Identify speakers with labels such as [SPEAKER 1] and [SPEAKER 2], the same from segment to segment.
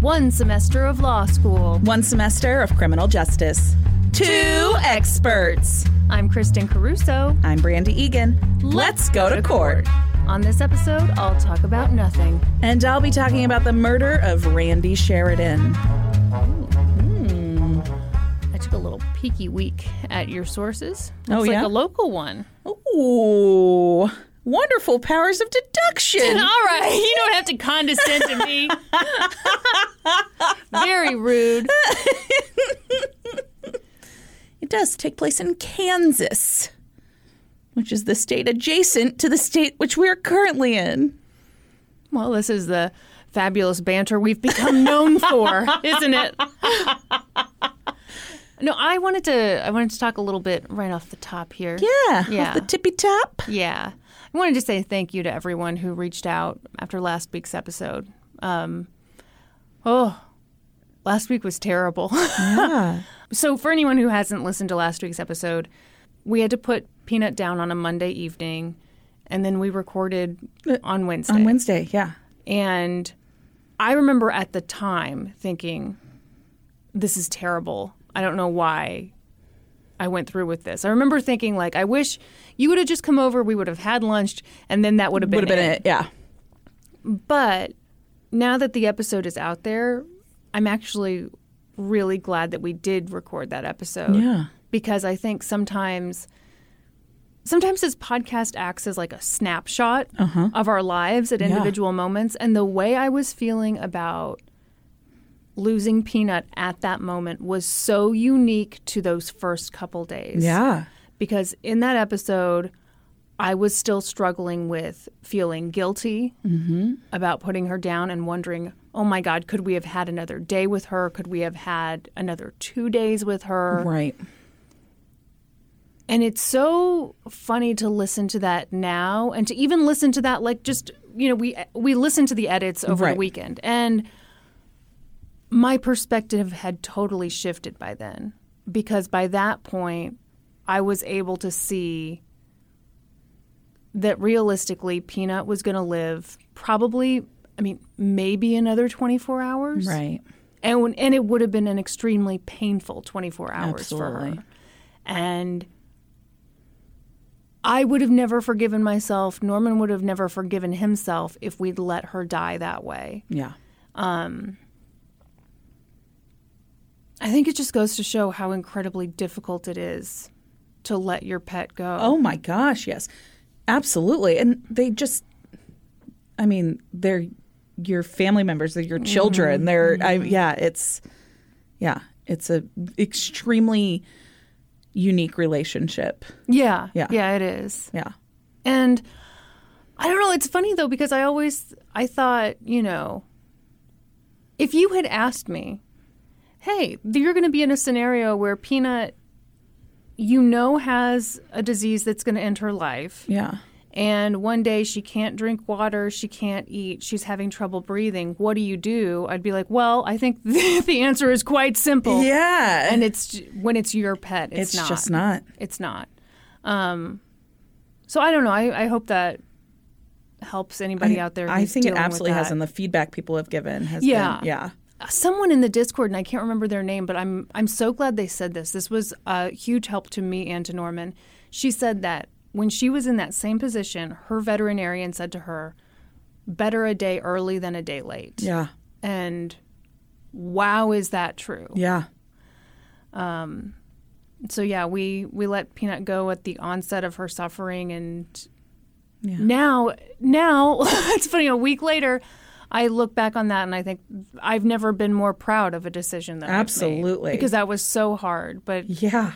[SPEAKER 1] One semester of law school.
[SPEAKER 2] One semester of criminal justice. Two experts.
[SPEAKER 1] I'm Kristen Caruso.
[SPEAKER 2] I'm Brandy Egan. Let's go to court.
[SPEAKER 1] On this episode, I'll talk about nothing.
[SPEAKER 2] And I'll be talking about the murder of Randy Sheridan.
[SPEAKER 1] I took a little peeky week at your sources. Looks
[SPEAKER 2] Oh, yeah?
[SPEAKER 1] like a local one.
[SPEAKER 2] Ooh, wonderful powers of
[SPEAKER 1] All
[SPEAKER 2] deduction.
[SPEAKER 1] right, you don't have to condescend to me. Very rude.
[SPEAKER 2] It does take place in Kansas, which is the state adjacent to the state which we are currently in.
[SPEAKER 1] Well, this is the fabulous banter we've become known for, isn't it? No, I wanted to I wanted to talk a little bit right off the top here.
[SPEAKER 2] Yeah,
[SPEAKER 1] Yeah.
[SPEAKER 2] off the tippy top.
[SPEAKER 1] Yeah. I wanted to say thank you to everyone who reached out after last week's episode. Um, oh, last week was terrible. so, for anyone who hasn't listened to last week's episode, we had to put Peanut down on a Monday evening, and then we recorded on Wednesday.
[SPEAKER 2] On Wednesday, yeah.
[SPEAKER 1] And I remember at the time thinking, this is terrible. I don't know why I went through with this. I remember thinking, like, I wish you would have just come over, we would have had lunch, and then that would have been,
[SPEAKER 2] Would have been it, yeah.
[SPEAKER 1] But now that the episode is out there, I'm actually really glad that we did record that episode.
[SPEAKER 2] Yeah.
[SPEAKER 1] Because I think sometimes sometimes this podcast acts as like a snapshot
[SPEAKER 2] Uh-huh.
[SPEAKER 1] of our lives at individual moments and the way I was feeling about losing peanut at that moment was so unique to those first couple days
[SPEAKER 2] Yeah.
[SPEAKER 1] because in that episode, I was still struggling with feeling guilty about putting her down and wondering, oh my God, could we have had another day with her? Could we have had another two days with her?
[SPEAKER 2] Right.
[SPEAKER 1] And it's so funny to listen to that now and to even listen to that like just you know we we listened to the edits over
[SPEAKER 2] Right.
[SPEAKER 1] the weekend and my perspective had totally shifted by then because by that point I was able to see that realistically Peanut was going to live probably I mean maybe another 24 hours
[SPEAKER 2] Right.
[SPEAKER 1] and when- and it would have been an extremely painful 24 hours for
[SPEAKER 2] Absolutely.
[SPEAKER 1] her and i would have never forgiven myself norman would have never forgiven himself if we'd let her die that way
[SPEAKER 2] Yeah.
[SPEAKER 1] i think it just goes to show how incredibly difficult it is to let your pet go
[SPEAKER 2] Oh my gosh, yes. Absolutely. And they just I mean, they're your family members, they're your
[SPEAKER 1] Mm-hmm.
[SPEAKER 2] children. They're I yeah, it's yeah, it's a extremely unique relationship.
[SPEAKER 1] yeah
[SPEAKER 2] Yeah.
[SPEAKER 1] yeah it is
[SPEAKER 2] Yeah.
[SPEAKER 1] And I don't know, it's funny though because I always I thought, you know, if you had asked me, "Hey, you're going to be in a scenario where Peanut you know has a disease that's going to end her life
[SPEAKER 2] Yeah.
[SPEAKER 1] and one day she can't drink water, she can't eat, she's having trouble breathing. What do you do?" I'd be like, "Well, I think the, answer is quite simple."
[SPEAKER 2] Yeah.
[SPEAKER 1] And it's when it's your pet, it's,
[SPEAKER 2] it's just not.
[SPEAKER 1] it's not. Um, so I don't know. I, I hope that helps anybody out there.
[SPEAKER 2] I
[SPEAKER 1] who's
[SPEAKER 2] think it
[SPEAKER 1] dealing with
[SPEAKER 2] absolutely has
[SPEAKER 1] that.
[SPEAKER 2] and the feedback people have given has
[SPEAKER 1] Yeah.
[SPEAKER 2] been yeah.
[SPEAKER 1] Someone in the Discord, and I can't remember their name, but I'm I'm so glad they said this. This was a huge help to me and to Norman. She said that when she was in that same position, her veterinarian said to her, "Better a day early than a day late."
[SPEAKER 2] Yeah.
[SPEAKER 1] And wow, is that true?
[SPEAKER 2] Yeah.
[SPEAKER 1] so yeah, we we let Peanut go at the onset of her suffering, and now now it's funny. A week later, I look back on that and I think I've never been more proud of a decision that I've made.
[SPEAKER 2] Absolutely.
[SPEAKER 1] because that was so hard. But
[SPEAKER 2] Yeah.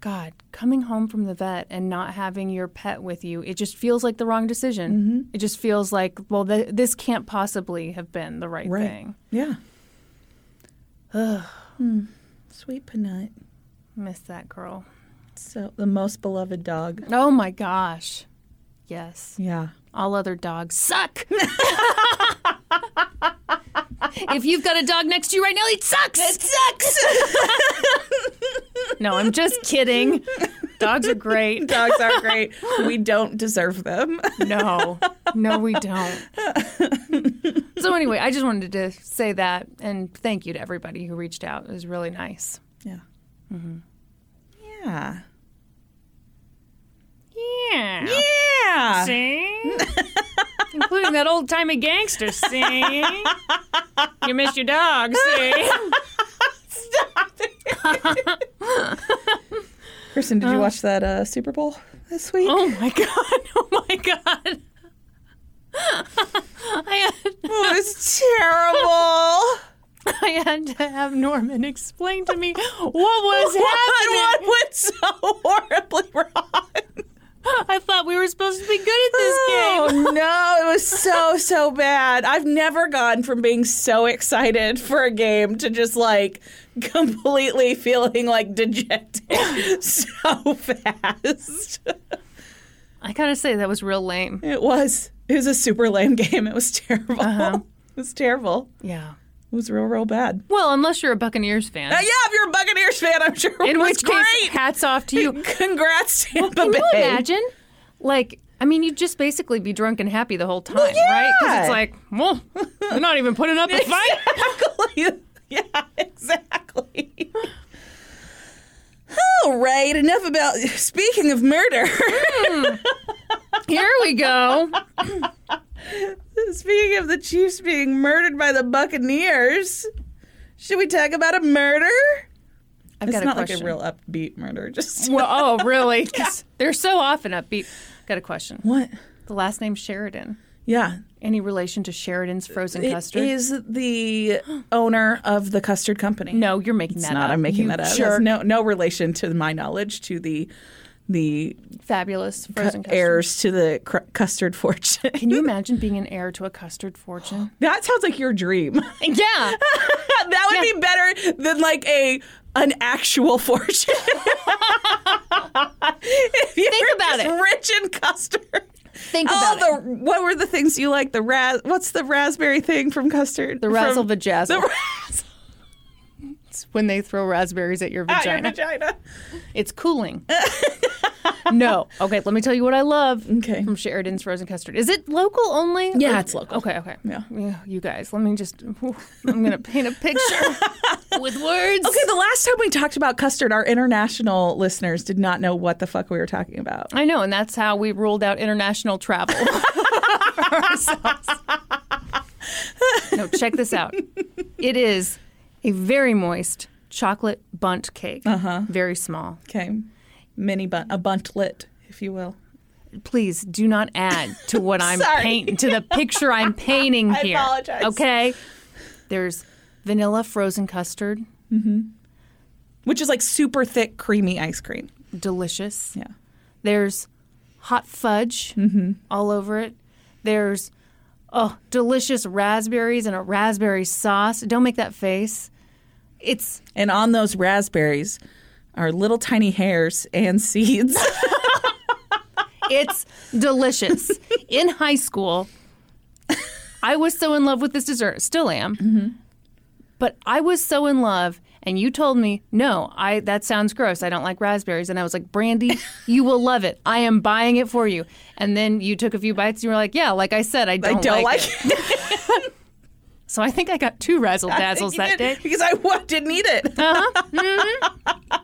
[SPEAKER 1] God, coming home from the vet and not having your pet with you, it just feels like the wrong decision. It just feels like well, th- this can't possibly have been the right,
[SPEAKER 2] Right.
[SPEAKER 1] thing.
[SPEAKER 2] Yeah. Hmm. Sweet Panut.
[SPEAKER 1] Miss that girl.
[SPEAKER 2] So the most beloved dog.
[SPEAKER 1] Oh my gosh. Yes.
[SPEAKER 2] Yeah.
[SPEAKER 1] All other dogs suck. if you've got a dog next to you right now, it sucks. It sucks. no, I'm just kidding. Dogs are great.
[SPEAKER 2] Dogs are great. we don't deserve them.
[SPEAKER 1] No, no, we don't. so, anyway, I just wanted to say that and thank you to everybody who reached out. It was really nice.
[SPEAKER 2] Yeah. Mm-hmm. Yeah.
[SPEAKER 1] Yeah.
[SPEAKER 2] Yeah.
[SPEAKER 1] See? Including that old timey gangster, see? You missed your dog, see?
[SPEAKER 2] Kristen, did you watch that uh, Super Bowl this week?
[SPEAKER 1] Oh my god, oh my god. I had,
[SPEAKER 2] it was terrible.
[SPEAKER 1] I had to have Norman explain to me what was
[SPEAKER 2] what,
[SPEAKER 1] happening.
[SPEAKER 2] what went so horribly wrong?
[SPEAKER 1] I thought we were supposed to be good at this game.
[SPEAKER 2] Oh no, it was so so bad. I've never gone from being so excited for a game to just like completely feeling like dejected so fast.
[SPEAKER 1] I gotta say, that was real lame.
[SPEAKER 2] It was it was a super lame game. It was terrible.
[SPEAKER 1] Uh-huh.
[SPEAKER 2] It was terrible.
[SPEAKER 1] Yeah.
[SPEAKER 2] It was real real bad.
[SPEAKER 1] Well, unless you're a Buccaneers fan.
[SPEAKER 2] Uh, yeah, if you're a Buccaneers fan, I'm sure it
[SPEAKER 1] in
[SPEAKER 2] was
[SPEAKER 1] which case,
[SPEAKER 2] great.
[SPEAKER 1] hats off to you.
[SPEAKER 2] Congrats, Tampa
[SPEAKER 1] Can
[SPEAKER 2] Bay.
[SPEAKER 1] you imagine? Like, I mean, you'd just basically be drunk and happy the whole time, right? Because
[SPEAKER 2] yeah.
[SPEAKER 1] it's like, well, you're not even putting up a fight.
[SPEAKER 2] Exactly. Yeah, exactly. All right, enough about speaking of murder.
[SPEAKER 1] Here we go.
[SPEAKER 2] speaking of the Chiefs being murdered by the Buccaneers, should we talk about a murder?
[SPEAKER 1] I've
[SPEAKER 2] It's
[SPEAKER 1] got a
[SPEAKER 2] not
[SPEAKER 1] question.
[SPEAKER 2] like a real upbeat murder, just
[SPEAKER 1] well, oh, really? 'Cause They're so often upbeat. Got a question.
[SPEAKER 2] what?
[SPEAKER 1] The last name Sheridan.
[SPEAKER 2] Yeah.
[SPEAKER 1] Any relation to Sheridan's frozen
[SPEAKER 2] It
[SPEAKER 1] custard?
[SPEAKER 2] is the owner of the custard company.
[SPEAKER 1] no, you're making that
[SPEAKER 2] it's not.
[SPEAKER 1] up.
[SPEAKER 2] I'm making
[SPEAKER 1] You
[SPEAKER 2] that up. It has
[SPEAKER 1] jerk.
[SPEAKER 2] no no relation to my knowledge to the the
[SPEAKER 1] Fabulous
[SPEAKER 2] cu-
[SPEAKER 1] frozen custard.
[SPEAKER 2] Uh, heirs to the cr- custard fortune.
[SPEAKER 1] Can you imagine being an heir to a custard fortune?
[SPEAKER 2] that sounds like your dream.
[SPEAKER 1] yeah.
[SPEAKER 2] that would be better than like a an actual fortune. if you're
[SPEAKER 1] Think about
[SPEAKER 2] just
[SPEAKER 1] it.
[SPEAKER 2] Rich in custard.
[SPEAKER 1] Think
[SPEAKER 2] All
[SPEAKER 1] about it.
[SPEAKER 2] the what were the things you like? The ras what's the raspberry thing from custard?
[SPEAKER 1] The razzle vajazzle.
[SPEAKER 2] The ras-
[SPEAKER 1] when they throw raspberries at your
[SPEAKER 2] at your
[SPEAKER 1] vagina.
[SPEAKER 2] vagina.
[SPEAKER 1] It's cooling. no. Okay, let me tell you what I love
[SPEAKER 2] Okay.
[SPEAKER 1] from Sheridan's frozen custard. Is it local only?
[SPEAKER 2] Yeah,
[SPEAKER 1] Or-
[SPEAKER 2] it's local.
[SPEAKER 1] Okay, okay.
[SPEAKER 2] Yeah.
[SPEAKER 1] You guys, let me just I'm going to paint a picture with words.
[SPEAKER 2] Okay, the last time we talked about custard, our international listeners did not know what the fuck we were talking about.
[SPEAKER 1] I know, and that's how we ruled out international travel for ourselves. no, check this out. It is a very moist chocolate bunt cake. Uh-huh. Very small.
[SPEAKER 2] Okay. Mini bun, a buntlet, if you will.
[SPEAKER 1] please do not add to what I'm
[SPEAKER 2] Sorry.
[SPEAKER 1] painting to the picture I'm painting
[SPEAKER 2] I
[SPEAKER 1] here.
[SPEAKER 2] apologize.
[SPEAKER 1] Okay. There's vanilla frozen custard,
[SPEAKER 2] Which is like super thick, creamy ice cream.
[SPEAKER 1] delicious.
[SPEAKER 2] Yeah.
[SPEAKER 1] There's hot fudge all over it. There's oh, delicious raspberries and a raspberry sauce. Don't make that face. It's
[SPEAKER 2] And on those raspberries are little tiny hairs and seeds.
[SPEAKER 1] It's delicious. In high school, I was so in love with this dessert, still am. But I was so in love, and you told me, "No, I that sounds gross. I don't like raspberries." And I was like, "Brandy, you will love it. I am buying it for you." And then you took a few bites, and you were like, "Yeah, like I said, I don't,
[SPEAKER 2] I don't
[SPEAKER 1] like."
[SPEAKER 2] like,
[SPEAKER 1] it.
[SPEAKER 2] it.
[SPEAKER 1] So I think I got two razzle dazzles that Oh. day. Mm-hmm.
[SPEAKER 2] because I wa- didn't eat it.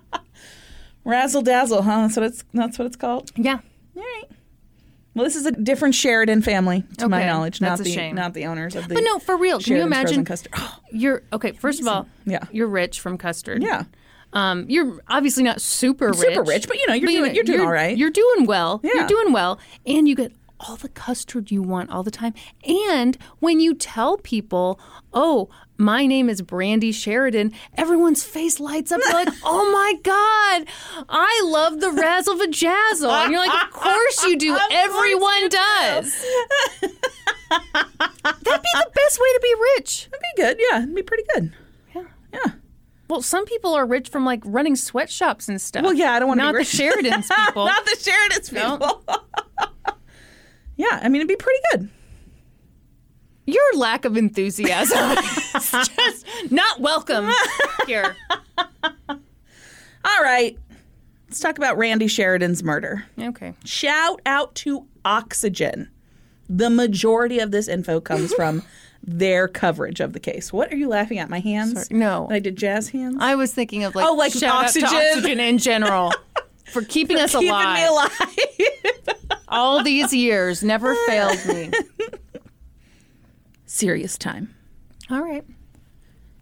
[SPEAKER 2] Razzle dazzle, huh? That's what it's that's what it's called.
[SPEAKER 1] Yeah,
[SPEAKER 2] All right. Well, this is a different Sheridan family, to my
[SPEAKER 1] Okay,
[SPEAKER 2] knowledge.
[SPEAKER 1] that's
[SPEAKER 2] not
[SPEAKER 1] a
[SPEAKER 2] the
[SPEAKER 1] shame.
[SPEAKER 2] not the owners of the.
[SPEAKER 1] but no, for real. Can you
[SPEAKER 2] Sheridan's frozen
[SPEAKER 1] imagine?
[SPEAKER 2] custard? Oh,
[SPEAKER 1] You're okay. First of all,
[SPEAKER 2] Yeah.
[SPEAKER 1] you're rich from custard.
[SPEAKER 2] yeah,
[SPEAKER 1] Um, you're obviously not super rich,
[SPEAKER 2] super rich, but you know you're doing you're doing all right.
[SPEAKER 1] You're doing well.
[SPEAKER 2] Yeah.
[SPEAKER 1] You're doing well, and you get all the custard you want all the time. And when you tell people, "Oh, my name is Brandy Sheridan," everyone's face lights up. They're like, "Oh my god, I love the razzle vajazzle!" And you're like, "Of course you do. Everyone does." That'd be the best way to be rich.
[SPEAKER 2] It'd be good. Yeah, it'd be pretty good.
[SPEAKER 1] Yeah.
[SPEAKER 2] Yeah.
[SPEAKER 1] Well, some people are rich from like running sweatshops and stuff.
[SPEAKER 2] Well, yeah, I don't wanna be
[SPEAKER 1] Not
[SPEAKER 2] rich.
[SPEAKER 1] the Sheridan's people.
[SPEAKER 2] Not the Sheridan's
[SPEAKER 1] No.
[SPEAKER 2] people. yeah, I mean, it'd be pretty good.
[SPEAKER 1] Your lack of enthusiasm is just not welcome here.
[SPEAKER 2] All right. Let's talk about Randy Sheridan's murder.
[SPEAKER 1] Okay.
[SPEAKER 2] Shout out to Oxygen. The majority of this info comes from their coverage of the case. What are you laughing at? My hands?
[SPEAKER 1] Sorry, no.
[SPEAKER 2] When I did jazz hands?
[SPEAKER 1] I was thinking of like,
[SPEAKER 2] Oh, like
[SPEAKER 1] shout out to
[SPEAKER 2] oxygen.
[SPEAKER 1] oxygen in general for keeping us
[SPEAKER 2] Keeping
[SPEAKER 1] alive.
[SPEAKER 2] me alive.
[SPEAKER 1] All these years never failed me.
[SPEAKER 2] Serious time.
[SPEAKER 1] All right.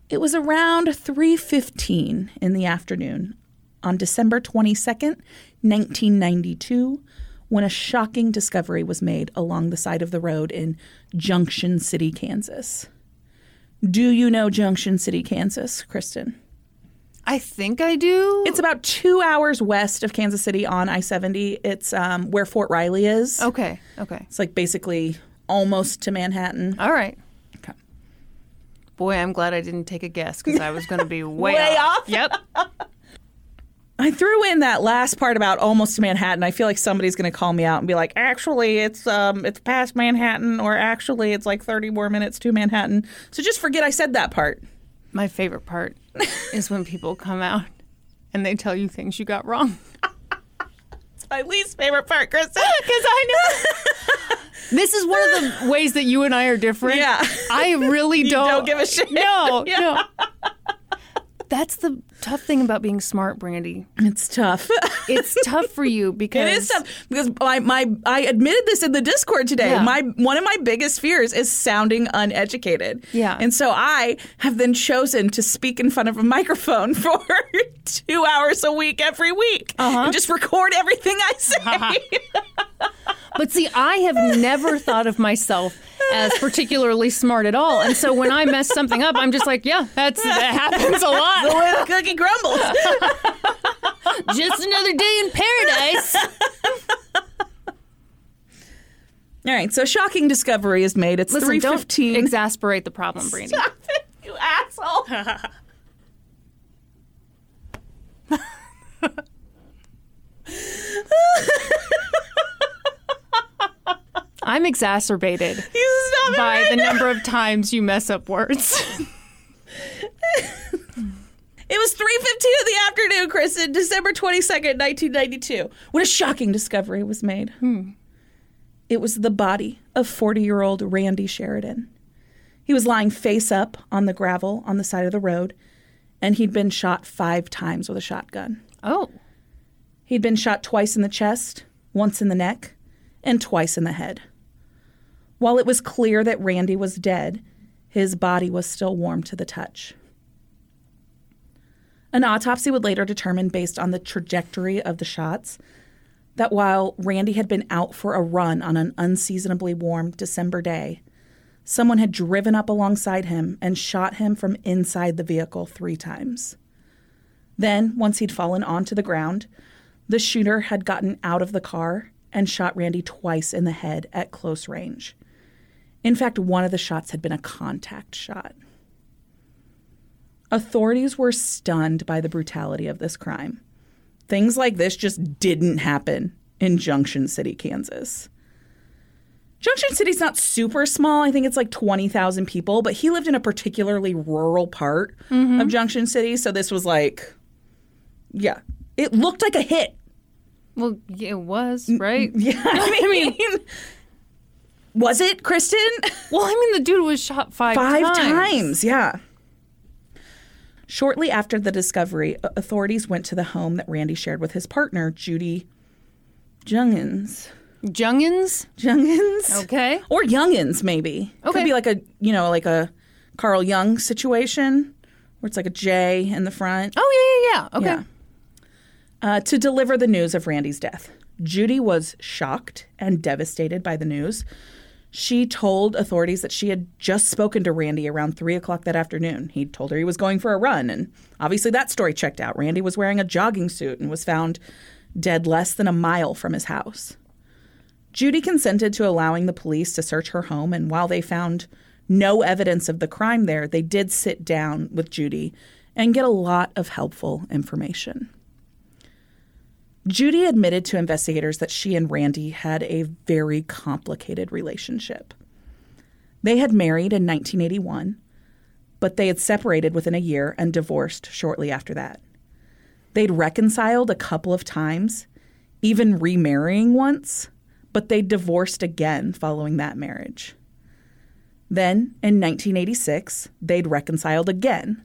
[SPEAKER 2] It was around 3:15 in the afternoon on December 22nd, 1992, when a shocking discovery was made along the side of the road in Junction City, Kansas. Do you know Junction City, Kansas, Kristen?
[SPEAKER 1] I think I do.
[SPEAKER 2] It's about 2 hours west of Kansas City on I-70. It's um, where Fort Riley is.
[SPEAKER 1] okay. Okay.
[SPEAKER 2] It's like basically almost to Manhattan.
[SPEAKER 1] All right.
[SPEAKER 2] Okay.
[SPEAKER 1] Boy, I'm glad I didn't take a guess because I was going to be way,
[SPEAKER 2] Way off?
[SPEAKER 1] Yep.
[SPEAKER 2] I threw in that last part about almost to Manhattan. I feel like somebody's going to call me out and be like, "Actually, it's um, it's past Manhattan," or "Actually, it's like thirty more minutes to Manhattan." So just forget I said that part.
[SPEAKER 1] My favorite part is when people come out and they tell you things you got wrong.
[SPEAKER 2] It's my least favorite part, Kristen.
[SPEAKER 1] Because I know. This is one of the ways that you and I are different.
[SPEAKER 2] Yeah.
[SPEAKER 1] I really
[SPEAKER 2] You
[SPEAKER 1] don't.
[SPEAKER 2] don't give a shit.
[SPEAKER 1] No, no. That's the tough thing about being smart, Brandy.
[SPEAKER 2] It's tough.
[SPEAKER 1] It's tough for you because
[SPEAKER 2] It is tough because my, my I admitted this in the Discord today.
[SPEAKER 1] Yeah.
[SPEAKER 2] My one of my biggest fears is sounding uneducated.
[SPEAKER 1] Yeah.
[SPEAKER 2] and so I have then chosen to speak in front of a microphone for two hours a week every week and just record everything I say.
[SPEAKER 1] But see, I have never thought of myself as particularly smart at all. And so when I mess something up, I'm just like, yeah, that's that happens a
[SPEAKER 2] the
[SPEAKER 1] lot.
[SPEAKER 2] way the cookie crumbles.
[SPEAKER 1] Just another day in paradise.
[SPEAKER 2] All right, so shocking discovery is made. It's
[SPEAKER 1] Listen,
[SPEAKER 2] three
[SPEAKER 1] don't
[SPEAKER 2] fifteen.
[SPEAKER 1] exasperate the problem, Brandy.
[SPEAKER 2] you asshole.
[SPEAKER 1] I'm exacerbated
[SPEAKER 2] You stop it
[SPEAKER 1] by
[SPEAKER 2] right
[SPEAKER 1] the
[SPEAKER 2] now.
[SPEAKER 1] number of times you mess up words.
[SPEAKER 2] It was 3.15 in the afternoon, Kristen, December 22nd, 1992, when a shocking discovery was made.
[SPEAKER 1] Hmm.
[SPEAKER 2] It was the body of 40-year-old Randy Sheridan. He was lying face up on the gravel on the side of the road, and he'd been shot five times with a shotgun.
[SPEAKER 1] Oh,
[SPEAKER 2] He'd been shot twice in the chest, once in the neck, and twice in the head. While it was clear that Randy was dead, his body was still warm to the touch. An autopsy would later determine, based on the trajectory of the shots, that while Randy had been out for a run on an unseasonably warm December day, someone had driven up alongside him and shot him from inside the vehicle three times. Then, once he'd fallen onto the ground, the shooter had gotten out of the car and shot Randy twice in the head at close range. In fact, one of the shots had been a contact shot. Authorities were stunned by the brutality of this crime. Things like this just didn't happen in Junction City, Kansas. Junction City's not super small. I think it's like 20,000 people, but he lived in a particularly rural part of Junction City. So this was like, yeah, it looked like a hit.
[SPEAKER 1] well, yeah, it was, right?
[SPEAKER 2] Yeah, I mean, was it Kristen?
[SPEAKER 1] Well, I mean, the dude was shot five,
[SPEAKER 2] Five
[SPEAKER 1] times.
[SPEAKER 2] times, yeah. Shortly after the discovery, a- authorities went to the home that Randy shared with his partner, Judy Jungins.
[SPEAKER 1] Jungins?
[SPEAKER 2] Jungins?
[SPEAKER 1] Okay.
[SPEAKER 2] Or Youngins, maybe.
[SPEAKER 1] Okay.
[SPEAKER 2] Could be like a, you know, like a Carl Jung situation where it's like a J in the front.
[SPEAKER 1] Oh, yeah, yeah, yeah. Okay.
[SPEAKER 2] Yeah. Uh, to deliver the news of Randy's death. Judy was shocked and devastated by the news. She told authorities that she had just spoken to Randy around 3 o'clock that afternoon. He told her he was going for a run, and obviously that story checked out. Randy was wearing a jogging suit and was found dead less than a mile from his house. Judy consented to allowing the police to search her home, and while they found no evidence of the crime there, they did sit down with Judy and get a lot of helpful information. Judy admitted to investigators that she and Randy had a very complicated relationship. They had married in 1981, but they had separated within a year and divorced shortly after that. They'd reconciled a couple of times, even remarrying once, but they divorced again following that marriage. Then, in 1986, they'd reconciled again,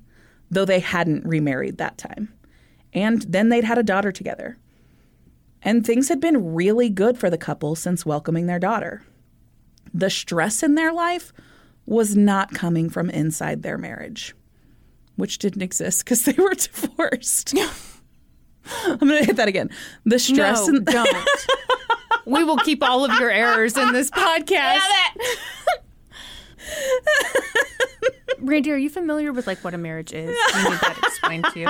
[SPEAKER 2] though they hadn't remarried that time. And then they'd had a daughter together. And things had been really good for the couple since welcoming their daughter. The stress in their life was not coming from inside their marriage, which didn't exist because they were divorced. I'm going to hit that again. The stress
[SPEAKER 1] no,
[SPEAKER 2] in
[SPEAKER 1] don't. we will keep all of your errors in this podcast. it. Randy, are you familiar with like what a marriage is? You need that explained to you.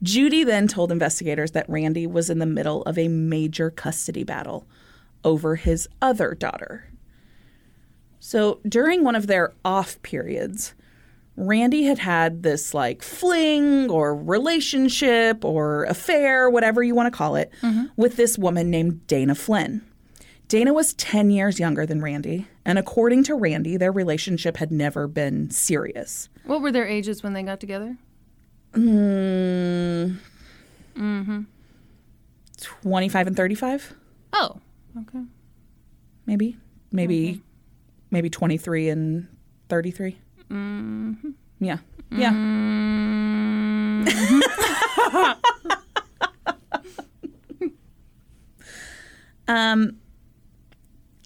[SPEAKER 2] Judy then told investigators that Randy was in the middle of a major custody battle over his other daughter. So during one of their off periods, Randy had had this like fling or relationship or affair, whatever you want to call it, with this woman named Dana Flynn. Dana was 10 years younger than Randy, and according to Randy, their relationship had never been serious.
[SPEAKER 1] What were their ages when they got together?
[SPEAKER 2] 25 and 35
[SPEAKER 1] Oh, okay.
[SPEAKER 2] maybe maybe maybe 23 and 33 mm-hmm. yeah yeah um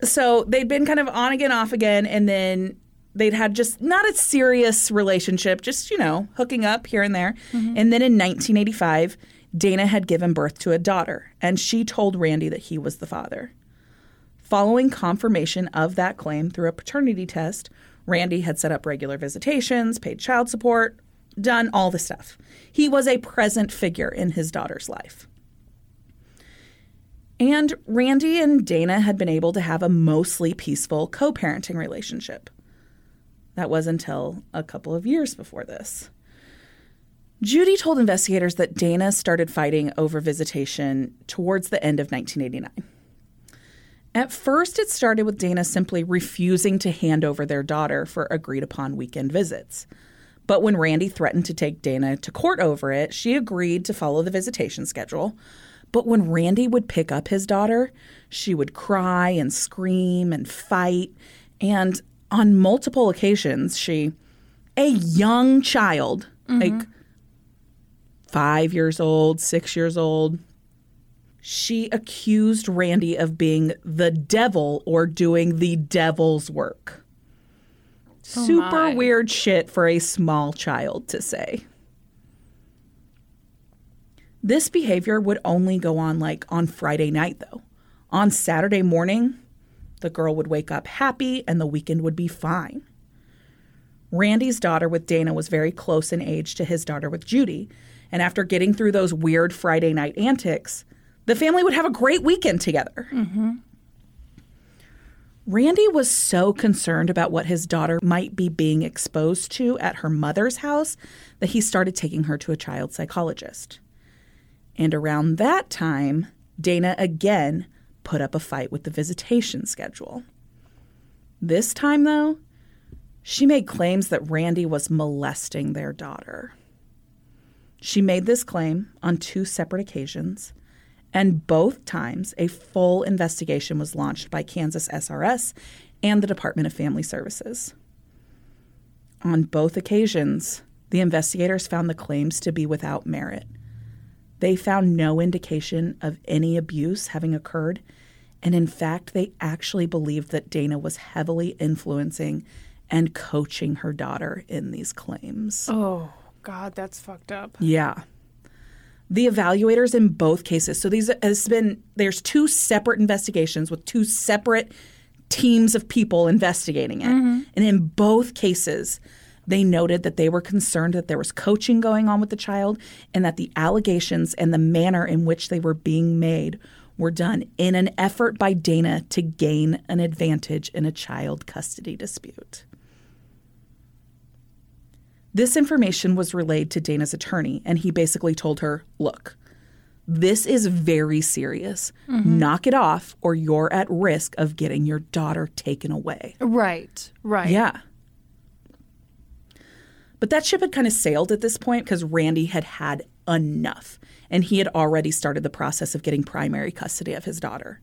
[SPEAKER 2] so they'd been kind of on again off again and then they'd had just not a serious relationship just you know hooking up here and there and then in 1985 dana had given birth to a daughter and she told randy that he was the father Following confirmation of that claim through a paternity test, Randy had set up regular visitations, paid child support, done all the stuff. He was a present figure in his daughter's life. And Randy and Dana had been able to have a mostly peaceful co parenting relationship. That was until a couple of years before this. Judy told investigators that Dana started fighting over visitation towards the end of 1989. At first, it started with Dana simply refusing to hand over their daughter for agreed upon weekend visits. But when Randy threatened to take Dana to court over it, she agreed to follow the visitation schedule. But when Randy would pick up his daughter, she would cry and scream and fight. And on multiple occasions, she, a young child, like five years old, six years old, she accused Randy of being the devil or doing the devil's work. Super
[SPEAKER 1] my.
[SPEAKER 2] weird shit for a small child to say. This behavior would only go on like on Friday night though. On Saturday morning, the girl would wake up happy and the weekend would be fine. Randy's daughter with Dana was very close in age to his daughter with Judy, and after getting through those weird Friday night antics, the family would have a great weekend together. Randy was so concerned about what his daughter might be being exposed to at her mother's house that he started taking her to a child psychologist. And around that time, Dana again put up a fight with the visitation schedule. This time, though, she made claims that Randy was molesting their daughter. She made this claim on two separate occasions, and both times a full investigation was launched by Kansas SRS and the Department of Family Services. On both occasions, the investigators found the claims to be without merit. They found no indication of any abuse having occurred, and in fact, they actually believed that Dana was heavily influencing and coaching her daughter in these claims.
[SPEAKER 1] Oh, God, that's fucked up.
[SPEAKER 2] Yeah. The evaluators in both cases. So these has been there's two separate investigations with two separate teams of people investigating it. And in both cases, they noted that they were concerned that there was coaching going on with the child and that the allegations and the manner in which they were being made were done in an effort by Dana to gain an advantage in a child custody dispute. This information was relayed to Dana's attorney, and he basically told her, look, this is very serious. Knock it off, or you're at risk of getting your daughter taken away.
[SPEAKER 1] Right. Right.
[SPEAKER 2] Yeah. But that ship had kind of sailed at this point because Randy had had enough and he had already started the process of getting primary custody of his daughter.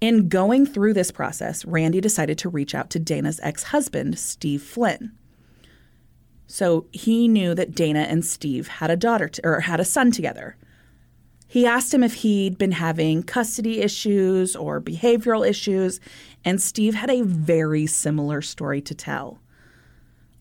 [SPEAKER 2] In going through this process, Randy decided to reach out to Dana's ex husband, Steve Flynn. So he knew that Dana and Steve had a daughter t- or had a son together. He asked him if he'd been having custody issues or behavioral issues, and Steve had a very similar story to tell.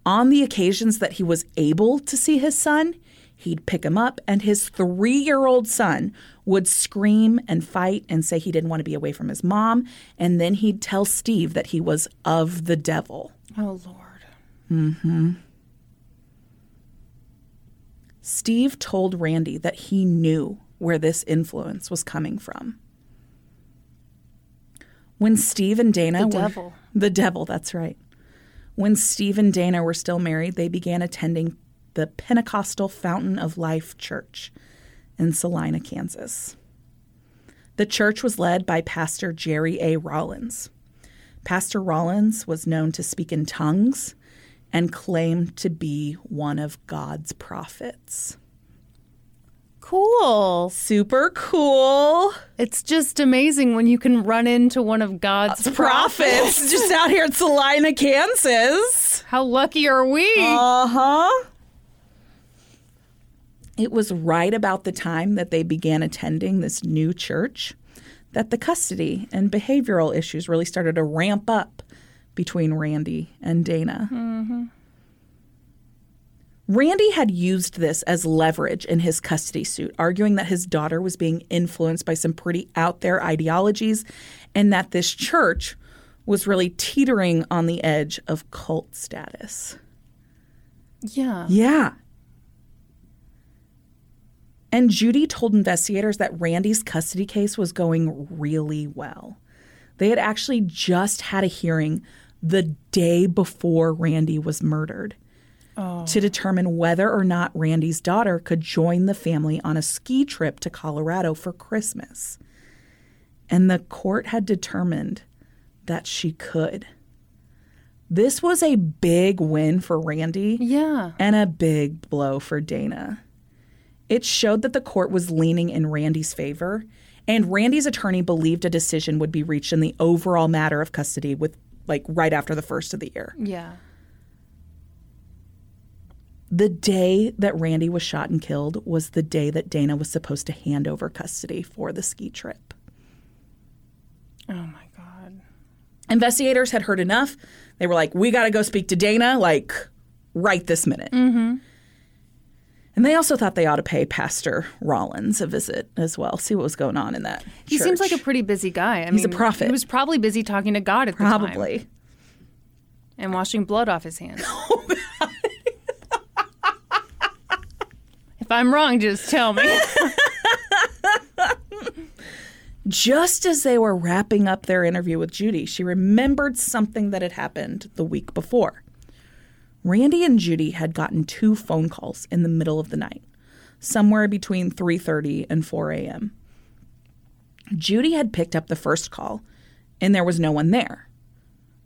[SPEAKER 2] On the occasions that he was able to see his son, he'd pick him up, and his three year old son would scream and fight and say he didn't want to be away from his mom. And then he'd tell Steve that he was of the devil.
[SPEAKER 1] Oh Lord.
[SPEAKER 2] Steve told Randy that he knew where this influence was coming from. When Steve and Dana
[SPEAKER 1] The
[SPEAKER 2] were
[SPEAKER 1] devil.
[SPEAKER 2] the devil, that's right. When Steve and Dana were still married, they began attending the Pentecostal Fountain of Life Church in Salina, Kansas. The church was led by Pastor Jerry A. Rollins. Pastor Rollins was known to speak in tongues and claimed to be one of God's prophets.
[SPEAKER 1] Cool.
[SPEAKER 2] Super cool.
[SPEAKER 1] It's just amazing when you can run into one of God's prophets.
[SPEAKER 2] Uh, Prophets just out here in Salina, Kansas.
[SPEAKER 1] How lucky are we?
[SPEAKER 2] Uh huh. It was right about the time that they began attending this new church that the custody and behavioral issues really started to ramp up between Randy and Dana. Mm-hmm. Randy had used this as leverage in his custody suit, arguing that his daughter was being influenced by some pretty out there ideologies and that this church was really teetering on the edge of cult status.
[SPEAKER 1] yeah.
[SPEAKER 2] Yeah. And Judy told investigators that Randy's custody case was going really well. They had actually just had a hearing the day before Randy was murdered to determine whether or not Randy's daughter could join the family on a ski trip to Colorado for Christmas. And the court had determined that she could. This was a big win for Randy
[SPEAKER 1] Yeah.
[SPEAKER 2] and a big blow for Dana. It showed that the court was leaning in Randy's favor, and Randy's attorney believed a decision would be reached in the overall matter of custody with like right after the first of the year.
[SPEAKER 1] Yeah.
[SPEAKER 2] The day that Randy was shot and killed was the day that Dana was supposed to hand over custody for the ski trip.
[SPEAKER 1] Oh my God.
[SPEAKER 2] investigators had heard enough. They were like, we got to go speak to Dana, like, right this minute. Mm-hmm. And they also thought they ought to pay Pastor Rollins a visit as well, see what was going on in that.
[SPEAKER 1] He seems like
[SPEAKER 2] church.
[SPEAKER 1] a pretty busy guy. I
[SPEAKER 2] He's a
[SPEAKER 1] mean,
[SPEAKER 2] prophet.
[SPEAKER 1] He was probably busy talking to God at the time.
[SPEAKER 2] Probably.
[SPEAKER 1] And washing blood off his hands.
[SPEAKER 2] Oh,
[SPEAKER 1] if I'm wrong, just tell me.
[SPEAKER 2] Just as they were wrapping up their interview with Judy, she remembered something that had happened the week before. Randy and Judy had gotten two phone calls in the middle of the night, somewhere between 3:30 and 4 a.m. Judy had picked up the first call, and there was no one there.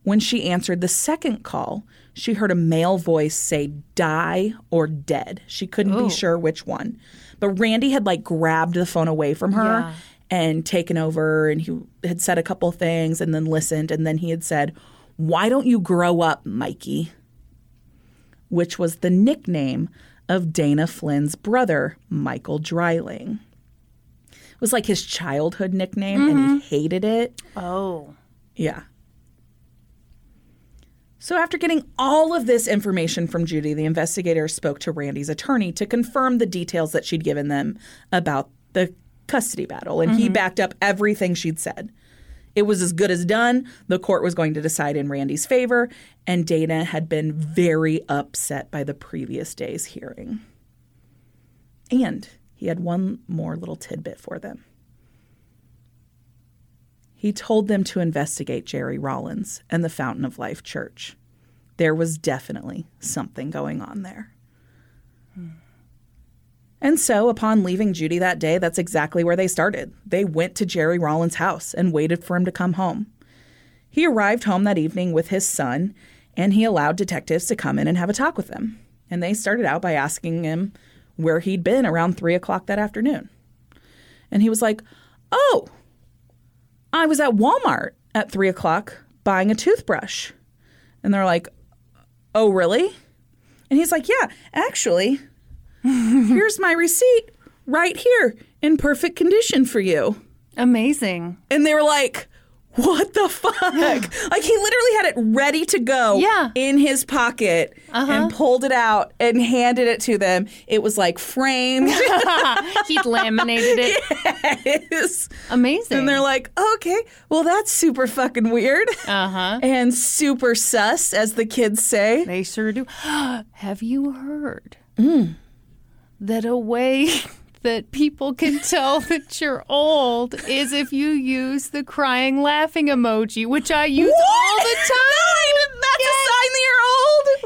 [SPEAKER 2] When she answered the second call, she heard a male voice say die or dead. She couldn't be sure which one. But Randy had like grabbed the phone away from her
[SPEAKER 1] Yeah.
[SPEAKER 2] and taken over and he had said a couple things and then listened and then he had said, "Why don't you grow up, Mikey?" which was the nickname of Dana Flynn's brother, Michael Dryling. It was like his childhood nickname and he hated it.
[SPEAKER 1] oh.
[SPEAKER 2] Yeah. So, after getting all of this information from Judy, the investigators spoke to Randy's attorney to confirm the details that she'd given them about the custody battle, and he backed up everything she'd said. It was as good as done. The court was going to decide in Randy's favor, and Dana had been very upset by the previous day's hearing. And he had one more little tidbit for them. He told them to investigate Jerry Rollins and the Fountain of Life Church, there was definitely something going on there. And so, upon leaving Judy that day, that's exactly where they started. They went to Jerry Rollins' house and waited for him to come home. He arrived home that evening with his son, and he allowed detectives to come in and have a talk with him. And they started out by asking him where he'd been around 3 o'clock that afternoon. And he was like, Oh, I was at Walmart at 3 o'clock buying a toothbrush. And they're like, Oh, really? And he's like, Yeah, actually, here's my receipt right here in perfect condition for you.
[SPEAKER 1] Amazing.
[SPEAKER 2] And they were like, what the fuck? like he literally had it ready to go
[SPEAKER 1] Yeah.
[SPEAKER 2] in his pocket and pulled it out and handed it to them. It was like framed.
[SPEAKER 1] He'd laminated it.
[SPEAKER 2] Yes.
[SPEAKER 1] Amazing.
[SPEAKER 2] And they're like, okay, well, that's super fucking weird
[SPEAKER 1] uh-huh.
[SPEAKER 2] and super sus, as the kids say.
[SPEAKER 1] They sure do. Have you heard that a way that people can tell that you're old is if you use the crying laughing emoji, which I use all the time.
[SPEAKER 2] time. That's a sign that you're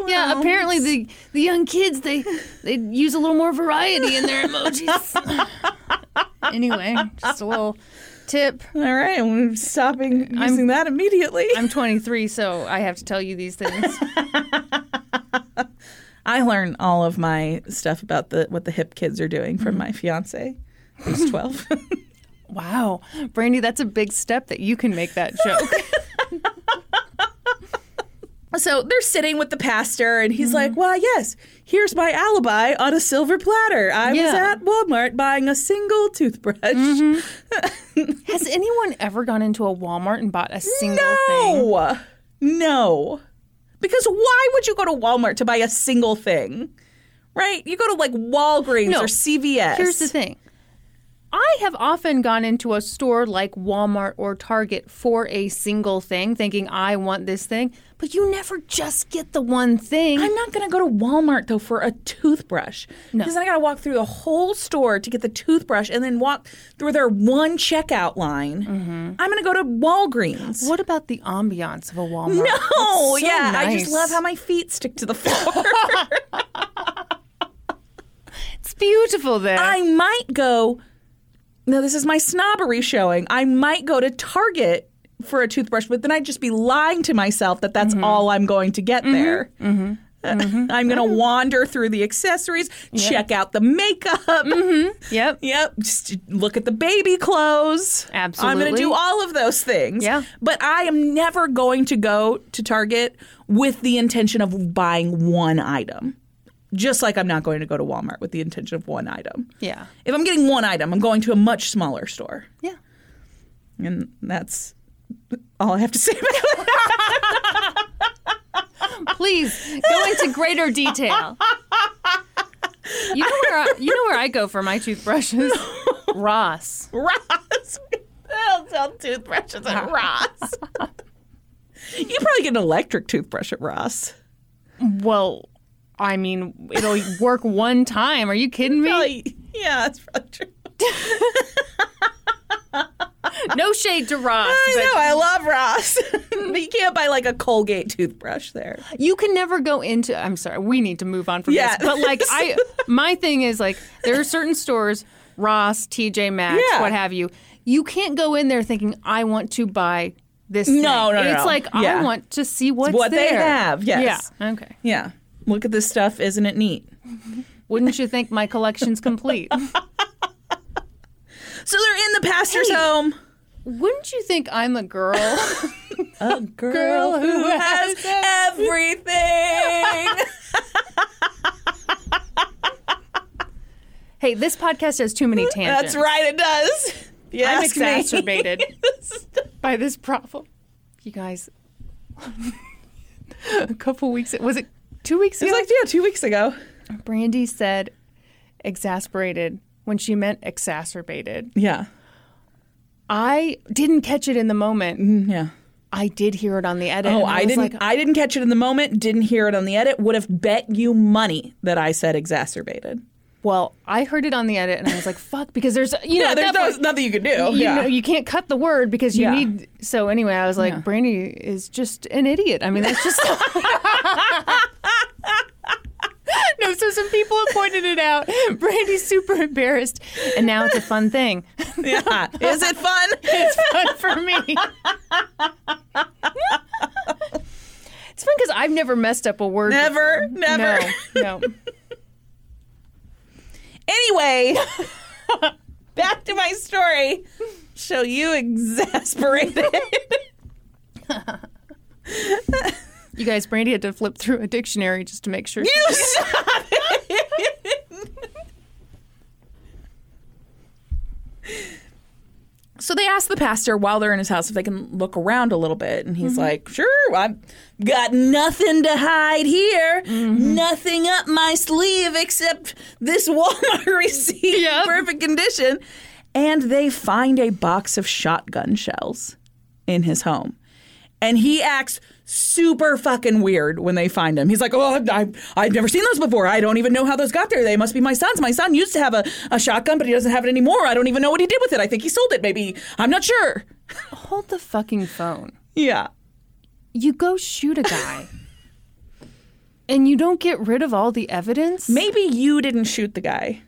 [SPEAKER 2] old.
[SPEAKER 1] Yeah,
[SPEAKER 2] Wow.
[SPEAKER 1] apparently the the young kids they they use a little more variety in their emojis. anyway, just a little tip.
[SPEAKER 2] All right, I'm stopping using
[SPEAKER 1] I'm-
[SPEAKER 2] that immediately.
[SPEAKER 1] I'm 23, so I have to tell you these things.
[SPEAKER 2] I learn all of my stuff about the what the hip kids are doing
[SPEAKER 1] Mm-hmm.
[SPEAKER 2] from my fiance, who's 12.
[SPEAKER 1] Wow, Brandy, that's a big step that you can make that joke.
[SPEAKER 2] so they're sitting with the pastor, and he's like,
[SPEAKER 1] Mm-hmm.
[SPEAKER 2] "Well, yes, here's my alibi on a silver platter. I was
[SPEAKER 1] Yeah. Mm-hmm.
[SPEAKER 2] at Walmart buying a single toothbrush."
[SPEAKER 1] Has anyone ever gone into a Walmart and bought a single thing?
[SPEAKER 2] No, no, because why would you go to Walmart to buy a single thing? Right? You go to like Walgreens
[SPEAKER 1] No.
[SPEAKER 2] or CVS.
[SPEAKER 1] Here's the thing. I have often gone into a store like Walmart or Target for a single thing, thinking I want this thing, but you never just get the one thing.
[SPEAKER 2] I'm not going to go to Walmart though for a toothbrush because then I got to walk through the whole store to get the toothbrush and then walk through their one checkout line.
[SPEAKER 1] Mm-hmm.
[SPEAKER 2] I'm going to go to Walgreens.
[SPEAKER 1] what about the ambiance of a Walmart?
[SPEAKER 2] No,
[SPEAKER 1] That's so
[SPEAKER 2] yeah, I just
[SPEAKER 1] nice.
[SPEAKER 2] love how my feet stick to the floor.
[SPEAKER 1] it's beautiful there.
[SPEAKER 2] I might go. No, this is my snobbery showing. I might go to Target for a toothbrush, but then I'd just be lying to myself that
[SPEAKER 1] Mm-hmm.
[SPEAKER 2] that's all I'm going to get there. Uh, I'm going
[SPEAKER 1] Mm-hmm.
[SPEAKER 2] to wander through the accessories, check out the makeup.
[SPEAKER 1] Mm-hmm. yep.
[SPEAKER 2] Yep. Just look at the baby clothes. I'm going
[SPEAKER 1] Absolutely.
[SPEAKER 2] to do all of those things.
[SPEAKER 1] Yeah.
[SPEAKER 2] But I am never going to go to Target with the intention of buying one item. Just like I'm not going to go to Walmart with the intention of one item.
[SPEAKER 1] Yeah.
[SPEAKER 2] If I'm getting one item, I'm going to a much smaller store.
[SPEAKER 1] Yeah.
[SPEAKER 2] And that's all I have to say about it.
[SPEAKER 1] Please go into greater detail. You know where I, you know where I go for my toothbrushes? Ross.
[SPEAKER 2] Ross. They'll sell toothbrushes at Ross. you probably get an electric toothbrush at Ross.
[SPEAKER 1] Well, I mean, it'll work one time. Are you kidding me?
[SPEAKER 2] Probably, yeah, that's probably true.
[SPEAKER 1] No shade to Ross.
[SPEAKER 2] I
[SPEAKER 1] but
[SPEAKER 2] know, I love Ross. but you can't buy like a Colgate toothbrush there.
[SPEAKER 1] You can never go into. I'm sorry. We need to move on from
[SPEAKER 2] Yeah.
[SPEAKER 1] this. But like, I my thing is like there are certain stores, Ross, TJ Maxx,
[SPEAKER 2] Yeah.
[SPEAKER 1] what have you. You can't go in there thinking I want to buy this.
[SPEAKER 2] No,
[SPEAKER 1] thing.
[SPEAKER 2] no, no,
[SPEAKER 1] It's
[SPEAKER 2] no.
[SPEAKER 1] like
[SPEAKER 2] Yeah.
[SPEAKER 1] I want to see what's
[SPEAKER 2] What they
[SPEAKER 1] there.
[SPEAKER 2] have, yes.
[SPEAKER 1] Yeah. Okay.
[SPEAKER 2] Yeah. Look at this stuff, isn't it neat?
[SPEAKER 1] Wouldn't you think my collection's complete?
[SPEAKER 2] So they're in the pastor's home.
[SPEAKER 1] Wouldn't you think I'm a girl?
[SPEAKER 2] A girl, who has everything.
[SPEAKER 1] hey, this podcast has too many tangents.
[SPEAKER 2] That's right, it does. Yes,
[SPEAKER 1] I'm exacerbated by this problem. You guys, a couple weeks was it two weeks
[SPEAKER 2] It was
[SPEAKER 1] ago?
[SPEAKER 2] like, yeah, two weeks ago.
[SPEAKER 1] Brandy said exasperated when she meant exacerbated.
[SPEAKER 2] Yeah.
[SPEAKER 1] I didn't catch it in the moment. Mm.
[SPEAKER 2] Mm, Yeah.
[SPEAKER 1] I did hear it on the edit.
[SPEAKER 2] Oh,
[SPEAKER 1] and
[SPEAKER 2] I,
[SPEAKER 1] was
[SPEAKER 2] didn't.
[SPEAKER 1] like,
[SPEAKER 2] I didn't catch it in the moment. Didn't hear it on the edit. Would have bet you money that I said exacerbated.
[SPEAKER 1] Well, I heard it on the edit and I was like, fuck, because there's, you know,
[SPEAKER 2] Yeah,
[SPEAKER 1] at
[SPEAKER 2] there's
[SPEAKER 1] that
[SPEAKER 2] no,
[SPEAKER 1] point-
[SPEAKER 2] nothing you can do.
[SPEAKER 1] you
[SPEAKER 2] Oh, yeah.
[SPEAKER 1] know you can't cut the word because you
[SPEAKER 2] Yeah.
[SPEAKER 1] need so anyway i was like
[SPEAKER 2] Yeah.
[SPEAKER 1] brandy is just an idiot i mean that's just no so some people have pointed it out brandy's super embarrassed and now it's a fun thing
[SPEAKER 2] yeah. Is it fun?
[SPEAKER 1] it's fun for me it's fun because i've never messed up a word
[SPEAKER 2] Never,
[SPEAKER 1] before.
[SPEAKER 2] never.
[SPEAKER 1] no no
[SPEAKER 2] Anyway, back to my story. So you exasperated.
[SPEAKER 1] you guys brandy had to flip through a dictionary just to make sure
[SPEAKER 2] you stop it. So they ask the pastor while they're in his house if they can look around a little bit, and he's like, "Sure, I've got nothing to hide here, nothing up my sleeve except this Walmart receipt, in
[SPEAKER 1] Yep.
[SPEAKER 2] perfect condition." And they find a box of shotgun shells in his home. And he acts super fucking weird when they find him. He's like, "Oh, I, I've never seen those before. I don't even know how those got there. They must be my son's. My son used to have a, a shotgun, but he doesn't have it anymore. I don't even know what he did with it. I think he sold it. Maybe I'm not sure."
[SPEAKER 1] hold the fucking phone
[SPEAKER 2] Yeah,
[SPEAKER 1] you go shoot a guy and you don't get rid of all the evidence
[SPEAKER 2] maybe you didn't shoot the guy.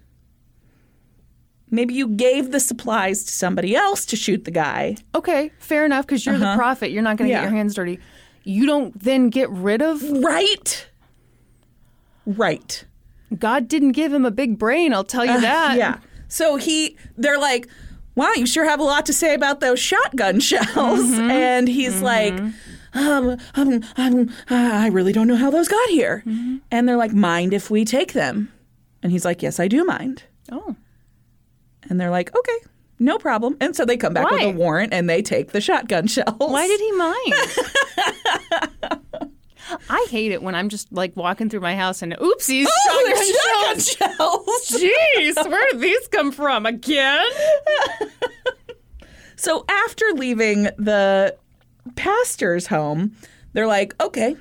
[SPEAKER 2] Maybe you gave the supplies to somebody else to shoot the guy.
[SPEAKER 1] okay fair enough because you're the prophet you're not going to
[SPEAKER 2] Yeah.
[SPEAKER 1] get your hands dirty you don't then get rid of
[SPEAKER 2] Right. Right.
[SPEAKER 1] god didn't give him a big brain i'll tell you that
[SPEAKER 2] Yeah. So he, they're like, wow, you sure have a lot to say about those shotgun shells.
[SPEAKER 1] Mm-hmm.
[SPEAKER 2] And he's like, um, um, um, I really don't know how those got here.
[SPEAKER 1] Mm-hmm.
[SPEAKER 2] And they're like, mind if we take them? And he's like, yes, I do mind.
[SPEAKER 1] oh
[SPEAKER 2] And they're like, okay, no problem. And so they come back
[SPEAKER 1] Why?
[SPEAKER 2] with a warrant and they take the shotgun shells.
[SPEAKER 1] why did he mind i hate it when i'm just like walking through my house and oopsies shotgun
[SPEAKER 2] Oh, they're
[SPEAKER 1] shells.
[SPEAKER 2] shotgun shells.
[SPEAKER 1] jeez where did these come from again
[SPEAKER 2] So after leaving the pastor's home, they're like, okay,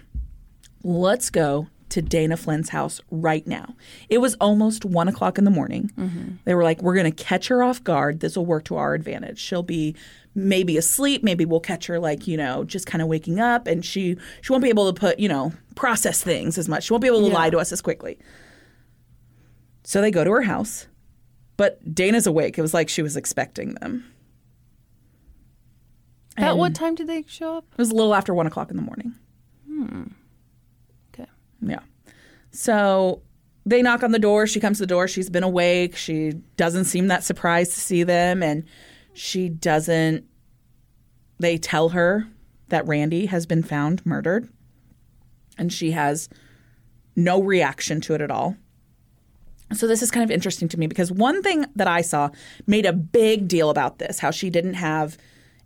[SPEAKER 2] let's go to Dana Flynn's house right now. It was almost one o'clock in the morning. They were like, we're going to catch her off guard. This will work to our advantage. She'll be maybe asleep. Maybe we'll catch her, like, you know, just kind of waking up and she, she won't be able to put, you know, process things as much. She won't be able to lie to us as quickly. So they go to her house, but Dana's awake. It was like she was expecting them.
[SPEAKER 1] at what time did they show up
[SPEAKER 2] It was a little after one o'clock in the morning.
[SPEAKER 1] okay
[SPEAKER 2] Yeah. So they knock on the door. She comes to the door. She's been awake. She doesn't seem that surprised to see them. And she doesn't. They tell her that Randy has been found murdered. And she has no reaction to it at all. So this is kind of interesting to me because one thing that I saw made a big deal about this, how she didn't have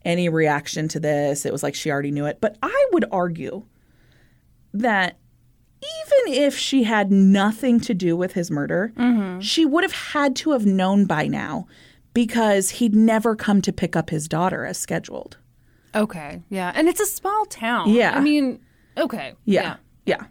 [SPEAKER 2] any reaction to this. It was like she already knew it. But I would argue that even if she had nothing to do with his murder, she would have had to have known by now because he'd never come to pick up his daughter as scheduled.
[SPEAKER 1] Okay. Yeah. And it's a small town.
[SPEAKER 2] Yeah.
[SPEAKER 1] I mean, okay.
[SPEAKER 2] Yeah. Yeah.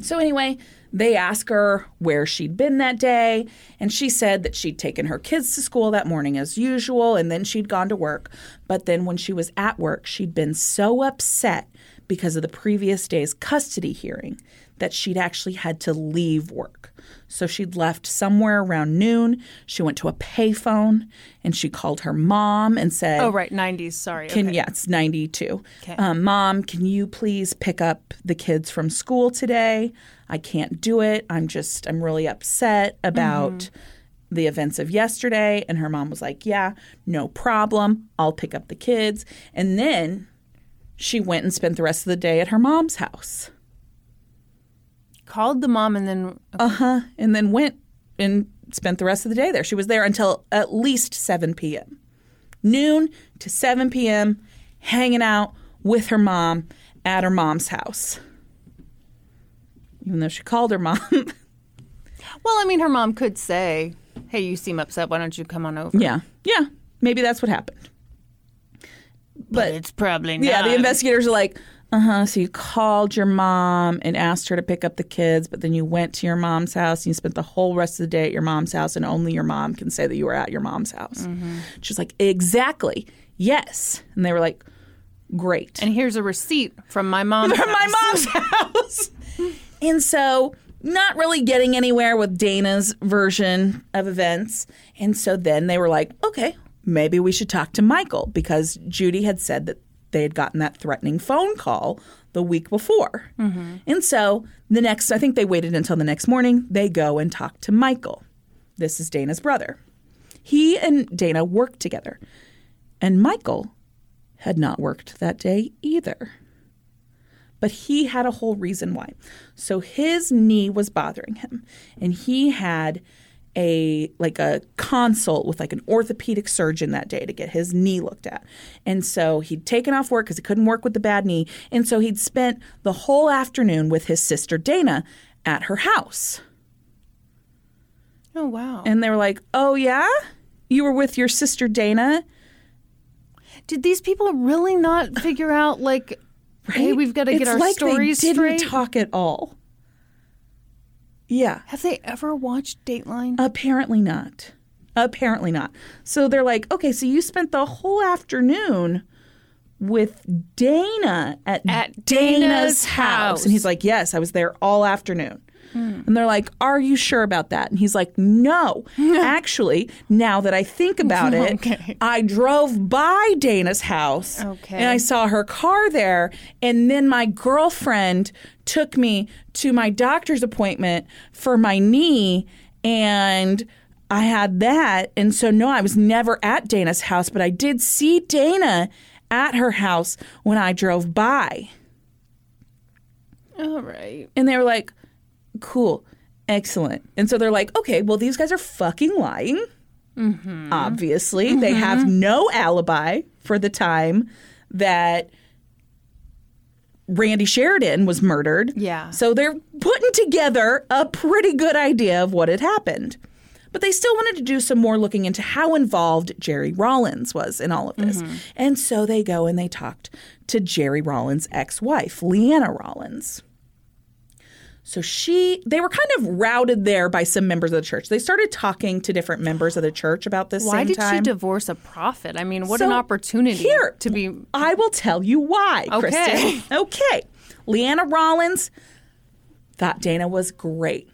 [SPEAKER 2] So anyway, they ask her where she'd been that day, and she said that she'd taken her kids to school that morning as usual, and then she'd gone to work. But then when she was at work, she'd been so upset because of the previous day's custody hearing that she'd actually had to leave work. So she'd left somewhere around noon. She went to a payphone and she called her mom and said,
[SPEAKER 1] Oh, right. 90s. Sorry.
[SPEAKER 2] can
[SPEAKER 1] okay.
[SPEAKER 2] yeah, it's ninety two. Um, Mom, can you please pick up the kids from school today? I can't do it. I'm just I'm really upset about the events of yesterday. And her mom was like, Yeah, no problem. I'll pick up the kids. And then she went and spent the rest of the day at her mom's house.
[SPEAKER 1] Called the mom and then.
[SPEAKER 2] Uh-huh. And then went and spent the rest of the day there. She was there until at least 7 p.m. Noon to 7 p.m. hanging out with her mom at her mom's house. Even though she called her mom.
[SPEAKER 1] Well, I mean, her mom could say, hey, you seem upset. Why don't you come on over?
[SPEAKER 2] yeah. Yeah. Maybe that's what happened.
[SPEAKER 1] It's probably not.
[SPEAKER 2] Yeah, the investigators are like, Uh huh. So you called your mom and asked her to pick up the kids, but then you went to your mom's house and you spent the whole rest of the day at your mom's house, and only your mom can say that you were at your mom's house. She's like, exactly. Yes. And they were like, great.
[SPEAKER 1] And here's a receipt from my mom.
[SPEAKER 2] from my mom's house. and so, not really getting anywhere with Dana's version of events. And so then they were like, okay, maybe we should talk to Michael because Judy had said that they had gotten that threatening phone call the week before. And so, the next, I think they waited until the next morning, they go and talk to Michael. This is Dana's brother. He and Dana worked together. And Michael had not worked that day either. But he had a whole reason why. So his knee was bothering him, and he had a like a consult with like an orthopedic surgeon that day to get his knee looked at. And so he'd taken off work cuz he couldn't work with the bad knee, and so he'd spent the whole afternoon with his sister Dana at her house.
[SPEAKER 1] Oh wow!
[SPEAKER 2] And they were like, "Oh yeah? You were with your sister Dana?"
[SPEAKER 1] Did these people really not figure out like, hey,
[SPEAKER 2] Right?
[SPEAKER 1] we've got to get
[SPEAKER 2] It's
[SPEAKER 1] our
[SPEAKER 2] like
[SPEAKER 1] stories
[SPEAKER 2] they didn't
[SPEAKER 1] straight?
[SPEAKER 2] talk at all. Yeah,
[SPEAKER 1] Have they ever watched Dateline?
[SPEAKER 2] Uh, apparently not. Apparently not. So they're like, okay, so you spent the whole afternoon with Dana at,
[SPEAKER 1] At Dana's house. Hmm.
[SPEAKER 2] And he's like, yes, I was there all afternoon. And they're like, are you sure about that? And he's like, no. Actually, now that I think about it,
[SPEAKER 1] Okay.
[SPEAKER 2] I drove by Dana's house
[SPEAKER 1] Okay.
[SPEAKER 2] and I saw her car there. And then my girlfriend took me to my doctor's appointment for my knee. And I had that. And so, no, I was never at Dana's house, but I did see Dana at her house when I drove by.
[SPEAKER 1] All right.
[SPEAKER 2] And they were like, cool, excellent. And so they're like, okay, well, these guys are fucking lying. Obviously, they have no alibi for the time that Randy Sheridan was murdered.
[SPEAKER 1] Yeah.
[SPEAKER 2] So they're putting together a pretty good idea of what had happened. But they still wanted to do some more looking into how involved Jerry Rollins was in all of this. And so they go and they talked to Jerry Rollins' ex wife, Leanna Rollins. So she, they were kind of routed there by some members of the church. They started talking to different members of the church about this.
[SPEAKER 1] Why
[SPEAKER 2] same
[SPEAKER 1] did she
[SPEAKER 2] time.
[SPEAKER 1] divorce a prophet? I mean, what an
[SPEAKER 2] So,
[SPEAKER 1] opportunity
[SPEAKER 2] here,
[SPEAKER 1] to be.
[SPEAKER 2] I will tell you why,
[SPEAKER 1] Okay.
[SPEAKER 2] Kristen. Okay. Leanna Rollins thought Dana was great,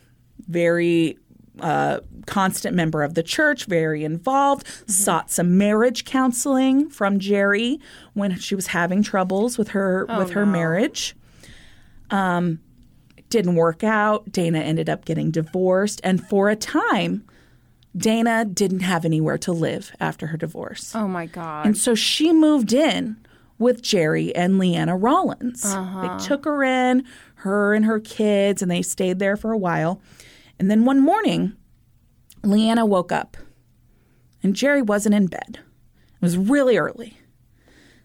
[SPEAKER 2] very uh, constant member of the church, very involved, sought some marriage counseling from Jerry when she was having troubles with her
[SPEAKER 1] Oh,
[SPEAKER 2] with her marriage. Um, didn't work out. Dana ended up getting divorced, and for a time, Dana didn't have anywhere to live after her divorce.
[SPEAKER 1] Oh my God.
[SPEAKER 2] And so she moved in with Jerry and Leanna Rollins. They took her in, her and her kids, and they stayed there for a while. And then one morning, Leanna woke up and Jerry wasn't in bed. It was really early.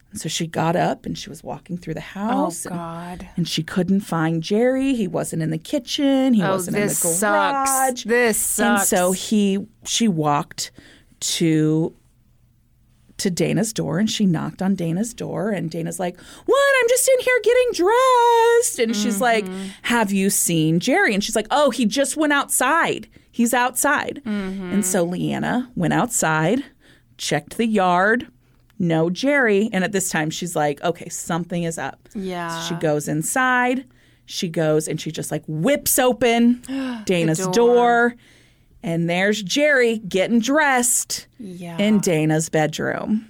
[SPEAKER 2] And so she got up and she was walking through the
[SPEAKER 1] oh
[SPEAKER 2] house. and-
[SPEAKER 1] God.
[SPEAKER 2] And she couldn't find Jerry. He wasn't in the kitchen. He
[SPEAKER 1] Oh,
[SPEAKER 2] wasn't in the
[SPEAKER 1] this sucks.
[SPEAKER 2] garage.
[SPEAKER 1] This
[SPEAKER 2] And
[SPEAKER 1] sucks.
[SPEAKER 2] so he she walked to to Dana's door and she knocked on Dana's door and Dana's like, "What? I'm just in here getting dressed." And she's
[SPEAKER 1] Mm-hmm.
[SPEAKER 2] like, "Have you seen Jerry?" And she's like, "Oh, he just went outside. He's outside."
[SPEAKER 1] Mm-hmm.
[SPEAKER 2] And so Leanna went outside, checked the yard, no Jerry, and at this time she's like, "Okay, something is up."
[SPEAKER 1] Yeah.
[SPEAKER 2] So she goes inside. She goes and she just like whips open Dana's
[SPEAKER 1] door.
[SPEAKER 2] door. And there's Jerry getting dressed
[SPEAKER 1] Yeah.
[SPEAKER 2] in Dana's bedroom.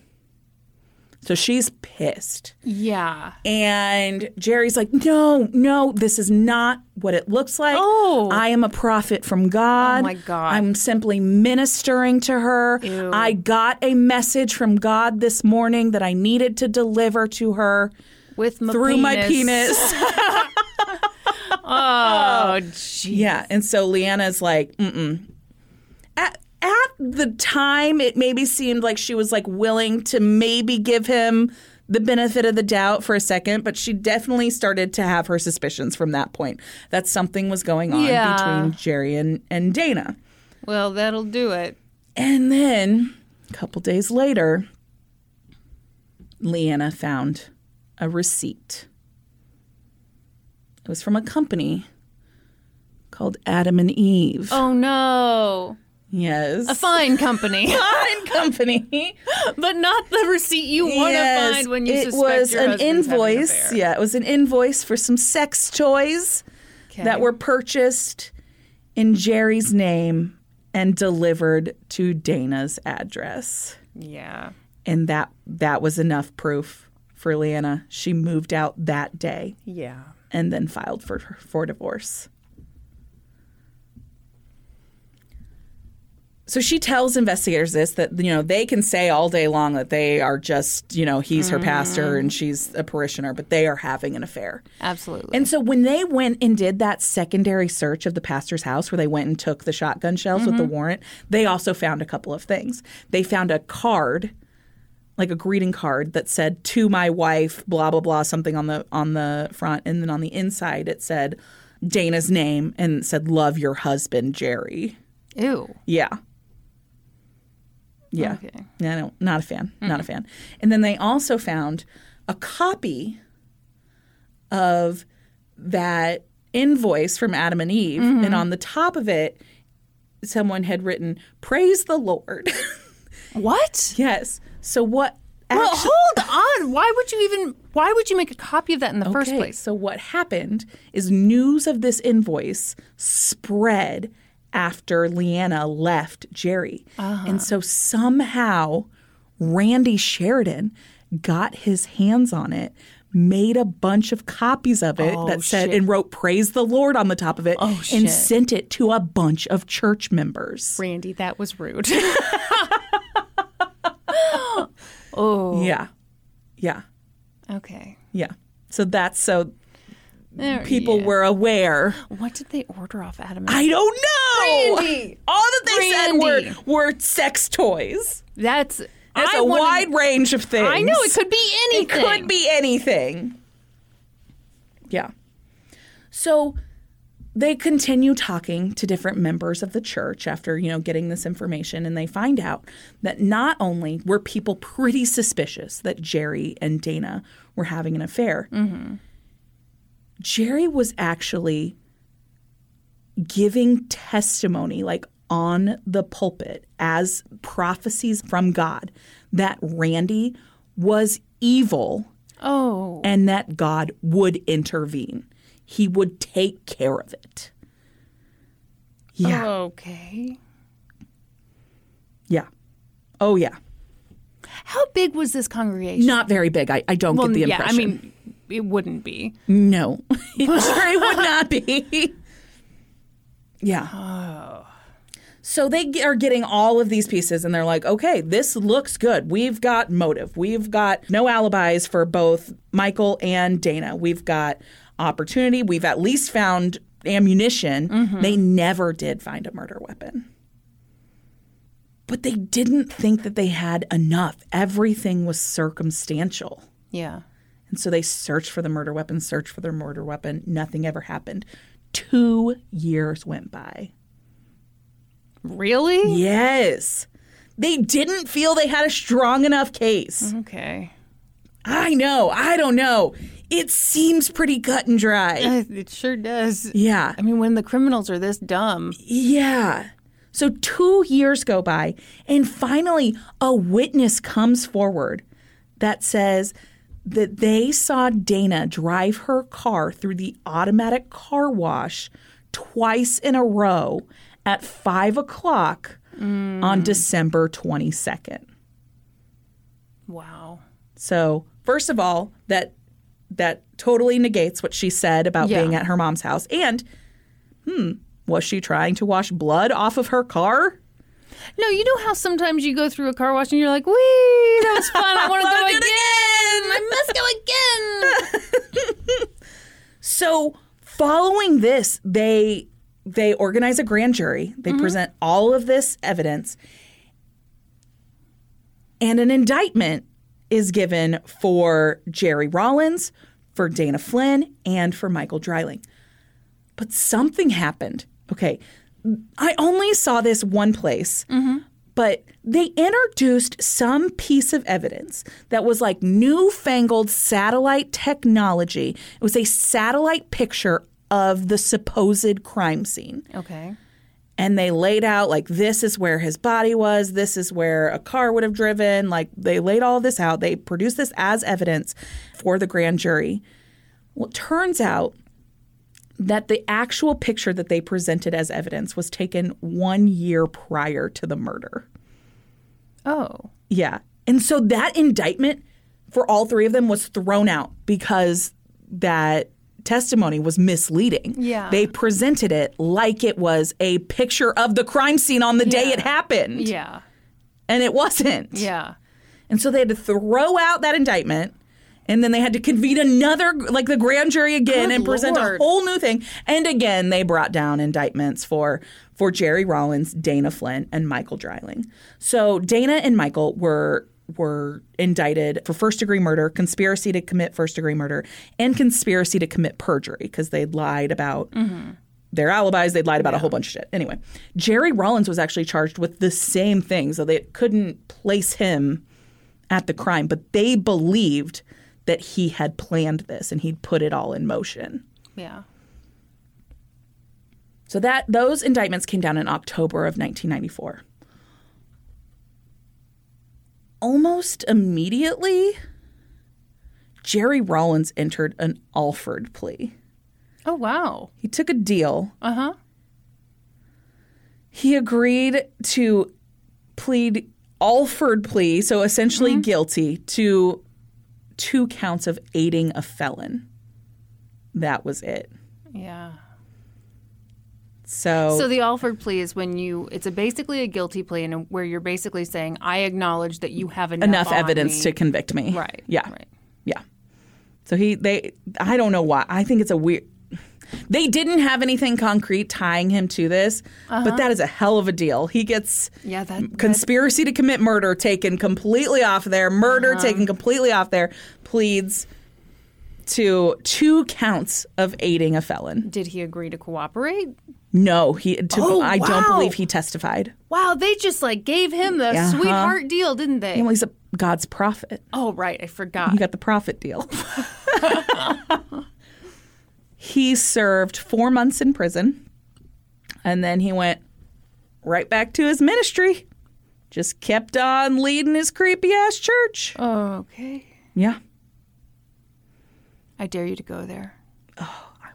[SPEAKER 2] So she's pissed.
[SPEAKER 1] yeah.
[SPEAKER 2] And Jerry's like, no, no, this is not what it looks like.
[SPEAKER 1] Oh.
[SPEAKER 2] I am a prophet from God.
[SPEAKER 1] Oh, my God.
[SPEAKER 2] I'm simply ministering to her.
[SPEAKER 1] Ew.
[SPEAKER 2] I got a message from God this morning that I needed to deliver to her
[SPEAKER 1] With my
[SPEAKER 2] through
[SPEAKER 1] penis.
[SPEAKER 2] my penis.
[SPEAKER 1] Oh, gee.
[SPEAKER 2] Yeah, and so Leanna's like, mm-mm. At, at the time, it maybe seemed like she was like willing to maybe give him the benefit of the doubt for a second, but she definitely started to have her suspicions from that point that something was going on
[SPEAKER 1] Yeah.
[SPEAKER 2] between Jerry and, and Dana.
[SPEAKER 1] Well, that'll do it.
[SPEAKER 2] And then a couple days later, Leanna found a receipt It was from a company called Adam and Eve.
[SPEAKER 1] Oh no.
[SPEAKER 2] Yes.
[SPEAKER 1] A fine company,
[SPEAKER 2] fine company.
[SPEAKER 1] but not the receipt you want to
[SPEAKER 2] Yes,
[SPEAKER 1] find when you
[SPEAKER 2] it
[SPEAKER 1] suspect
[SPEAKER 2] was
[SPEAKER 1] your
[SPEAKER 2] an
[SPEAKER 1] husband's having an
[SPEAKER 2] invoice.
[SPEAKER 1] affair.
[SPEAKER 2] yeah, it was an invoice for some sex toys that
[SPEAKER 1] Okay.
[SPEAKER 2] were purchased in Jerry's name and delivered to Dana's address.
[SPEAKER 1] Yeah.
[SPEAKER 2] And that that was enough proof for Leanna. She moved out that day
[SPEAKER 1] Yeah.
[SPEAKER 2] and then filed for for divorce. So she tells investigators this that you know they can say all day long that they are just you know he's her pastor and she's a parishioner, but they are having an affair.
[SPEAKER 1] Absolutely.
[SPEAKER 2] And so when they went and did that secondary search of the pastor's house where they went and took the shotgun shells with the warrant, they also found a couple of things. They found a card, like a greeting card that said to my wife blah blah blah something on the on the front and then on the inside it said Dana's name and it said love your husband Jerry.
[SPEAKER 1] Ew.
[SPEAKER 2] Yeah. Yeah.
[SPEAKER 1] Okay.
[SPEAKER 2] No, no, not a fan. Not a fan. And then they also found a copy of that invoice from Adam and Eve,
[SPEAKER 1] Mm-hmm.
[SPEAKER 2] and on the top of it, someone had written "Praise the Lord."
[SPEAKER 1] What?
[SPEAKER 2] yes. So what?
[SPEAKER 1] Well,
[SPEAKER 2] actu-
[SPEAKER 1] hold on. Why would you even? Why would you make a copy of that in the first
[SPEAKER 2] Okay,
[SPEAKER 1] place?
[SPEAKER 2] So what happened is news of this invoice spread after Leanna left Jerry. And so somehow Randy Sheridan got his hands on it, made a bunch of copies of it that said and wrote praise the Lord on the top of it and sent it to a bunch of church members.
[SPEAKER 1] Randy, that was rude.
[SPEAKER 2] Yeah. Yeah.
[SPEAKER 1] okay.
[SPEAKER 2] Yeah. So that's so
[SPEAKER 1] There-
[SPEAKER 2] people
[SPEAKER 1] yeah.
[SPEAKER 2] were aware.
[SPEAKER 1] What did they order off Adam? and
[SPEAKER 2] I don't know.
[SPEAKER 1] Randy!
[SPEAKER 2] All that they
[SPEAKER 1] Randy!
[SPEAKER 2] said were were sex toys.
[SPEAKER 1] That's
[SPEAKER 2] That's
[SPEAKER 1] I
[SPEAKER 2] a
[SPEAKER 1] wanna-
[SPEAKER 2] wide range of things.
[SPEAKER 1] I know it could be
[SPEAKER 2] It
[SPEAKER 1] anything.
[SPEAKER 2] could be anything. Yeah. So they continue talking to different members of the church after, you know, getting this information and they find out that not only were people pretty suspicious that Jerry and Dana were having an affair.
[SPEAKER 1] Mm-hmm.
[SPEAKER 2] Jerry was actually giving testimony like on the pulpit as prophecies from God that Randy was evil
[SPEAKER 1] Oh,
[SPEAKER 2] and that God would intervene. He would take care of it. Yeah.
[SPEAKER 1] okay.
[SPEAKER 2] Yeah. Oh, yeah.
[SPEAKER 1] How big was this congregation?
[SPEAKER 2] Not very big. I, I don't get the
[SPEAKER 1] yeah, I
[SPEAKER 2] impression.
[SPEAKER 1] mean, it wouldn't be.
[SPEAKER 2] no. it sure would not be. yeah. Oh. So they ge- are getting all of these pieces and they're like, okay, this looks good. We've got motive. We've got no alibis for both Michael and Dana. We've got opportunity. We've at least found ammunition. They never did find a murder weapon. But they didn't think that they had enough. Everything was circumstantial.
[SPEAKER 1] Yeah.
[SPEAKER 2] And so they searched for the murder weapon, searched for their murder weapon. Nothing ever happened. Two years went by.
[SPEAKER 1] Really?
[SPEAKER 2] Yes. They didn't feel they had a strong enough case.
[SPEAKER 1] Okay.
[SPEAKER 2] I know. I don't know. It seems pretty cut and dry.
[SPEAKER 1] Uh, It sure does.
[SPEAKER 2] Yeah.
[SPEAKER 1] I mean, when the criminals are this dumb.
[SPEAKER 2] Yeah. So two years go by, and finally, a witness comes forward that says that they saw Dana drive her car through the automatic car wash twice in a row at five o'clock on December 22nd.
[SPEAKER 1] Wow.
[SPEAKER 2] So first of all, that that totally negates what she said about
[SPEAKER 1] Yeah.
[SPEAKER 2] being at her mom's house. And hmm, was she trying to wash blood off of her car?
[SPEAKER 1] No, you know how sometimes you go through a car wash and you're like, "Wee, that was fun. I want to go
[SPEAKER 2] Wanna do
[SPEAKER 1] again.
[SPEAKER 2] it
[SPEAKER 1] I must go again."
[SPEAKER 2] So following this, they they organize a grand jury. They present all of this evidence, and an indictment is given for Jerry Rollins, for Dana Flynn, and for Michael Dryling. But something happened. Okay, I only saw this one place, but they introduced some piece of evidence that was like newfangled satellite technology. It was a satellite picture of the supposed crime scene.
[SPEAKER 1] Okay.
[SPEAKER 2] And they laid out like this is where his body was, this is where a car would have driven. Like they laid all this out. They produced this as evidence for the grand jury. Well, it turns out that the actual picture that they presented as evidence was taken one year prior to the murder.
[SPEAKER 1] Oh.
[SPEAKER 2] Yeah. And so that indictment for all three of them was thrown out because that testimony was misleading.
[SPEAKER 1] Yeah.
[SPEAKER 2] They presented it like it was a picture of the crime scene on the day
[SPEAKER 1] Yeah.
[SPEAKER 2] it happened.
[SPEAKER 1] Yeah.
[SPEAKER 2] And it wasn't.
[SPEAKER 1] Yeah.
[SPEAKER 2] And so they had to throw out that indictment. And then they had to convene another, like the grand jury again,
[SPEAKER 1] Good
[SPEAKER 2] and present
[SPEAKER 1] Lord.
[SPEAKER 2] a whole new thing. And again, they brought down indictments for for Jerry Rollins, Dana Flint, and Michael Dryling. So Dana and Michael were were indicted for first degree murder, conspiracy to commit first degree murder, and conspiracy to commit perjury because they'd lied about
[SPEAKER 1] Mm-hmm.
[SPEAKER 2] their alibis. They'd lied about a whole bunch of shit. Anyway, Jerry Rollins was actually charged with the same thing, so they couldn't place him at the crime, but they believed that he had planned this and he'd put it all in motion.
[SPEAKER 1] Yeah.
[SPEAKER 2] So that those indictments came down in October of 1994. Almost immediately, Jerry Rollins entered an Alford plea.
[SPEAKER 1] Oh wow.
[SPEAKER 2] He took a deal.
[SPEAKER 1] Uh huh.
[SPEAKER 2] He agreed to plead Alford plea, so
[SPEAKER 1] Mm-hmm.
[SPEAKER 2] essentially guilty to two counts of aiding a felon. That was it.
[SPEAKER 1] Yeah.
[SPEAKER 2] So,
[SPEAKER 1] So the Alford plea is when you it's a basically a guilty plea and where you're basically saying I acknowledge that you have enough,
[SPEAKER 2] enough
[SPEAKER 1] on
[SPEAKER 2] evidence
[SPEAKER 1] me."
[SPEAKER 2] to convict me.
[SPEAKER 1] Right.
[SPEAKER 2] Yeah.
[SPEAKER 1] Right.
[SPEAKER 2] Yeah. So he they I don't know why. I think it's a weird they didn't have anything concrete tying him to this,
[SPEAKER 1] Uh-huh.
[SPEAKER 2] but that is a hell of a deal. He gets
[SPEAKER 1] Yeah, that- that-
[SPEAKER 2] conspiracy to commit murder taken completely off there, murder
[SPEAKER 1] Uh-huh.
[SPEAKER 2] taken completely off there, pleads to two counts of aiding a felon.
[SPEAKER 1] Did he agree to cooperate?
[SPEAKER 2] No, he to,
[SPEAKER 1] Oh,
[SPEAKER 2] I don't
[SPEAKER 1] wow.
[SPEAKER 2] believe he testified.
[SPEAKER 1] Wow, they just like gave him the
[SPEAKER 2] Uh-huh.
[SPEAKER 1] sweetheart deal, didn't they?
[SPEAKER 2] Well, he's a God's prophet.
[SPEAKER 1] oh right, I forgot.
[SPEAKER 2] You got the profit deal. he served four months in prison and then he went right back to his ministry. Just kept on leading his creepy ass church.
[SPEAKER 1] okay.
[SPEAKER 2] Yeah.
[SPEAKER 1] I dare you to go there.
[SPEAKER 2] I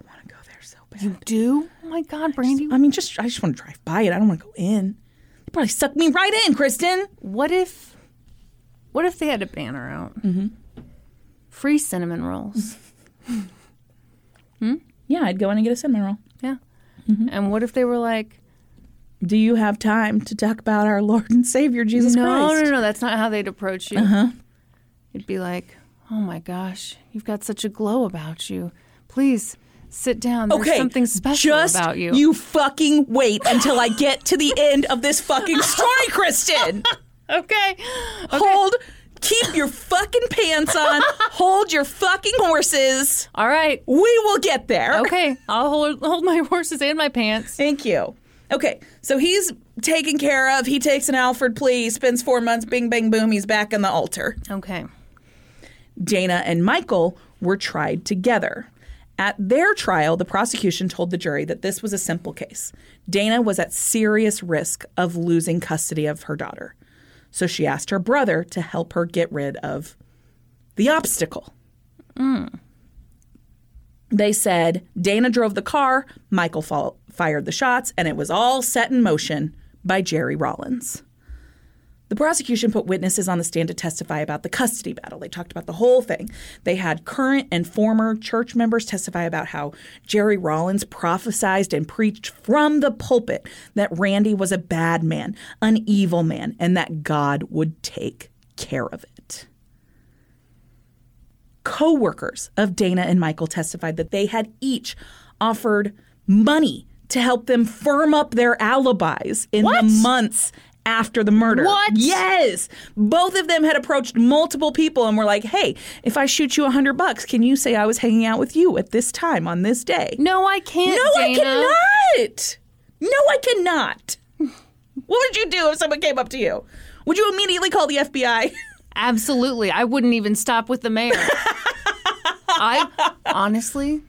[SPEAKER 2] want to go there so bad.
[SPEAKER 1] You do? Oh my god, Brandy.
[SPEAKER 2] I mean, just I just want to drive by it. I don't want to go in. They probably sucked me right in, Kristen.
[SPEAKER 1] What if what if they had a banner out? Mm-hmm. Free cinnamon rolls.
[SPEAKER 2] Yeah, I'd go in and get a cinnamon roll.
[SPEAKER 1] yeah.
[SPEAKER 2] Mm-hmm.
[SPEAKER 1] And what if they were like
[SPEAKER 2] Do you have time to talk about our Lord and Savior Jesus
[SPEAKER 1] no,
[SPEAKER 2] Christ? Uh-huh.
[SPEAKER 1] No, no, That's not how they'd approach you. You'd be like, "Oh my gosh, you've got such a glow about you. Please sit down. There's
[SPEAKER 2] okay,
[SPEAKER 1] something special
[SPEAKER 2] just
[SPEAKER 1] about you."
[SPEAKER 2] You fucking wait until I get to the end of this fucking story, Kristen.
[SPEAKER 1] Okay.
[SPEAKER 2] Hold, keep your fucking pants on. Hold your fucking horses.
[SPEAKER 1] All right.
[SPEAKER 2] We will get there.
[SPEAKER 1] Okay. I'll hold, hold my horses and my pants.
[SPEAKER 2] Thank you. Okay, so he's taken care of. He takes an Alfred plea, spends four months, bing, bang, boom, he's back on the altar.
[SPEAKER 1] Okay.
[SPEAKER 2] Dana and Michael were tried together. At their trial, the prosecution told the jury that this was a simple case. Dana was at serious risk of losing custody of her daughter. So she asked her brother to help her get rid of the obstacle. Mm. They said Dana drove the car, Michael fa- fired the shots, and it was all set in motion by Jerry Rollins. The prosecution put witnesses on the stand to testify about the custody battle. They talked about the whole thing. They had current and former church members testify about how Jerry Rollins prophesied and preached from the pulpit that Randy was a bad man, an evil man, and that God would take care of it. Co-workers of Dana and Michael testified that they had each offered money to help them firm up their alibis in the months after the murder.
[SPEAKER 1] What?
[SPEAKER 2] Yes. Both of them had approached multiple people and were like, "Hey, if I shoot you a 100 bucks, can you say I was hanging out with you at this time on this day?"
[SPEAKER 1] No, I can't.
[SPEAKER 2] No,
[SPEAKER 1] Dana.
[SPEAKER 2] I cannot. No, I cannot. What would you do if someone came up to you? Would you immediately call the FBI?
[SPEAKER 1] Absolutely. I wouldn't even stop with the mayor. I honestly,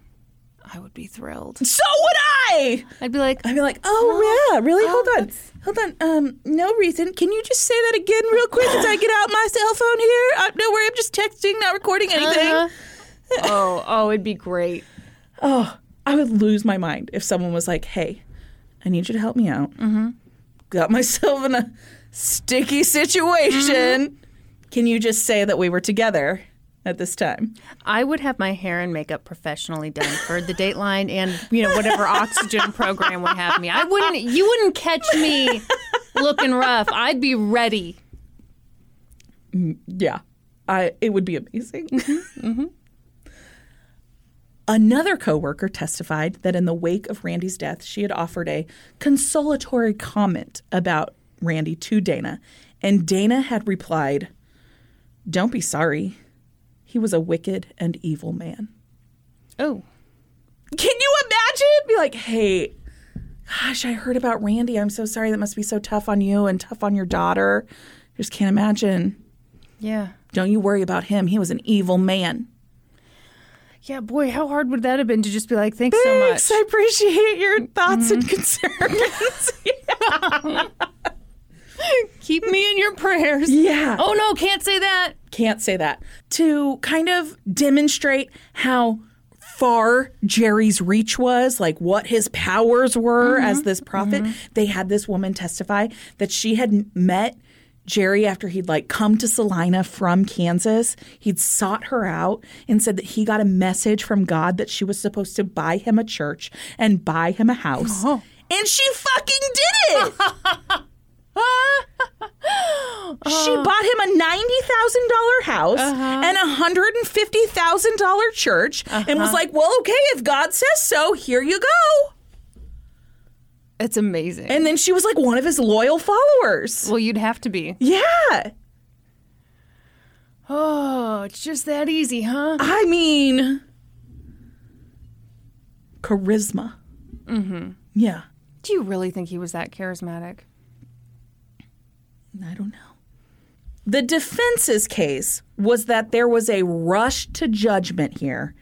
[SPEAKER 1] I would be thrilled.
[SPEAKER 2] so would I.
[SPEAKER 1] I'd be like,
[SPEAKER 2] I'd be like, oh, yeah, really? Hold on. Hold on. Um, no reason. Can you just say that again real quick as I get out my cell phone here? Uh, don't worry, I'm just texting, not recording anything.
[SPEAKER 1] uh-huh. oh, oh, it'd be great.
[SPEAKER 2] I would lose my mind if someone was like, hey, I need you to help me out. Mm-hmm. Got myself in a sticky situation. Can you just say that we were together at this time?
[SPEAKER 1] I would have my hair and makeup professionally done for the Dateline and you know whatever oxygen program would have me. I wouldn't. You wouldn't catch me looking rough. I'd be ready.
[SPEAKER 2] Yeah. I it would be amazing. Another coworker testified that in the wake of Randy's death, she had offered a consolatory comment about Randy to Dana, and Dana had replied, "Don't be sorry. He was a wicked and evil man."
[SPEAKER 1] Oh,
[SPEAKER 2] Can you imagine? Be like, hey, gosh, I heard about Randy. I'm so sorry. That must be so tough on you and tough on your daughter. Just can't imagine.
[SPEAKER 1] yeah,
[SPEAKER 2] Don't you worry about him. He was an evil man.
[SPEAKER 1] yeah. Boy, how hard would that have been to just be like, thanks,
[SPEAKER 2] Thanks.
[SPEAKER 1] so
[SPEAKER 2] I
[SPEAKER 1] much. Mm-hmm.
[SPEAKER 2] appreciate your thoughts and concerns.
[SPEAKER 1] Keep me in your prayers.
[SPEAKER 2] yeah.
[SPEAKER 1] Oh no, can't say that.
[SPEAKER 2] Can't say that. To kind of demonstrate how far Jerry's reach was, like what his powers were as this prophet, they had this woman testify that she had m- met Jerry after he'd like come to Salina from Kansas. He'd sought her out and said that he got a message from God that she was supposed to buy him a church and buy him a house. And she fucking did it. She bought him a ninety thousand dollar house and a hundred and fifty thousand dollar church, and was like, "Well, okay, if God says so, here you go."
[SPEAKER 1] It's amazing.
[SPEAKER 2] And then she was like one of his loyal followers.
[SPEAKER 1] well, you'd have to be.
[SPEAKER 2] Yeah,
[SPEAKER 1] Oh, it's just that easy, huh?
[SPEAKER 2] I mean, charisma. Mm-hmm. Yeah,
[SPEAKER 1] Do you really think he was that charismatic?
[SPEAKER 2] I don't know. The defense's case was that there was a rush to judgment here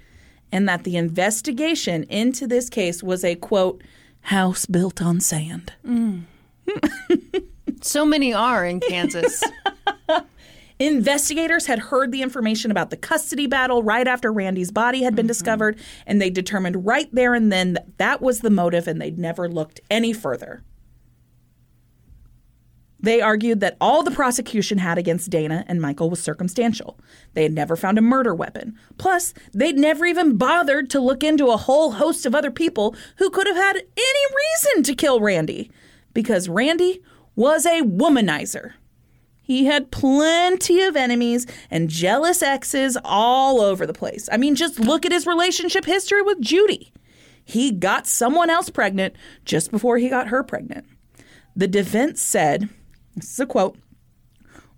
[SPEAKER 2] and that the investigation into this case was a quote, house built on sand.
[SPEAKER 1] So many are in Kansas.
[SPEAKER 2] Investigators had heard the information about the custody battle right after Randy's body had been discovered, and they determined right there and then that that was the motive, and they'd never looked any further. They argued that all the prosecution had against Dana and Michael was circumstantial. They had never found a murder weapon. Plus, they'd never even bothered to look into a whole host of other people who could have had any reason to kill Randy, because Randy was a womanizer. He had plenty of enemies and jealous exes all over the place. I mean, just look at his relationship history with Judy. He got someone else pregnant just before he got her pregnant. The defense said, this is a quote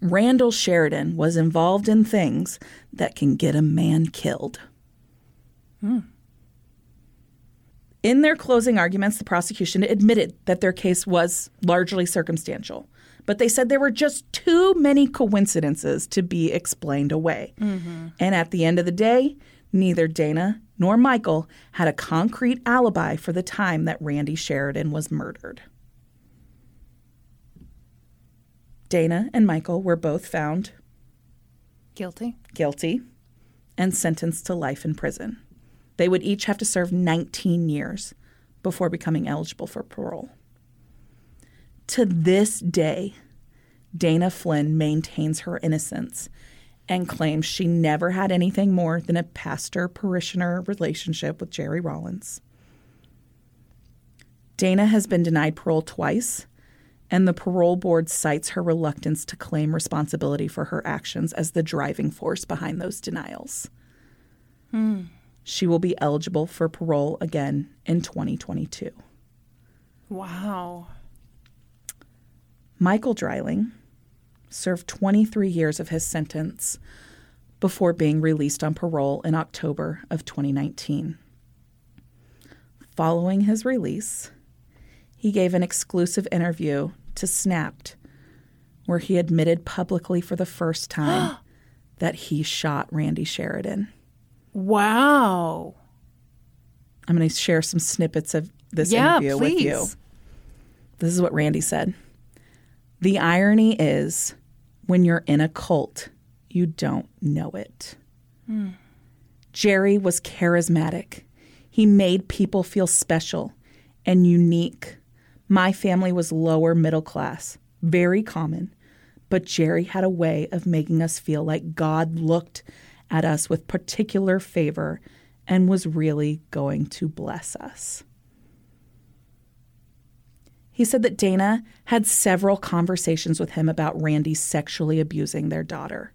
[SPEAKER 2] Randall Sheridan was involved in things that can get a man killed. In their closing arguments, the prosecution admitted that their case was largely circumstantial, but they said there were just too many coincidences to be explained away. And at the end of the day, neither Dana nor Michael had a concrete alibi for the time that Randy Sheridan was murdered. Dana and Michael were both found
[SPEAKER 1] Guilty.
[SPEAKER 2] guilty and sentenced to life in prison. They would each have to serve 19 years before becoming eligible for parole. To this day, Dana Flynn maintains her innocence and claims she never had anything more than a pastor parishioner relationship with Jerry Rollins. Dana has been denied parole twice, and the parole board cites her reluctance to claim responsibility for her actions as the driving force behind those denials. She will be eligible for parole again in 2022.
[SPEAKER 1] Wow.
[SPEAKER 2] Michael Dryling served 23 years of his sentence before being released on parole in October of 2019. Following his release, he gave an exclusive interview to Snapped, where he admitted publicly for the first time that he shot Randy Sheridan.
[SPEAKER 1] Wow.
[SPEAKER 2] I'm going to share some snippets of this
[SPEAKER 1] yeah,
[SPEAKER 2] interview
[SPEAKER 1] please.
[SPEAKER 2] with you. This is what Randy said. The irony is when you're in a cult, you don't know it. Jerry was charismatic. He made people feel special and unique. My family was lower middle class, very common, but Jerry had a way of making us feel like God looked at us with particular favor and was really going to bless us. He said that Dana had several conversations with him about Randy sexually abusing their daughter.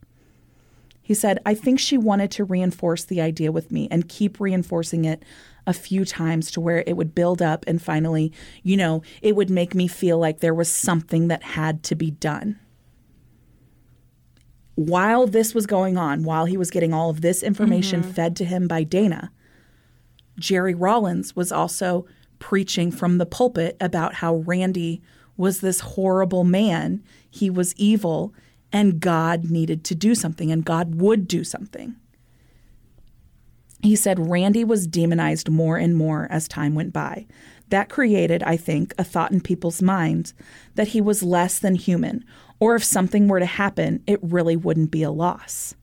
[SPEAKER 2] He said, I think she wanted to reinforce the idea with me and keep reinforcing it a few times to where it would build up and finally, you know, it would make me feel like there was something that had to be done. While this was going on, while he was getting all of this information fed to him by Dana, Jerry Rollins was also preaching from the pulpit about how Randy was this horrible man. He was evil, and God needed to do something, and God would do something. He said Randy was demonized more and more as time went by. That created, I think, a thought in people's minds that he was less than human, or if something were to happen, it really wouldn't be a loss.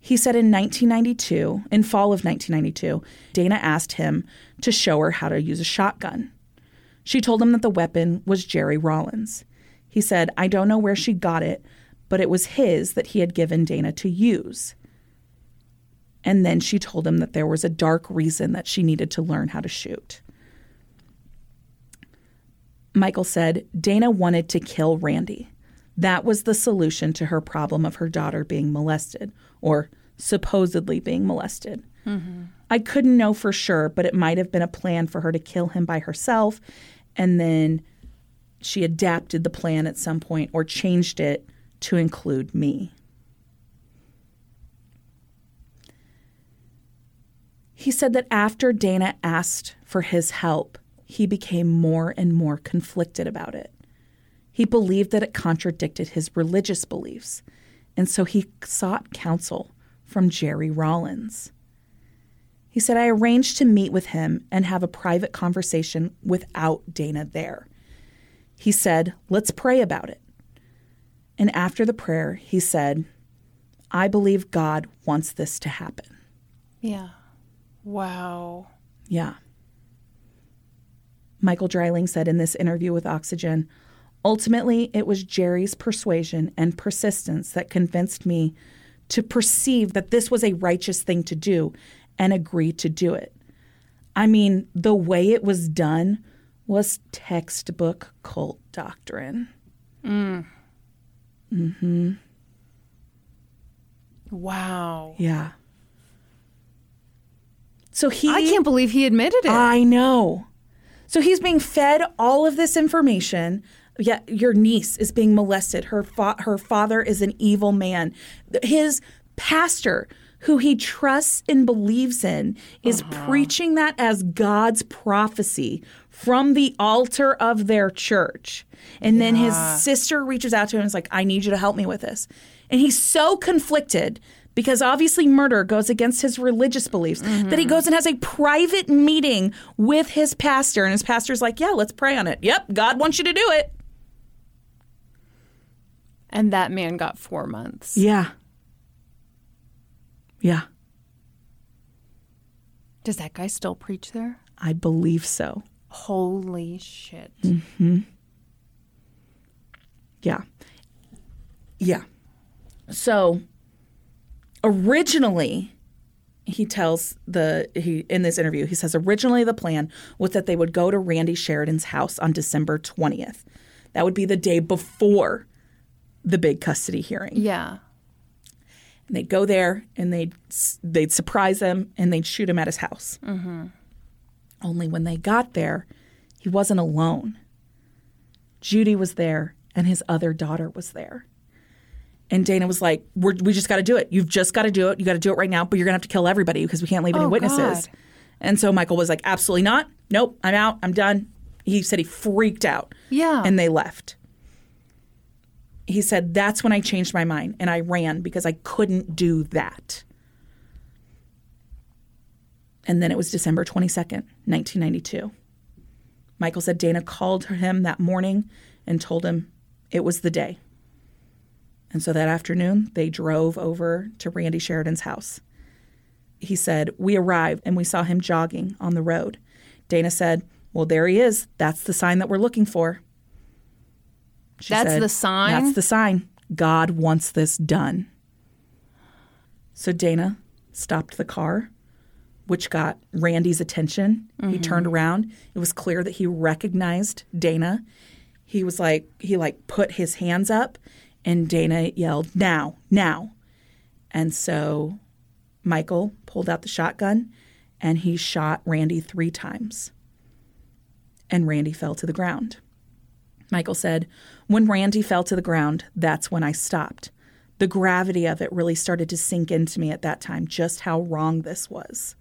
[SPEAKER 2] He said in 1992, in fall of 1992, Dana asked him to show her how to use a shotgun. She told him that the weapon was Jerry Rollins. He said, I don't know where she got it, but it was his that he had given Dana to use. And then she told him that there was a dark reason that she needed to learn how to shoot. Michael said Dana wanted to kill Randy. That was the solution to her problem of her daughter being molested or supposedly being molested. I couldn't know for sure, but it might have been a plan for her to kill him by herself. And then she adapted the plan at some point or changed it to include me. He said that after Dana asked for his help, he became more and more conflicted about it. He believed that it contradicted his religious beliefs, and so he sought counsel from Jerry Rollins. He said, I arranged to meet with him and have a private conversation without Dana there. He said, Let's pray about it. And after the prayer, he said, I believe God wants this to happen.
[SPEAKER 1] Yeah. Wow.
[SPEAKER 2] Yeah. Michael Dryling said in this interview with Oxygen ultimately, it was Jerry's persuasion and persistence that convinced me to perceive that this was a righteous thing to do and agree to do it. I mean, the way it was done was textbook cult doctrine.
[SPEAKER 1] Wow.
[SPEAKER 2] Yeah. So he
[SPEAKER 1] I can't believe he admitted it.
[SPEAKER 2] I know. So he's being fed all of this information. Yet your niece is being molested. Her fa- her father is an evil man. His pastor, who he trusts and believes in, is preaching that as God's prophecy from the altar of their church. And then his sister reaches out to him and is like, "I need you to help me with this." And he's so conflicted because obviously murder goes against his religious beliefs that he goes and has a private meeting with his pastor and his pastor's like yeah let's pray on it yep god wants you to do it
[SPEAKER 1] and that man got four months.
[SPEAKER 2] yeah yeah
[SPEAKER 1] Does that guy still preach there?
[SPEAKER 2] i believe so
[SPEAKER 1] Holy shit.
[SPEAKER 2] Mm-hmm. Yeah. Yeah. So originally he tells the he in this interview he says originally the plan was that they would go to Randy Sheridan's house on December 20th. That would be the day before the big custody hearing.
[SPEAKER 1] Yeah.
[SPEAKER 2] And they'd go there and they'd they'd surprise him and they'd shoot him at his house.
[SPEAKER 1] Mm-hmm.
[SPEAKER 2] Only when they got there, he wasn't alone. Judy was there and his other daughter was there. And Dana was like, We're, "We just got to do it. You've just got to do it. You got to do it right now. But you're gonna have to kill everybody because we can't leave any
[SPEAKER 1] Oh,
[SPEAKER 2] witnesses."
[SPEAKER 1] God.
[SPEAKER 2] And so Michael was like, "Absolutely not. Nope. I'm out. I'm done. he said he freaked out.
[SPEAKER 1] Yeah.
[SPEAKER 2] And they left. He said that's when I changed my mind and I ran because I couldn't do that. And then it was December 22nd, 1992. Michael said Dana called him that morning and told him it was the day. And so that afternoon, they drove over to Randy Sheridan's house. He said, We arrived and we saw him jogging on the road. Dana said, Well, there he is. That's the sign that we're looking for. She
[SPEAKER 1] That's
[SPEAKER 2] said,
[SPEAKER 1] the sign?
[SPEAKER 2] That's the sign. God wants this done. So Dana stopped the car, which got Randy's attention. He turned around. It was clear that he recognized Dana. He was like, he like put his hands up, and Dana yelled, "Now, now!" And so Michael pulled out the shotgun, and he shot Randy three times. And Randy fell to the ground. Michael said, When Randy fell to the ground, that's when I stopped. The gravity of it really started to sink into me at that time, just how wrong this was.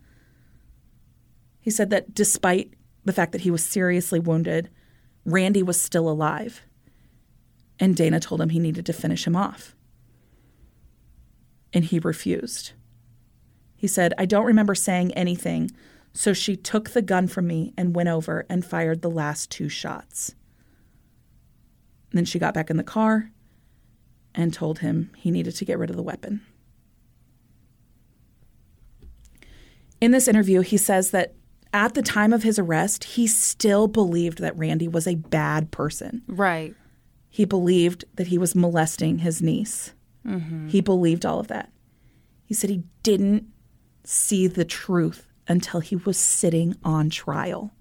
[SPEAKER 2] He said that despite the fact that he was seriously wounded, Randy was still alive. And Dana told him he needed to finish him off. And he refused. He said, I don't remember saying anything, so she took the gun from me and went over and fired the last two shots. And then she got back in the car and told him he needed to get rid of the weapon. In this interview, he says that at the time of his arrest, he still believed that Randy was a bad person.
[SPEAKER 1] Right.
[SPEAKER 2] He believed that he was molesting his niece. He believed all of that. He said he didn't see the truth until he was sitting on trial.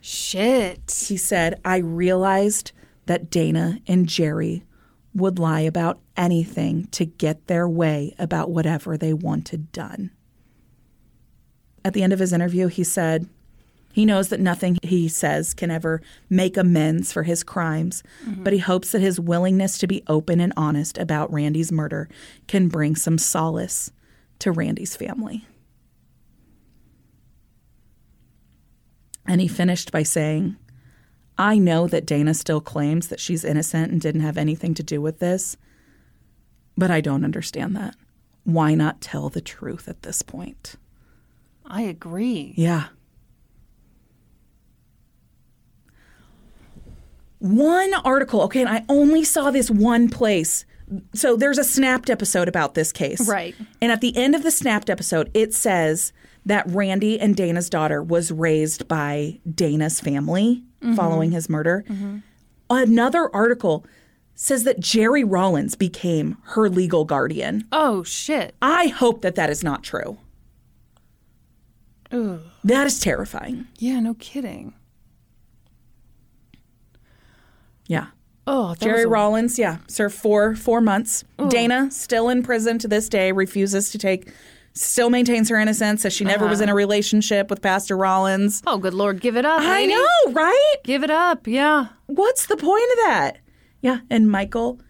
[SPEAKER 1] Shit.
[SPEAKER 2] He said, I realized that Dana and Jerry would lie about anything to get their way about whatever they wanted done. At the end of his interview, he said, he knows that nothing he says can ever make amends for his crimes, but he hopes that his willingness to be open and honest about Randy's murder can bring some solace to Randy's family. And he finished by saying, I know that Dana still claims that she's innocent and didn't have anything to do with this, but I don't understand that. Why not tell the truth at this point?
[SPEAKER 1] I agree.
[SPEAKER 2] Yeah. One article, okay, and I only saw this one place. So there's a snapped episode about this case.
[SPEAKER 1] Right.
[SPEAKER 2] And at the end of the snapped episode, it says that Randy and Dana's daughter was raised by Dana's family following his murder. Another article says that Jerry Rollins became her legal guardian.
[SPEAKER 1] Oh, shit.
[SPEAKER 2] I hope that that is not true.
[SPEAKER 1] Ooh.
[SPEAKER 2] That is terrifying.
[SPEAKER 1] Yeah, no kidding.
[SPEAKER 2] Yeah.
[SPEAKER 1] Oh, that
[SPEAKER 2] Jerry
[SPEAKER 1] was a-
[SPEAKER 2] Rollins, yeah, served four four months. Dana still in prison to this day, refuses to take, still maintains her innocence, says she never was
[SPEAKER 1] Uh-huh.
[SPEAKER 2] in a relationship with Pastor Rollins.
[SPEAKER 1] Oh, good lord, give it up.
[SPEAKER 2] I
[SPEAKER 1] lady.
[SPEAKER 2] know, right?
[SPEAKER 1] Give it up. Yeah.
[SPEAKER 2] What's the point of that? Yeah, and Michael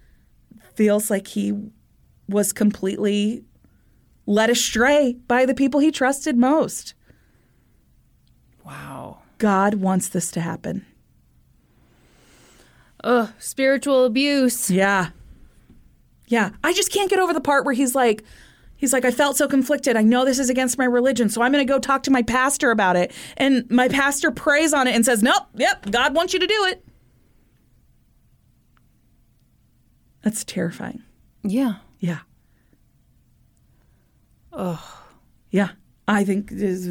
[SPEAKER 2] feels like he was completely led astray by the people he trusted most.
[SPEAKER 1] Wow.
[SPEAKER 2] God wants this to happen.
[SPEAKER 1] Ugh, spiritual abuse.
[SPEAKER 2] Yeah. Yeah. I just can't get over the part where he's like, he's like, I felt so conflicted. I know this is against my religion, so I'm going to go talk to my pastor about it. And my pastor prays on it and says, Nope, yep, God wants you to do it. That's terrifying.
[SPEAKER 1] Yeah.
[SPEAKER 2] Yeah. Oh. Yeah. I think it is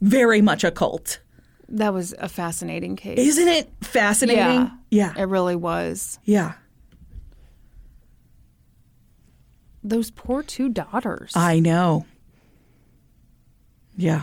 [SPEAKER 2] very much a cult.
[SPEAKER 1] That was a fascinating case.
[SPEAKER 2] Isn't it fascinating?
[SPEAKER 1] yeah.
[SPEAKER 2] Yeah.
[SPEAKER 1] It really was.
[SPEAKER 2] yeah.
[SPEAKER 1] Those poor two daughters.
[SPEAKER 2] I know. Yeah.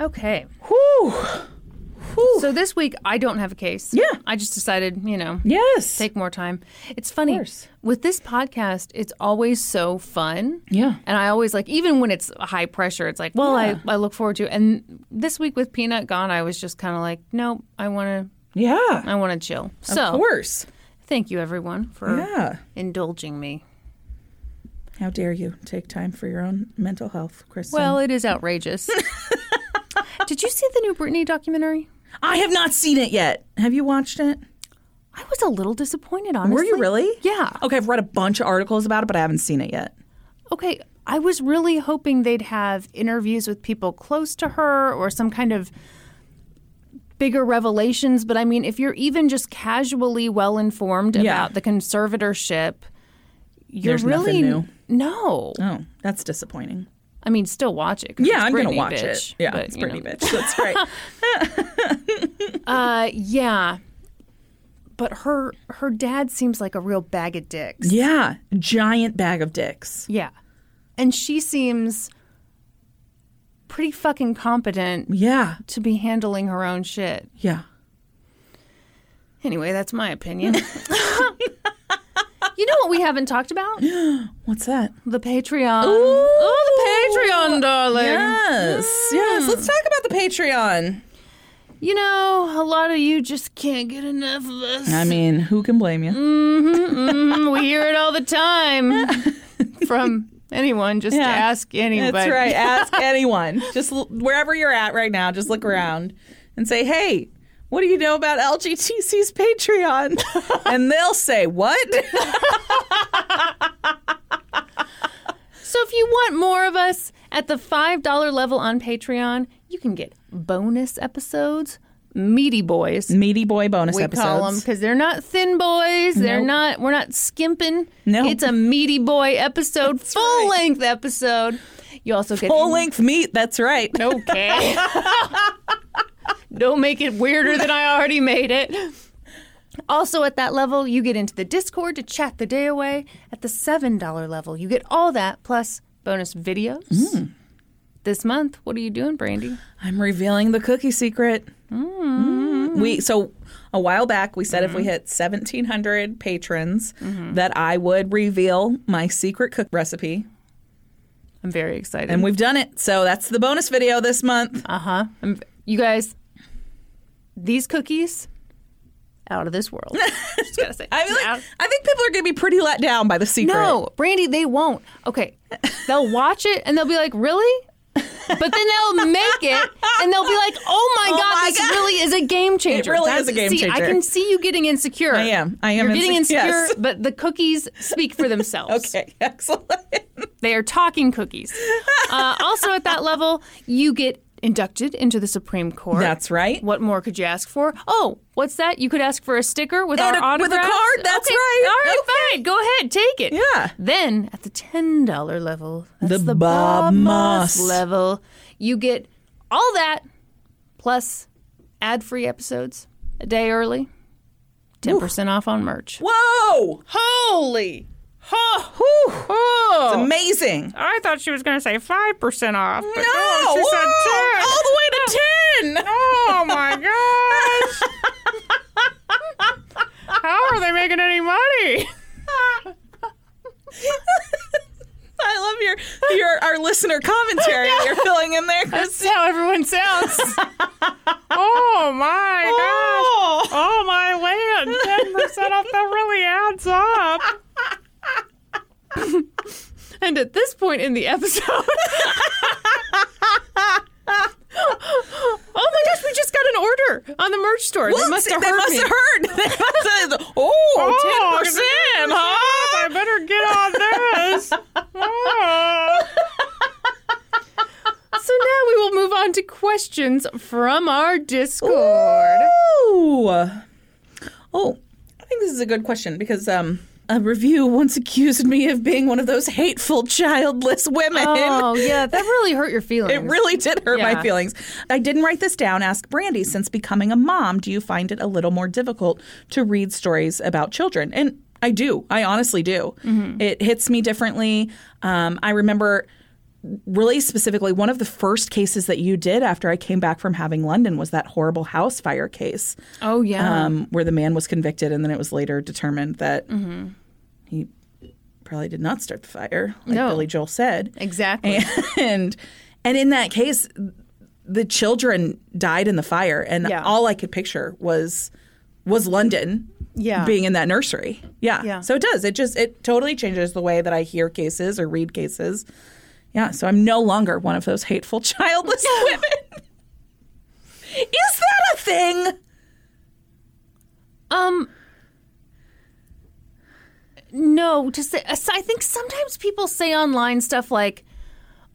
[SPEAKER 1] Okay.
[SPEAKER 2] Whew. Whew.
[SPEAKER 1] So this week I don't have a case.
[SPEAKER 2] Yeah.
[SPEAKER 1] I just decided, you know,
[SPEAKER 2] yes.
[SPEAKER 1] take more time. It's funny.
[SPEAKER 2] course.
[SPEAKER 1] With this podcast, it's always so fun.
[SPEAKER 2] Yeah.
[SPEAKER 1] And I always like even when it's high pressure, it's like, well, I, I look forward to it. and this week with Peanut gone, I was just kind of like, nope, I want to
[SPEAKER 2] yeah.
[SPEAKER 1] I want to chill.
[SPEAKER 2] Of
[SPEAKER 1] So,
[SPEAKER 2] course.
[SPEAKER 1] thank you everyone for
[SPEAKER 2] Yeah.
[SPEAKER 1] indulging me.
[SPEAKER 2] How dare you take time for your own mental health, Kristen?
[SPEAKER 1] Well, it is outrageous. Did you see the new Britney documentary?
[SPEAKER 2] I have not seen it yet. Have you watched it?
[SPEAKER 1] I was a little disappointed, honestly.
[SPEAKER 2] Were you really?
[SPEAKER 1] Yeah.
[SPEAKER 2] Okay, I've read a bunch of articles about it, but I haven't seen it yet.
[SPEAKER 1] Okay, I was really hoping they'd have interviews with people close to her or some kind of bigger revelations. But I mean, if you're even just casually well informed
[SPEAKER 2] Yeah.
[SPEAKER 1] about the conservatorship, you're
[SPEAKER 2] There's nothing
[SPEAKER 1] really
[SPEAKER 2] new.
[SPEAKER 1] no.
[SPEAKER 2] Oh, that's disappointing.
[SPEAKER 1] I mean, still watch it. 'cause
[SPEAKER 2] Yeah,
[SPEAKER 1] it's
[SPEAKER 2] I'm gonna
[SPEAKER 1] Britney,
[SPEAKER 2] watch
[SPEAKER 1] bitch,
[SPEAKER 2] it. Yeah,
[SPEAKER 1] but,
[SPEAKER 2] it's
[SPEAKER 1] you
[SPEAKER 2] pretty
[SPEAKER 1] know.
[SPEAKER 2] bitch. That's right.
[SPEAKER 1] Uh, yeah, but her her dad seems like a real bag of dicks.
[SPEAKER 2] yeah, giant bag of dicks.
[SPEAKER 1] Yeah. And she seems pretty fucking competent
[SPEAKER 2] Yeah,
[SPEAKER 1] to be handling her own shit.
[SPEAKER 2] yeah.
[SPEAKER 1] Anyway, that's my opinion. you know what we haven't talked about?
[SPEAKER 2] What's that?
[SPEAKER 1] The Patreon.
[SPEAKER 2] Oh,
[SPEAKER 1] Oh, the Patreon, darling.
[SPEAKER 2] Yes, yes. Let's talk about the Patreon.
[SPEAKER 1] You know, a lot of you just can't get enough of us.
[SPEAKER 2] I mean, who can blame you?
[SPEAKER 1] Mm. we hear it all the time from anyone. Just
[SPEAKER 2] Yeah.
[SPEAKER 1] ask anybody.
[SPEAKER 2] That's right. Ask anyone. Just l- wherever you're at right now, just look around and say, "Hey, what do you know about LGTC's Patreon?" and they'll say, "What?"
[SPEAKER 1] So if you want more of us at the $5 level on Patreon, you can get bonus episodes, meaty boys.
[SPEAKER 2] Meaty boy bonus
[SPEAKER 1] we
[SPEAKER 2] episodes.
[SPEAKER 1] call them because they're not thin boys. They're
[SPEAKER 2] Nope.
[SPEAKER 1] not. We're not skimping.
[SPEAKER 2] Nope.
[SPEAKER 1] it's a meaty boy episode, full length episode. You also get
[SPEAKER 2] Full length meat. That's right.
[SPEAKER 1] Okay. Don't make it weirder than I already made it. Also, at that level, you get into the Discord to chat the day away. At the $7 level, you get all that plus bonus videos.
[SPEAKER 2] Mm.
[SPEAKER 1] This month, what are you doing, Brandy?
[SPEAKER 2] I'm revealing the cookie secret. Mm. We so a while back we said if
[SPEAKER 1] Mm-hmm.
[SPEAKER 2] we hit 1700 patrons that I would reveal my secret cook recipe
[SPEAKER 1] I'm very excited.
[SPEAKER 2] and we've done it. So that's the bonus video this month.
[SPEAKER 1] Uh huh. You guys, these cookies, out of this world. Just gotta say.
[SPEAKER 2] I mean,
[SPEAKER 1] Out-
[SPEAKER 2] like, I think people are going to be pretty let down by the secret.
[SPEAKER 1] no, Brandy, they won't. Okay, they'll watch it and they'll be like, really? But then they'll make it and they'll be like, oh my
[SPEAKER 2] Oh
[SPEAKER 1] god,
[SPEAKER 2] my
[SPEAKER 1] this
[SPEAKER 2] God.
[SPEAKER 1] really is a game changer.
[SPEAKER 2] really
[SPEAKER 1] That's-
[SPEAKER 2] is a game
[SPEAKER 1] see, I
[SPEAKER 2] changer.
[SPEAKER 1] can see you getting insecure. I
[SPEAKER 2] am. I am
[SPEAKER 1] You're getting
[SPEAKER 2] inse-
[SPEAKER 1] insecure,
[SPEAKER 2] yes.
[SPEAKER 1] but the cookies speak for themselves.
[SPEAKER 2] Okay, excellent.
[SPEAKER 1] They are talking cookies. Uh, also, at that level, you get inducted into the Supreme Court.
[SPEAKER 2] That's right.
[SPEAKER 1] What more could you ask for? Oh, what's that? You could ask for a sticker with
[SPEAKER 2] And
[SPEAKER 1] our
[SPEAKER 2] a-
[SPEAKER 1] autograph.
[SPEAKER 2] with a card, that's right.
[SPEAKER 1] All right, fine. Go ahead, take it.
[SPEAKER 2] Yeah.
[SPEAKER 1] Then at the ten dollar level, that's
[SPEAKER 2] The
[SPEAKER 1] the,
[SPEAKER 2] Bob Moss.
[SPEAKER 1] level, you get all that plus ad free episodes a day early, ten percent off on merch.
[SPEAKER 2] Whoa!
[SPEAKER 1] Holy! Oh,
[SPEAKER 2] It's amazing.
[SPEAKER 1] I thought she was going to say 5% off. But
[SPEAKER 2] No! whoa, Oh, All the way to 10.
[SPEAKER 1] Oh my gosh! How are they making any money?
[SPEAKER 2] I love your your our listener commentary you're filling in there.
[SPEAKER 1] That's how everyone sounds. oh my
[SPEAKER 2] Oh.
[SPEAKER 1] gosh! Oh my land! Ten percent off that really adds up. and at this point in the episode, oh my gosh, we just got an order on the merch store.
[SPEAKER 2] Whoops,
[SPEAKER 1] they must have
[SPEAKER 2] they
[SPEAKER 1] heard
[SPEAKER 2] must
[SPEAKER 1] me.
[SPEAKER 2] have heard. They must have- oh, 10%, huh?
[SPEAKER 1] I better get on this. so now we will move on to questions from our Discord.
[SPEAKER 2] Ooh. Oh, I think this is a good question because um, a review once accused me of being one of those hateful, childless women.
[SPEAKER 1] Oh, yeah, that really hurt your feelings.
[SPEAKER 2] It really did hurt
[SPEAKER 1] Yeah.
[SPEAKER 2] my feelings. I didn't write this down. Ask Brandy. Since becoming a mom, do you find it a little more difficult to read stories about children? And I do. I honestly do.
[SPEAKER 1] Mm-hmm.
[SPEAKER 2] It hits me differently. Um, I remember really specifically one of the first cases that you did after I came back from having London was that horrible house fire case
[SPEAKER 1] Oh, yeah.
[SPEAKER 2] um, where the man was convicted, and then it was later determined that
[SPEAKER 1] Mm-hmm.
[SPEAKER 2] he probably did not start the fire, like
[SPEAKER 1] No.
[SPEAKER 2] Billy Joel said.
[SPEAKER 1] exactly.
[SPEAKER 2] And and in that case, the children died in the fire, and
[SPEAKER 1] Yeah.
[SPEAKER 2] all I could picture was was London,
[SPEAKER 1] Yeah.
[SPEAKER 2] being in that nursery, yeah.
[SPEAKER 1] Yeah.
[SPEAKER 2] So it does. It just it totally changes the way that I hear cases or read cases. Yeah, so I'm no longer one of those hateful childless women. Is that a thing?
[SPEAKER 1] Um, no, to say, uh, I think sometimes people say online stuff like,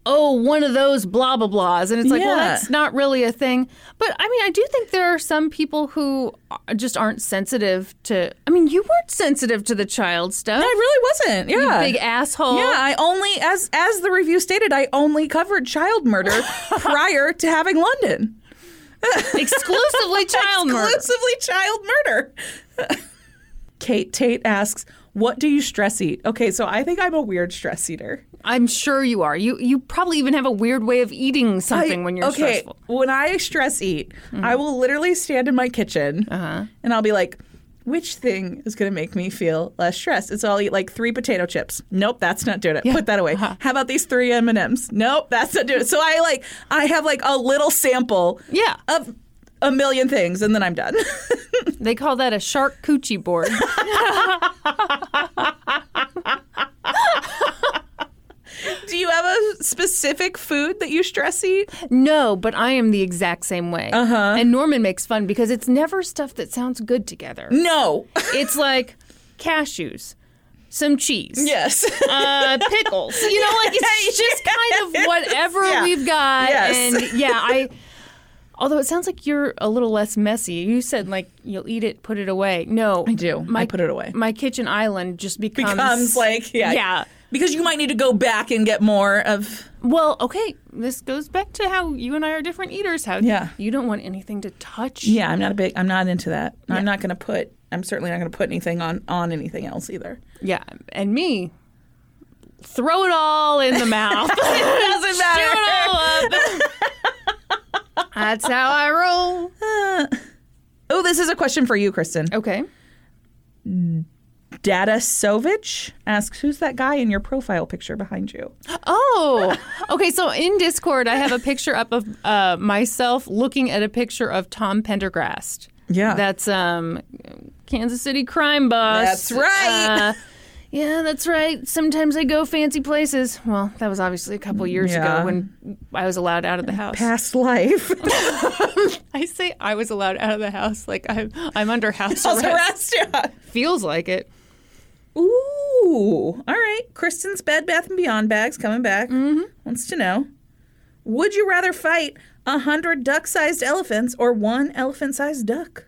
[SPEAKER 1] "Oh, one of those blah blah blahs," and it's like, well,
[SPEAKER 2] Yeah.
[SPEAKER 1] that's not really a thing. But I mean, I do think there are some people who are- just aren't sensitive to. I mean, you weren't sensitive to the child stuff.
[SPEAKER 2] I really wasn't. Yeah.
[SPEAKER 1] big asshole.
[SPEAKER 2] Yeah, I only as as the review stated, I only covered child murder prior to having London.
[SPEAKER 1] exclusively child murder.
[SPEAKER 2] Exclusively child murder. Kate Tate asks, "What do you stress eat?" Okay, so I think I'm a weird stress eater.
[SPEAKER 1] I'm sure you are. You you probably even have a weird way of eating something
[SPEAKER 2] I-
[SPEAKER 1] when you're
[SPEAKER 2] okay,
[SPEAKER 1] stressful.
[SPEAKER 2] When I stress eat, I will literally stand in my kitchen and I'll be like, which thing is going to make me feel less stressed? And so I'll eat like three potato chips. Nope, that's not doing it. Put that away. How about these three M and M's? Nope, that's not doing it. So I like I have like a little sample.
[SPEAKER 1] Yeah.
[SPEAKER 2] Of a million things, and then I'm done.
[SPEAKER 1] They call that a shark coochie board.
[SPEAKER 2] Do you have a specific food that you stress eat?
[SPEAKER 1] No, but I am the exact same way. Uh-huh. And Norman makes fun because it's never stuff that sounds good together.
[SPEAKER 2] Mm. No.
[SPEAKER 1] it's like cashews, some cheese,
[SPEAKER 2] yes.
[SPEAKER 1] uh, pickles. You know, like it's just kind of whatever
[SPEAKER 2] Yeah.
[SPEAKER 1] we've got.
[SPEAKER 2] Yes.
[SPEAKER 1] And yeah, I. Although it sounds like you're a little less messy. You said like you'll eat it, put it away. No, I
[SPEAKER 2] do. I put it away.
[SPEAKER 1] My kitchen island just becomes
[SPEAKER 2] Becomes like yeah.
[SPEAKER 1] um, yeah.
[SPEAKER 2] Because you might need to go back and get more of
[SPEAKER 1] Well, okay, this goes back to how you and I are different eaters. How
[SPEAKER 2] Yeah.
[SPEAKER 1] you don't want anything to touch.
[SPEAKER 2] Yeah, I'm not a big. I'm not into that. I'm not going to put. I'm certainly not going to put anything on on anything else either.
[SPEAKER 1] Yeah, and me. Throw it all in the mouth. Chew
[SPEAKER 2] Doesn't
[SPEAKER 1] it all up. That's how I roll.
[SPEAKER 2] Oh, this is a question for you, Kristen.
[SPEAKER 1] Okay.
[SPEAKER 2] Data Sovich asks, "Who's that guy in your profile picture behind you?"
[SPEAKER 1] Oh, okay. So in Discord, I have a picture up of uh, myself looking at a picture of Tom Pendergrast.
[SPEAKER 2] Yeah.
[SPEAKER 1] that's um, Kansas City crime boss.
[SPEAKER 2] That's right.
[SPEAKER 1] Uh, yeah, that's right. Sometimes I go fancy places. Well, that was obviously a couple years
[SPEAKER 2] Yeah.
[SPEAKER 1] ago when I was allowed out of the house.
[SPEAKER 2] Past life
[SPEAKER 1] I say I was allowed out of the house. Like I'm, I'm under house
[SPEAKER 2] was
[SPEAKER 1] arrest.
[SPEAKER 2] arrest. Yeah.
[SPEAKER 1] Feels like it.
[SPEAKER 2] Ooh, all right. Kristen's Bed Bath and Beyond bags coming back. Mm-hmm. Wants to know: Would you rather fight a hundred duck-sized elephants or one elephant-sized duck?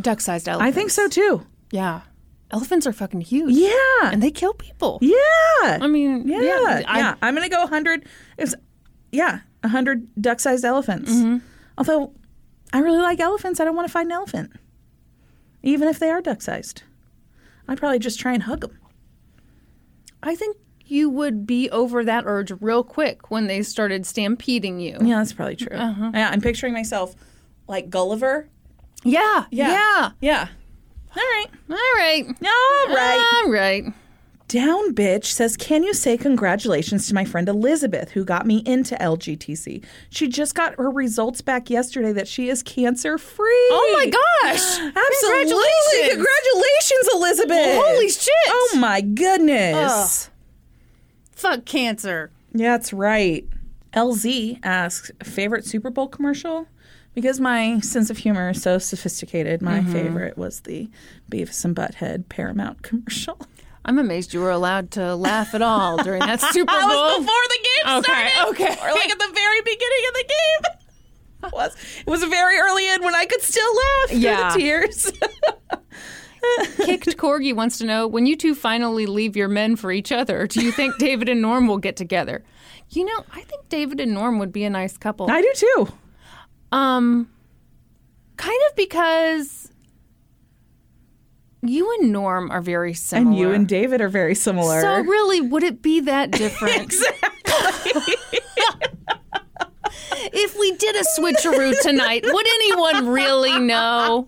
[SPEAKER 1] Duck-sized elephant.
[SPEAKER 2] I think so too.
[SPEAKER 1] Yeah. Elephants are fucking huge.
[SPEAKER 2] Yeah.
[SPEAKER 1] And they kill people.
[SPEAKER 2] yeah.
[SPEAKER 1] I mean,
[SPEAKER 2] Yeah,
[SPEAKER 1] yeah.
[SPEAKER 2] yeah.
[SPEAKER 1] I-
[SPEAKER 2] I, am gonna go 100. It's yeah, 100 duck-sized elephants. Although I really like elephants, I don't want to fight an elephant, even if they are duck-sized. I'd probably just try and hug them.
[SPEAKER 1] I think you would be over that urge real quick when they started stampeding you.
[SPEAKER 2] Yeah, that's probably true.
[SPEAKER 1] Uh-huh.
[SPEAKER 2] Yeah, I'm picturing myself like Gulliver.
[SPEAKER 1] Yeah. Yeah.
[SPEAKER 2] yeah. All right.
[SPEAKER 1] All right.
[SPEAKER 2] All right.
[SPEAKER 1] All right.
[SPEAKER 2] Down Bitch says, Can you say congratulations to my friend Elizabeth, who got me into LGTC? She just got her results back yesterday that she is cancer free.
[SPEAKER 1] Oh my gosh.
[SPEAKER 2] Absolutely.
[SPEAKER 1] Congratulations.
[SPEAKER 2] Congratulations, Elizabeth.
[SPEAKER 1] Holy shit.
[SPEAKER 2] Oh my goodness.
[SPEAKER 1] Fuck cancer.
[SPEAKER 2] Yeah, that's right. LZ asks, Favorite Super Bowl commercial? Because my sense of humor is so sophisticated, my favorite was the Beavis and Butthead Paramount commercial.
[SPEAKER 1] I'm amazed you were allowed to laugh at all during that Super Bowl.
[SPEAKER 2] I was before the game
[SPEAKER 1] Okay,
[SPEAKER 2] started.
[SPEAKER 1] okay.
[SPEAKER 2] Or like at the very beginning of the game. It was it was very early in when I could still laugh through
[SPEAKER 1] Yeah.
[SPEAKER 2] the tears.
[SPEAKER 1] Kicked Corgi wants to know when you two finally leave your men for each other, do you think David and Norm will get together? You know, I think David and Norm would be a nice couple.
[SPEAKER 2] I do too.
[SPEAKER 1] Um, kind of because you and Norm are very similar.
[SPEAKER 2] And you and David are very similar.
[SPEAKER 1] So really, would it be that different? if we did a switcheroo tonight, would anyone really know?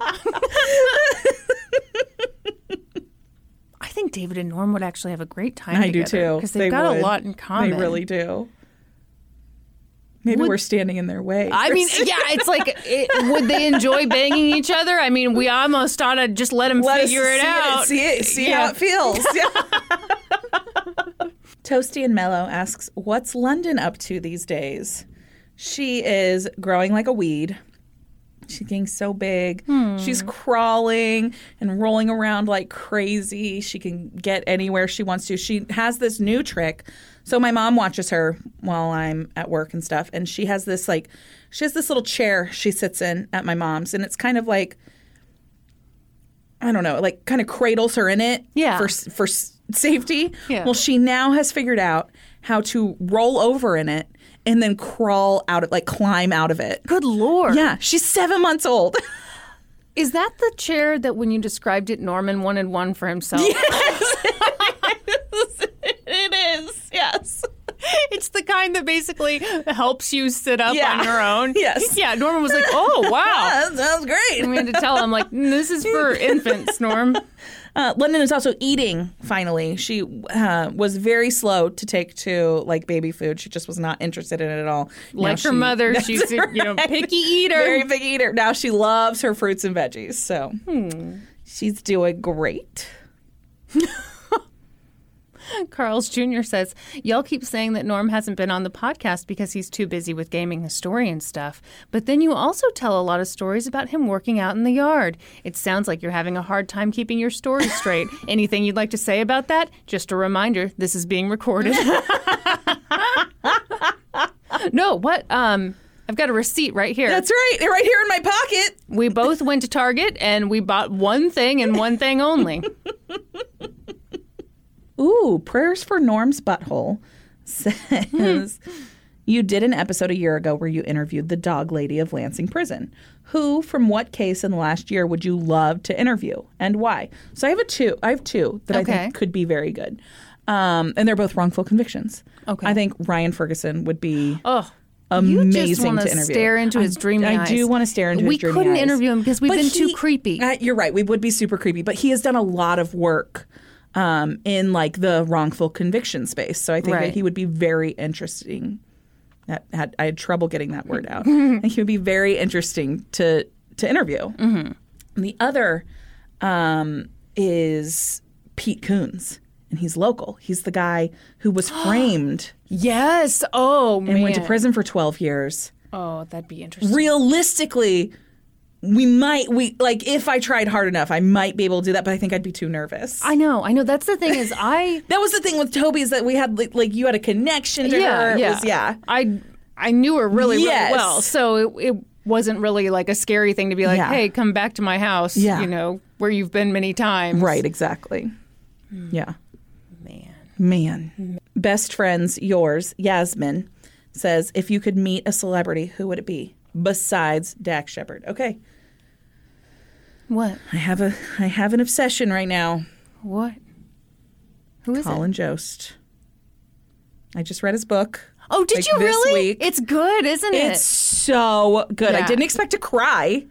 [SPEAKER 1] I think David and Norm would actually have a great time.
[SPEAKER 2] I do too.
[SPEAKER 1] because they've
[SPEAKER 2] They
[SPEAKER 1] got
[SPEAKER 2] would.
[SPEAKER 1] a lot in common.
[SPEAKER 2] They really do. Maybe
[SPEAKER 1] Would-
[SPEAKER 2] we're standing in their way.
[SPEAKER 1] I mean, yeah, it's like, it, would they enjoy banging each other? I mean, we almost ought to just let them
[SPEAKER 2] Let us
[SPEAKER 1] figure it
[SPEAKER 2] see
[SPEAKER 1] out.
[SPEAKER 2] see it, see
[SPEAKER 1] Yeah.
[SPEAKER 2] how it feels. Yeah. Toasty and Mellow asks, "What's London up to these days?" She is growing like a weed. She's getting so big. She's
[SPEAKER 1] Hmm.
[SPEAKER 2] crawling and rolling around like crazy. She can get anywhere she wants to. She has this new trick. So my mom watches her while I'm at work and stuff, and she has this like she has this little chair she sits in at my mom's, and it's kind of like I don't know, it, like kind of cradles her in it
[SPEAKER 1] Yeah.
[SPEAKER 2] for s- for s- safety.
[SPEAKER 1] Yeah.
[SPEAKER 2] Well, she now has figured out how to roll over in it and then crawl out of like climb out of it.
[SPEAKER 1] Good lord.
[SPEAKER 2] Yeah, she's 7 months old.
[SPEAKER 1] Is that the chair that when you described it, Norman wanted one for himself?
[SPEAKER 2] it is. Yes.
[SPEAKER 1] It's the kind that basically helps you sit up
[SPEAKER 2] Yeah.
[SPEAKER 1] on your own.
[SPEAKER 2] Yes.
[SPEAKER 1] Yeah. Norman was like, oh, wow.
[SPEAKER 2] That sounds
[SPEAKER 1] And
[SPEAKER 2] great.
[SPEAKER 1] we had to tell him, like, "Mm, this is for infants, Norm.
[SPEAKER 2] Uh, London is also eating. Finally, she uh, was very slow to take to like baby food. She just was not interested in it at all. Now
[SPEAKER 1] Like her
[SPEAKER 2] she-
[SPEAKER 1] mother,
[SPEAKER 2] That's
[SPEAKER 1] she's a you know,
[SPEAKER 2] right.
[SPEAKER 1] picky eater.
[SPEAKER 2] Very big eater. Now she loves her fruits and veggies. So Hmm. she's doing great.
[SPEAKER 1] Carl's Jr. says, Y'all keep saying that Norm hasn't been on the podcast because he's too busy with gaming historian stuff, but then you also tell a lot of stories about him working out in the yard. It sounds like you're having a hard time keeping your story straight. Anything you'd like to say about that? Just a reminder this is being recorded. no, what? Um, I've got a receipt right here.
[SPEAKER 2] That's right. They're right here in my pocket.
[SPEAKER 1] we both went to Target and we bought one thing and one thing only.
[SPEAKER 2] Ooh, prayers for Norm's butthole says you did an episode a year ago where you interviewed the dog lady of Lansing Prison. Who from what case in the last year would you love to interview and why? So I have a two. I have two that I
[SPEAKER 1] Okay.
[SPEAKER 2] think could be very good, um, and they're both wrongful convictions.
[SPEAKER 1] Okay.
[SPEAKER 2] I think Ryan Ferguson would be
[SPEAKER 1] Oh,
[SPEAKER 2] amazing
[SPEAKER 1] you just wanna
[SPEAKER 2] to interview.
[SPEAKER 1] Stare into his
[SPEAKER 2] I-
[SPEAKER 1] dreamy
[SPEAKER 2] I,
[SPEAKER 1] eyes.
[SPEAKER 2] do want to stare into
[SPEAKER 1] we
[SPEAKER 2] his dreamy
[SPEAKER 1] couldn't
[SPEAKER 2] eyes.
[SPEAKER 1] interview him because we've
[SPEAKER 2] But
[SPEAKER 1] been too
[SPEAKER 2] he-
[SPEAKER 1] creepy.
[SPEAKER 2] uh, you're right. We would be super creepy, but he has done a lot of work um, in like the wrongful conviction space. So I think
[SPEAKER 1] Right.
[SPEAKER 2] that he would be very interesting. That had I had trouble getting that word out. I think he would be very interesting to to interview.
[SPEAKER 1] Mm-hmm.
[SPEAKER 2] And the other um, is Pete Coons, and he's local. He's the guy who was framed
[SPEAKER 1] yes. Oh man.
[SPEAKER 2] and went to prison for twelve years
[SPEAKER 1] Oh, that'd be interesting.
[SPEAKER 2] realistically we might we like if i tried hard enough i might be able to do that but i think i'd be too nervous
[SPEAKER 1] I know. I know. That's the thing is I.
[SPEAKER 2] that was the thing with toby is that we had like, like you had a connection to
[SPEAKER 1] yeah.
[SPEAKER 2] her It
[SPEAKER 1] Yeah.
[SPEAKER 2] was- yeah
[SPEAKER 1] I I knew her really
[SPEAKER 2] Yes.
[SPEAKER 1] really well, so it, it wasn't really like a scary thing to be like,
[SPEAKER 2] Yeah.
[SPEAKER 1] hey, come back to my house.
[SPEAKER 2] Yeah.
[SPEAKER 1] You know where you've been many times.
[SPEAKER 2] right exactly yeah
[SPEAKER 1] Hmm. Man. Hmm.
[SPEAKER 2] man best friends yours yasmin says if you could meet a celebrity who would it be besides dak shepard okay
[SPEAKER 1] What?
[SPEAKER 2] i have a i have an obsession right now
[SPEAKER 1] What? Who is it?
[SPEAKER 2] colin jost i just read his book
[SPEAKER 1] Oh, did
[SPEAKER 2] Like
[SPEAKER 1] you
[SPEAKER 2] this
[SPEAKER 1] really?
[SPEAKER 2] week.
[SPEAKER 1] It's good, isn't it?
[SPEAKER 2] It's so good.
[SPEAKER 1] Yeah.
[SPEAKER 2] I didn't expect to cry.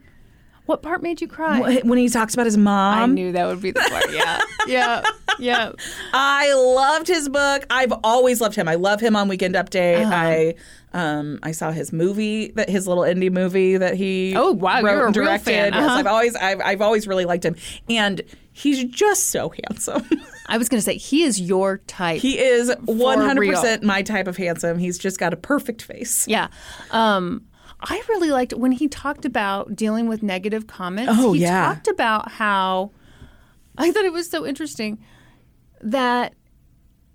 [SPEAKER 1] What part made you cry?
[SPEAKER 2] Wh- When he talks about his
[SPEAKER 1] I
[SPEAKER 2] mom,
[SPEAKER 1] knew that would be the part. Yeah. yeah. Yeah.
[SPEAKER 2] I loved his book. I've always loved him. I love him on Weekend Update.
[SPEAKER 1] Uh-huh.
[SPEAKER 2] I um I saw his movie that his little indie movie that he
[SPEAKER 1] Oh, wow,
[SPEAKER 2] wrote
[SPEAKER 1] you're a
[SPEAKER 2] and
[SPEAKER 1] real
[SPEAKER 2] directed.
[SPEAKER 1] fan.
[SPEAKER 2] Yes,
[SPEAKER 1] Uh-huh.
[SPEAKER 2] I've always I've, I've always really liked him, and he's just so handsome.
[SPEAKER 1] I was going to say, he is your type.
[SPEAKER 2] he is one hundred
[SPEAKER 1] real.
[SPEAKER 2] percent my type of handsome. He's just got a perfect face.
[SPEAKER 1] yeah. Um, I really liked when he talked about dealing with negative comments.
[SPEAKER 2] Oh,
[SPEAKER 1] he
[SPEAKER 2] yeah.
[SPEAKER 1] talked about how I thought it was so interesting that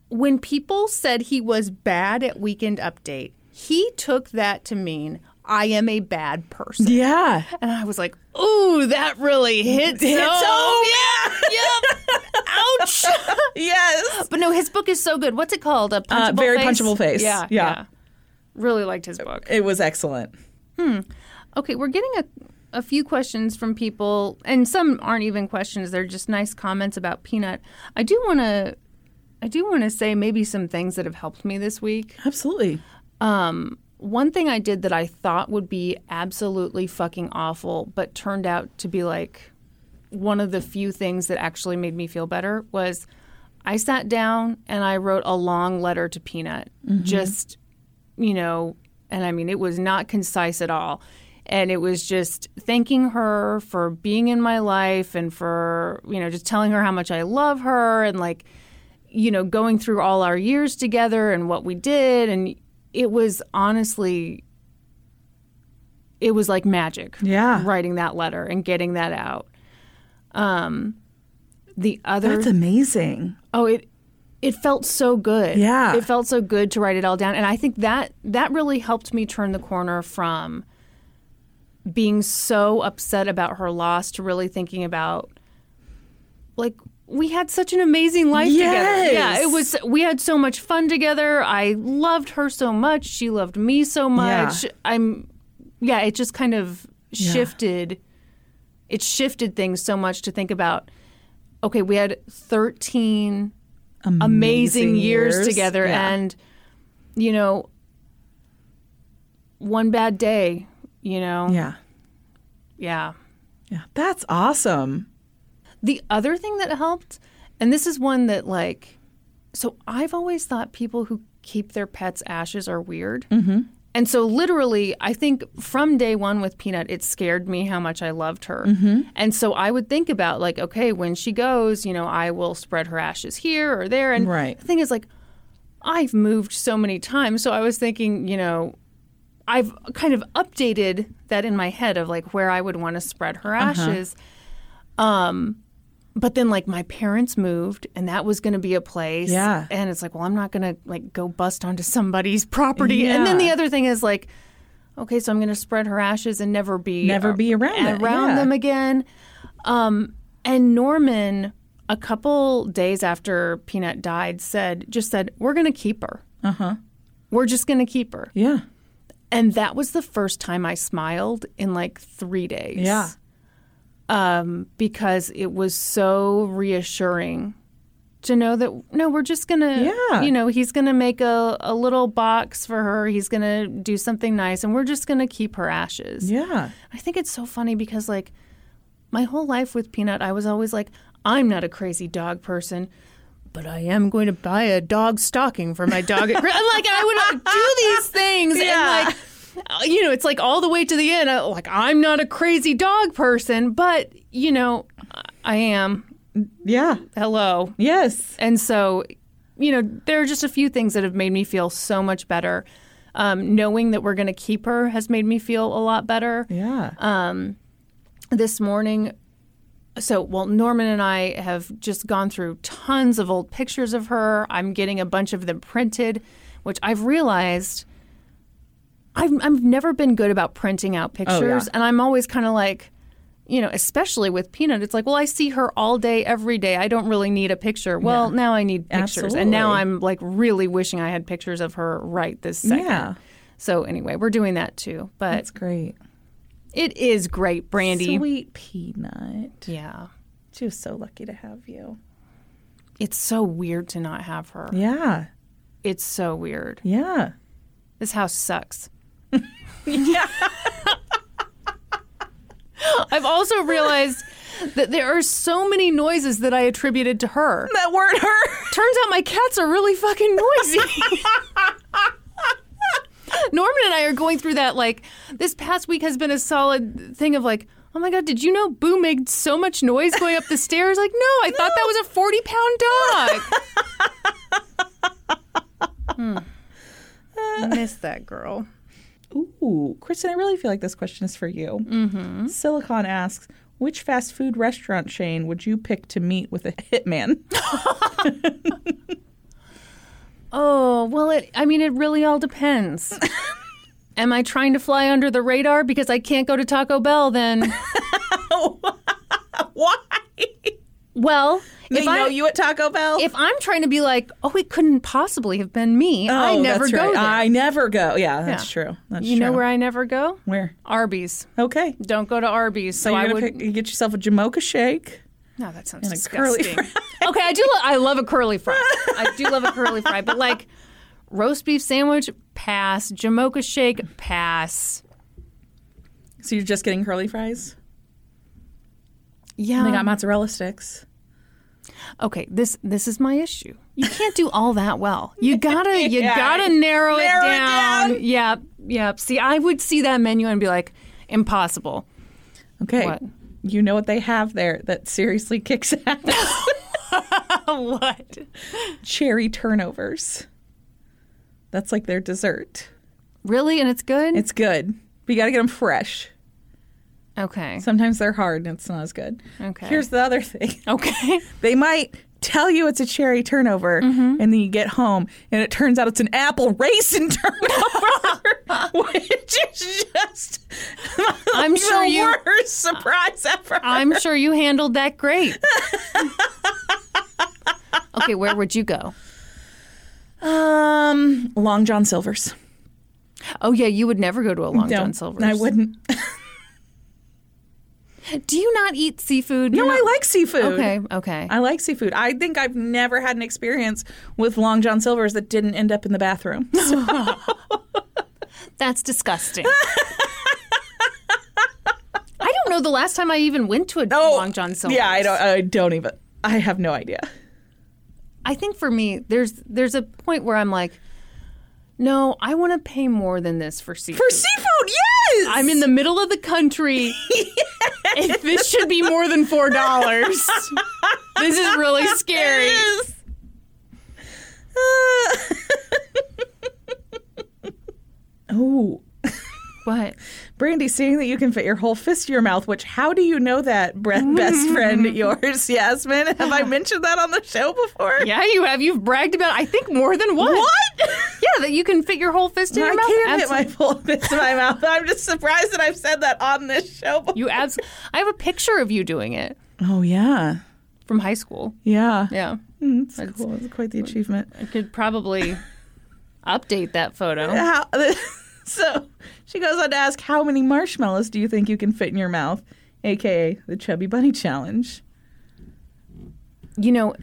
[SPEAKER 1] when people said he was bad at Weekend Update, he took that to mean I am a bad person.
[SPEAKER 2] Yeah,
[SPEAKER 1] And I was like, ooh, that really hits
[SPEAKER 2] Hits home,
[SPEAKER 1] Yeah. yep. Ouch.
[SPEAKER 2] yes.
[SPEAKER 1] but no, his book is so good. What's it called? A punchable
[SPEAKER 2] Uh, very
[SPEAKER 1] face?
[SPEAKER 2] punchable face.
[SPEAKER 1] Yeah,
[SPEAKER 2] Yeah.
[SPEAKER 1] yeah. Really liked his book.
[SPEAKER 2] It was excellent.
[SPEAKER 1] Okay, we're getting a a few questions from people, and some aren't even questions. They're just nice comments about Peanut. I do want to. I do want to say maybe some things that have helped me this week.
[SPEAKER 2] Absolutely.
[SPEAKER 1] One thing I did that I thought would be absolutely fucking awful, but turned out to be like one of the few things that actually made me feel better was I sat down and I wrote a long letter to Peanut. Just, you know, and I mean, it was not concise at all. And it was just thanking her for being in my life and for, you know, just telling her how much I love her and like, you know, going through all our years together and what we did. And it was honestly, it was like magic.
[SPEAKER 2] Yeah.
[SPEAKER 1] Writing that letter and getting that out. Um, the other
[SPEAKER 2] That's amazing.
[SPEAKER 1] Oh, it it felt so good.
[SPEAKER 2] Yeah.
[SPEAKER 1] It felt so good to write it all down. And I think that that really helped me turn the corner from being so upset about her loss to really thinking about like we had such an amazing life
[SPEAKER 2] Yes.
[SPEAKER 1] together. Yeah, it was we had so much fun together. I loved her so much. She loved me so much. I'm yeah, it just kind of shifted it shifted things so much to think about okay, we had 13 amazing, years,
[SPEAKER 2] years.
[SPEAKER 1] together
[SPEAKER 2] Yeah.
[SPEAKER 1] and you know one bad day, you know.
[SPEAKER 2] Yeah.
[SPEAKER 1] Yeah.
[SPEAKER 2] Yeah. That's awesome.
[SPEAKER 1] The other thing that helped, and this is one that like, so I've always thought people who keep their pets' ashes are weird. Mm-hmm. And so, literally, I think from day one with Peanut, it scared me how much I loved her. And so, I would think about, like, okay, when she goes, you know, I will spread her ashes here or there. And
[SPEAKER 2] Right.
[SPEAKER 1] the thing is, like, I've moved so many times. So, I was thinking, you know, I've kind of updated that in my head of like where I would want to spread her
[SPEAKER 2] Uh-huh.
[SPEAKER 1] ashes. Um, but then like my parents moved and that was going to be a place.
[SPEAKER 2] Yeah.
[SPEAKER 1] And it's like, well, I'm not going to like go bust onto somebody's property. And then the
[SPEAKER 2] Yeah.
[SPEAKER 1] other thing is like, okay, so I'm going to spread her ashes and never be
[SPEAKER 2] Never be around it,
[SPEAKER 1] around
[SPEAKER 2] yeah.
[SPEAKER 1] them again. Um, and Norman, a couple days after Peanut died, said just said, "We're going to keep her. Uh huh.
[SPEAKER 2] Uh-huh.
[SPEAKER 1] We're just going to keep her."
[SPEAKER 2] Yeah.
[SPEAKER 1] And that was the first time I smiled in like three days.
[SPEAKER 2] Yeah.
[SPEAKER 1] Um, because it was so reassuring to know that no, we're just gonna
[SPEAKER 2] Yeah.
[SPEAKER 1] you know, he's gonna make a, a little box for her, he's gonna do something nice, and we're just gonna keep her ashes.
[SPEAKER 2] Yeah.
[SPEAKER 1] I think it's so funny because like my whole life with Peanut, I was always like, I'm not a crazy dog person, but I am going to buy a dog stocking for my dog. at Gr-" I'm like, I would do these things, and like, uh, you know, it's like all the way to the end. I, like, I'm not a crazy dog person, but you know, I am.
[SPEAKER 2] Yeah.
[SPEAKER 1] Hello,
[SPEAKER 2] Yes.
[SPEAKER 1] and so, you know, there are just a few things that have made me feel so much better. Um, knowing that we're going to keep her has made me feel a lot better
[SPEAKER 2] Yeah.
[SPEAKER 1] Um, this morning. So, well, Norman and I have just gone through tons of old pictures of her. I'm getting a bunch of them printed, which I've realized I've, I've never been good about printing out
[SPEAKER 2] Oh,
[SPEAKER 1] pictures. And I'm always kind of like, you know, especially with Peanut, it's like, well, I see her all day, every day. I don't really need a picture. Well, now I need pictures. And now
[SPEAKER 2] Absolutely.
[SPEAKER 1] I'm like really wishing I had pictures of her right this second.
[SPEAKER 2] Yeah.
[SPEAKER 1] So, anyway, we're doing that too. But
[SPEAKER 2] That's great.
[SPEAKER 1] it is great, Brandy.
[SPEAKER 2] Sweet peanut.
[SPEAKER 1] Yeah.
[SPEAKER 2] She was so lucky to have you.
[SPEAKER 1] It's so weird to not have her.
[SPEAKER 2] Yeah.
[SPEAKER 1] It's so weird.
[SPEAKER 2] Yeah.
[SPEAKER 1] This house sucks. I've also realized that there are so many noises that I attributed to her.
[SPEAKER 2] that weren't her.
[SPEAKER 1] Turns out my cats are really fucking noisy. Norman and I are going through that like this past week has been a solid thing of like, oh my god, did you know Boo made so much noise going up the stairs? Like, no, I thought that was a forty pound dog. hmm. Miss that girl.
[SPEAKER 2] Ooh, Kristen, I really feel like this question is for you. Mm-hmm. Silicon asks, which fast food restaurant chain would you pick to meet with a hitman?
[SPEAKER 1] Oh, well, it, I mean, it really all depends. Am I trying to fly under the radar because I can't go to Taco Bell then?
[SPEAKER 2] Why?
[SPEAKER 1] Well,
[SPEAKER 2] They
[SPEAKER 1] if
[SPEAKER 2] know
[SPEAKER 1] I
[SPEAKER 2] you at Taco Bell.
[SPEAKER 1] if I'm trying to be like, oh, it couldn't possibly have been me.
[SPEAKER 2] oh,
[SPEAKER 1] I never
[SPEAKER 2] that's
[SPEAKER 1] go
[SPEAKER 2] right.
[SPEAKER 1] there.
[SPEAKER 2] I never go. Yeah, that's
[SPEAKER 1] Yeah.
[SPEAKER 2] true. That's
[SPEAKER 1] you know
[SPEAKER 2] true.
[SPEAKER 1] where I never go?
[SPEAKER 2] Where?
[SPEAKER 1] Arby's.
[SPEAKER 2] Okay.
[SPEAKER 1] Don't go to Arby's. So,
[SPEAKER 2] So
[SPEAKER 1] I
[SPEAKER 2] you're
[SPEAKER 1] would.
[SPEAKER 2] gonna pick, you get yourself a Jamocha shake.
[SPEAKER 1] no, that sounds
[SPEAKER 2] a curly
[SPEAKER 1] disgusting. okay, I do. Lo- I love a curly fry. I do love a curly fry, but like roast beef sandwich, pass. Jamocha shake, pass.
[SPEAKER 2] So you're just getting curly fries.
[SPEAKER 1] Yeah.
[SPEAKER 2] they
[SPEAKER 1] Um,
[SPEAKER 2] got mozzarella sticks.
[SPEAKER 1] okay this this is my issue you can't do all that well you gotta you
[SPEAKER 2] Yeah.
[SPEAKER 1] gotta narrow,
[SPEAKER 2] Narrow it down.
[SPEAKER 1] yep yep see i would see that menu and be like impossible
[SPEAKER 2] Okay.
[SPEAKER 1] What?
[SPEAKER 2] You know what they have there that seriously kicks ass?
[SPEAKER 1] what
[SPEAKER 2] Cherry turnovers. That's like their dessert.
[SPEAKER 1] really and it's good
[SPEAKER 2] It's good, but you got to get them fresh.
[SPEAKER 1] okay
[SPEAKER 2] Sometimes they're hard and it's not as good.
[SPEAKER 1] Okay.
[SPEAKER 2] Here's the other thing
[SPEAKER 1] okay
[SPEAKER 2] they might tell you it's a cherry turnover,
[SPEAKER 1] Mm-hmm.
[SPEAKER 2] and then you get home and it turns out it's an apple raisin turnover, which is just
[SPEAKER 1] i'm
[SPEAKER 2] the
[SPEAKER 1] sure you
[SPEAKER 2] worst surprise ever.
[SPEAKER 1] i'm sure you handled that great okay where would you go
[SPEAKER 2] um, Long John Silver's.
[SPEAKER 1] oh yeah you would never go to a long
[SPEAKER 2] No,
[SPEAKER 1] john silver's
[SPEAKER 2] I wouldn't.
[SPEAKER 1] do you not eat seafood
[SPEAKER 2] No,
[SPEAKER 1] You're
[SPEAKER 2] I
[SPEAKER 1] not-
[SPEAKER 2] like seafood.
[SPEAKER 1] okay okay
[SPEAKER 2] I like seafood. I think I've never had an experience with Long John Silver's that didn't end up in the bathroom.
[SPEAKER 1] That's disgusting. I don't know the last time I even went to a Long John Silver's.
[SPEAKER 2] Oh, Yeah, I don't. I don't even. I have no idea.
[SPEAKER 1] I think for me, there's there's a point where I'm like, no, I want to pay more than this for seafood.
[SPEAKER 2] For seafood, yes.
[SPEAKER 1] I'm in the middle of the country. and this should be more than four dollars. this is really scary.
[SPEAKER 2] Yes. Uh, oh,
[SPEAKER 1] What?
[SPEAKER 2] Brandy, seeing that you can fit your whole fist to your mouth, which how do you know that, Brett, best friend yours, Yasmin? Have I mentioned that on the show before?
[SPEAKER 1] Yeah, you have. You've bragged about. I think more than one.
[SPEAKER 2] What?
[SPEAKER 1] Yeah, that you can fit your whole fist in
[SPEAKER 2] I
[SPEAKER 1] your mouth.
[SPEAKER 2] can't
[SPEAKER 1] Absolutely.
[SPEAKER 2] fit my full fist in my mouth. I'm just surprised that I've said that on this show. before.
[SPEAKER 1] You abs- I have a picture of you doing it
[SPEAKER 2] Oh yeah,
[SPEAKER 1] from high school.
[SPEAKER 2] yeah.
[SPEAKER 1] Yeah.
[SPEAKER 2] Mm, It's cool. It's quite the achievement.
[SPEAKER 1] I could probably update that photo.
[SPEAKER 2] how, so she goes on to ask, How many marshmallows do you think you can fit in your mouth? AKA the Chubby Bunny Challenge.
[SPEAKER 1] You know,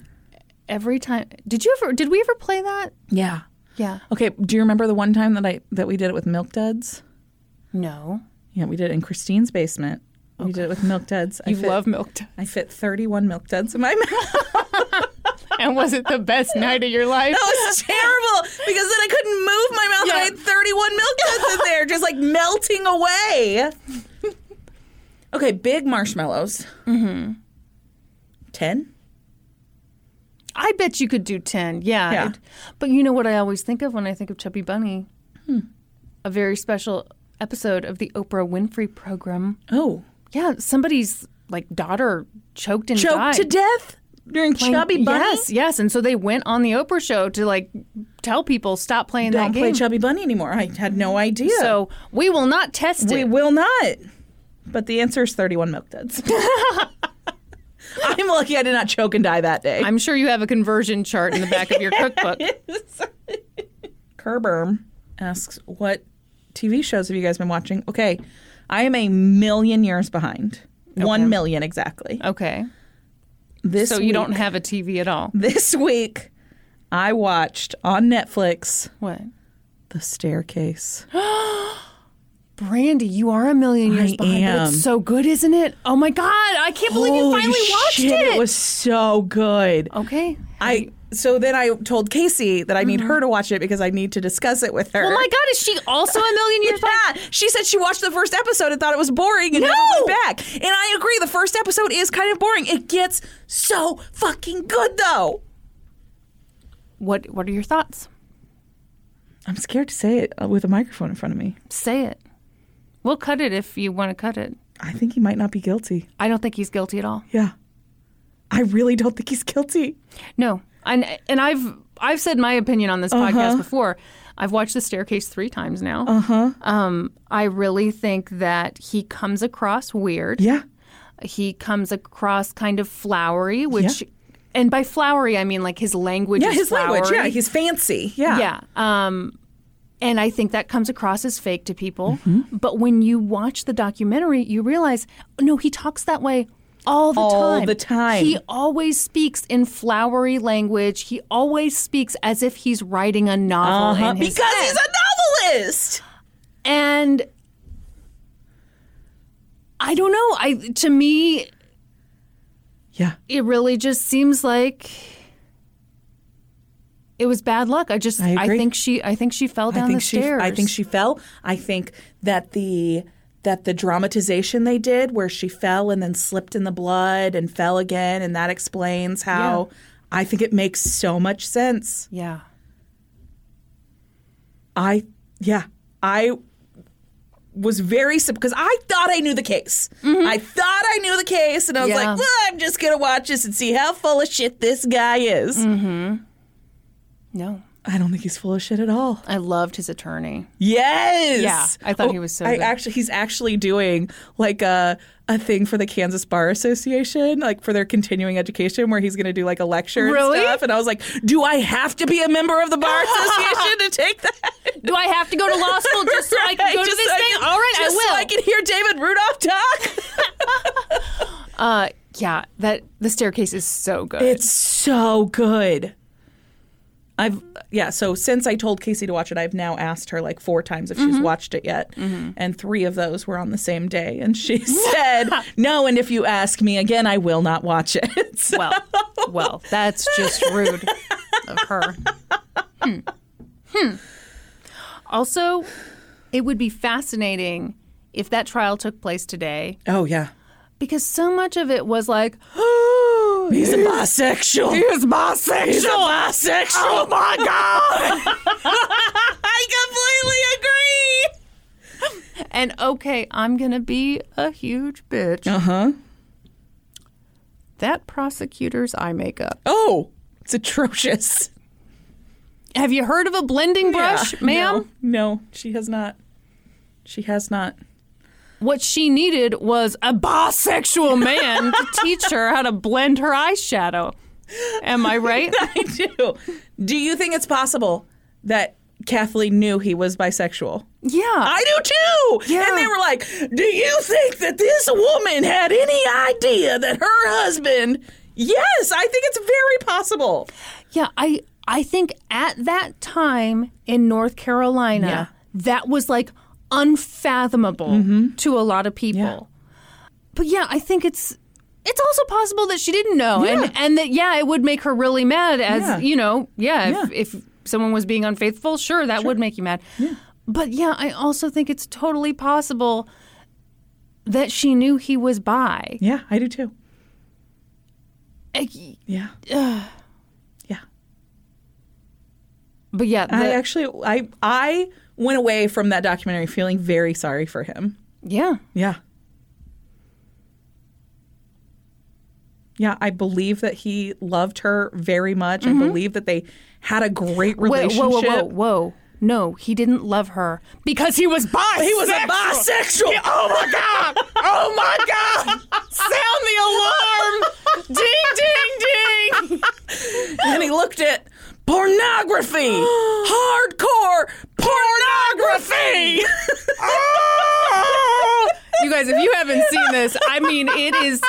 [SPEAKER 1] every time did you ever did we ever play that?
[SPEAKER 2] Yeah.
[SPEAKER 1] Yeah.
[SPEAKER 2] Okay, do you remember the one time that I that we did it with milk duds?
[SPEAKER 1] No.
[SPEAKER 2] Yeah, we did it in Christine's basement. We did it with milk duds.
[SPEAKER 1] You
[SPEAKER 2] I fit,
[SPEAKER 1] love milk duds.
[SPEAKER 2] I fit 31 milk duds in my mouth.
[SPEAKER 1] And was it the best night of your life?
[SPEAKER 2] That was terrible because then I couldn't move my mouth. and I
[SPEAKER 1] Yeah.
[SPEAKER 2] had 31 milk duds in there, just like melting away. okay, big marshmallows. Mm-hmm. 10?
[SPEAKER 1] I bet you could do 10. Yeah.
[SPEAKER 2] Yeah.
[SPEAKER 1] It- But you know what I always think of when I think of Chubby Bunny? Hmm. A very special episode of the Oprah Winfrey program.
[SPEAKER 2] Oh.
[SPEAKER 1] Yeah, somebody's like daughter choked and
[SPEAKER 2] choked
[SPEAKER 1] died.
[SPEAKER 2] to death during
[SPEAKER 1] Playing-
[SPEAKER 2] Chubby Bunny.
[SPEAKER 1] Yes, yes. And so they went on the Oprah show to like tell people stop playing that
[SPEAKER 2] Don't play
[SPEAKER 1] game.
[SPEAKER 2] Chubby Bunny anymore. I had no idea.
[SPEAKER 1] So we will not test
[SPEAKER 2] we
[SPEAKER 1] it.
[SPEAKER 2] will not. But the answer is 31 milk duds. I'm lucky I did not choke and die that day.
[SPEAKER 1] I'm sure you have a conversion chart in the back of your cookbook.
[SPEAKER 2] Kerberm asks, What TV shows have you guys been watching? Okay, I am a million years behind. One million exactly.
[SPEAKER 1] Okay.
[SPEAKER 2] This
[SPEAKER 1] Uh, So you don't
[SPEAKER 2] week-
[SPEAKER 1] have a TV at all.
[SPEAKER 2] This week, I watched on Netflix
[SPEAKER 1] What?
[SPEAKER 2] The Staircase.
[SPEAKER 1] Brandy, you are a million years
[SPEAKER 2] I
[SPEAKER 1] behind. but
[SPEAKER 2] am.
[SPEAKER 1] It's so good, isn't it? Oh my God. I can't believe Oh, you
[SPEAKER 2] Holy
[SPEAKER 1] finally watched
[SPEAKER 2] shit,
[SPEAKER 1] it.
[SPEAKER 2] It was so good.
[SPEAKER 1] okay.
[SPEAKER 2] I so then I told Casey that I need her to watch it because I need to discuss it with her.
[SPEAKER 1] Oh Mm-hmm. my God, is she also a million years behind?
[SPEAKER 2] Yeah, she said she watched the first episode and thought it was boring and never
[SPEAKER 1] No!
[SPEAKER 2] went back. And I agree, the first episode is kind of boring. It gets so fucking good though.
[SPEAKER 1] What, what are your thoughts?
[SPEAKER 2] I'm scared to say it uh, with a microphone in front of me.
[SPEAKER 1] Say it. We'll cut it if you want to cut it.
[SPEAKER 2] I think he might not be guilty.
[SPEAKER 1] I don't think he's guilty at all.
[SPEAKER 2] Yeah, I really don't think he's guilty.
[SPEAKER 1] No, and and I've I've said my opinion on this
[SPEAKER 2] Uh-huh.
[SPEAKER 1] podcast before. I've watched The Staircase three times now. Uh huh.
[SPEAKER 2] Uh-huh.
[SPEAKER 1] Um, I really think that he comes across weird.
[SPEAKER 2] Yeah,
[SPEAKER 1] He comes across kind of flowery, which, and by flowery I mean like his language.
[SPEAKER 2] yeah,
[SPEAKER 1] is
[SPEAKER 2] his language. Yeah,
[SPEAKER 1] flowery.
[SPEAKER 2] he's fancy. Yeah,
[SPEAKER 1] yeah. Um, and I think that comes across as fake to people.
[SPEAKER 2] Mm-hmm.
[SPEAKER 1] But when you watch the documentary, you realize, oh, no, he talks that way all the
[SPEAKER 2] All
[SPEAKER 1] time.
[SPEAKER 2] the time.
[SPEAKER 1] He always speaks in flowery language. He always speaks as if he's writing a novel.
[SPEAKER 2] Uh-huh,
[SPEAKER 1] in his
[SPEAKER 2] because he's a novelist.
[SPEAKER 1] and I don't know. I to me,
[SPEAKER 2] Yeah,
[SPEAKER 1] it really just seems like it was bad luck. I just
[SPEAKER 2] I agree.
[SPEAKER 1] think she I think she fell down
[SPEAKER 2] I think
[SPEAKER 1] the
[SPEAKER 2] she.
[SPEAKER 1] stairs.
[SPEAKER 2] I think she fell. I think that the that the dramatization they did, where she fell and then slipped in the blood and fell again, and that explains how. I think it makes so much sense.
[SPEAKER 1] Yeah.
[SPEAKER 2] I yeah, I was very because I thought I knew the case. I thought I knew the case, and I was
[SPEAKER 1] Mm-hmm. Yeah.
[SPEAKER 2] like, well, I'm just gonna watch this and see how full of shit this guy is.
[SPEAKER 1] Mm. No.
[SPEAKER 2] I don't think he's full of shit at all.
[SPEAKER 1] I loved his attorney.
[SPEAKER 2] Yes. Oh,
[SPEAKER 1] Yeah, I thought he was so
[SPEAKER 2] I
[SPEAKER 1] good.
[SPEAKER 2] actually, he's actually doing like a a thing for the Kansas Bar Association, like for their continuing education, where he's going to do like a lecture
[SPEAKER 1] Really?
[SPEAKER 2] and stuff. And I was like, do I have to be a member of the bar association to take that?
[SPEAKER 1] Do I have to go to law school just so I can go to
[SPEAKER 2] Just
[SPEAKER 1] this
[SPEAKER 2] so I
[SPEAKER 1] thing?
[SPEAKER 2] can-
[SPEAKER 1] All right, I
[SPEAKER 2] just
[SPEAKER 1] will.
[SPEAKER 2] So I can hear David Rudolph talk.
[SPEAKER 1] uh, yeah, that the staircase is so good.
[SPEAKER 2] It's so good. I've yeah, so since I told Casey to watch it, I've now asked her like four times if she's watched it yet. And three of those were on the same day. And she said, No, and if you ask me again, I will not watch it. So,
[SPEAKER 1] well, well, that's just rude of her. Hmm. Hmm. Also, it would be fascinating if that trial took place today
[SPEAKER 2] oh yeah.
[SPEAKER 1] because so much of it was like,
[SPEAKER 2] He's a bisexual. He is bisexual. He's a bisexual. Oh my god. I completely agree.
[SPEAKER 1] and okay, I'm going to be a huge bitch. Uh huh. That prosecutor's eye makeup.
[SPEAKER 2] Oh, it's atrocious.
[SPEAKER 1] Have you heard of a blending brush,
[SPEAKER 2] Yeah.
[SPEAKER 1] ma'am?
[SPEAKER 2] No, no, she has not. She has not.
[SPEAKER 1] What she needed was a bisexual man to teach her how to blend her eyeshadow. Am I right?
[SPEAKER 2] I do. Do you think it's possible that Kathleen knew he was bisexual?
[SPEAKER 1] Yeah.
[SPEAKER 2] I do too.
[SPEAKER 1] Yeah.
[SPEAKER 2] And they were like, "Do you think that this woman had any idea that her husband?" Yes, I think it's very possible.
[SPEAKER 1] yeah, I I think at that time in North Carolina,
[SPEAKER 2] Yeah.
[SPEAKER 1] that was like unfathomable to a lot of people. But yeah, I think it's it's also possible that she didn't know and and that yeah, it would make her really mad as,
[SPEAKER 2] Yeah.
[SPEAKER 1] you know, yeah, if,
[SPEAKER 2] Yeah.
[SPEAKER 1] if someone was being unfaithful, sure, that would make you mad. But yeah, I also think it's totally possible that she knew he was bi.
[SPEAKER 2] Yeah, I do too.
[SPEAKER 1] I-
[SPEAKER 2] Yeah. yeah.
[SPEAKER 1] But yeah,
[SPEAKER 2] I
[SPEAKER 1] the-
[SPEAKER 2] actually I I went away from that documentary feeling very sorry for him.
[SPEAKER 1] yeah.
[SPEAKER 2] Yeah. Yeah, I believe that he loved her very much. I believe that they had a great
[SPEAKER 1] Whoa,
[SPEAKER 2] relationship.
[SPEAKER 1] whoa, whoa, whoa, whoa. No, he didn't love her because he was bi.
[SPEAKER 2] He was a bisexual. oh my god! Oh my god! Sound the alarm! ding, ding, ding! and he looked at pornography, hardcore pornography.
[SPEAKER 1] You guys, if you haven't seen this, I mean, it is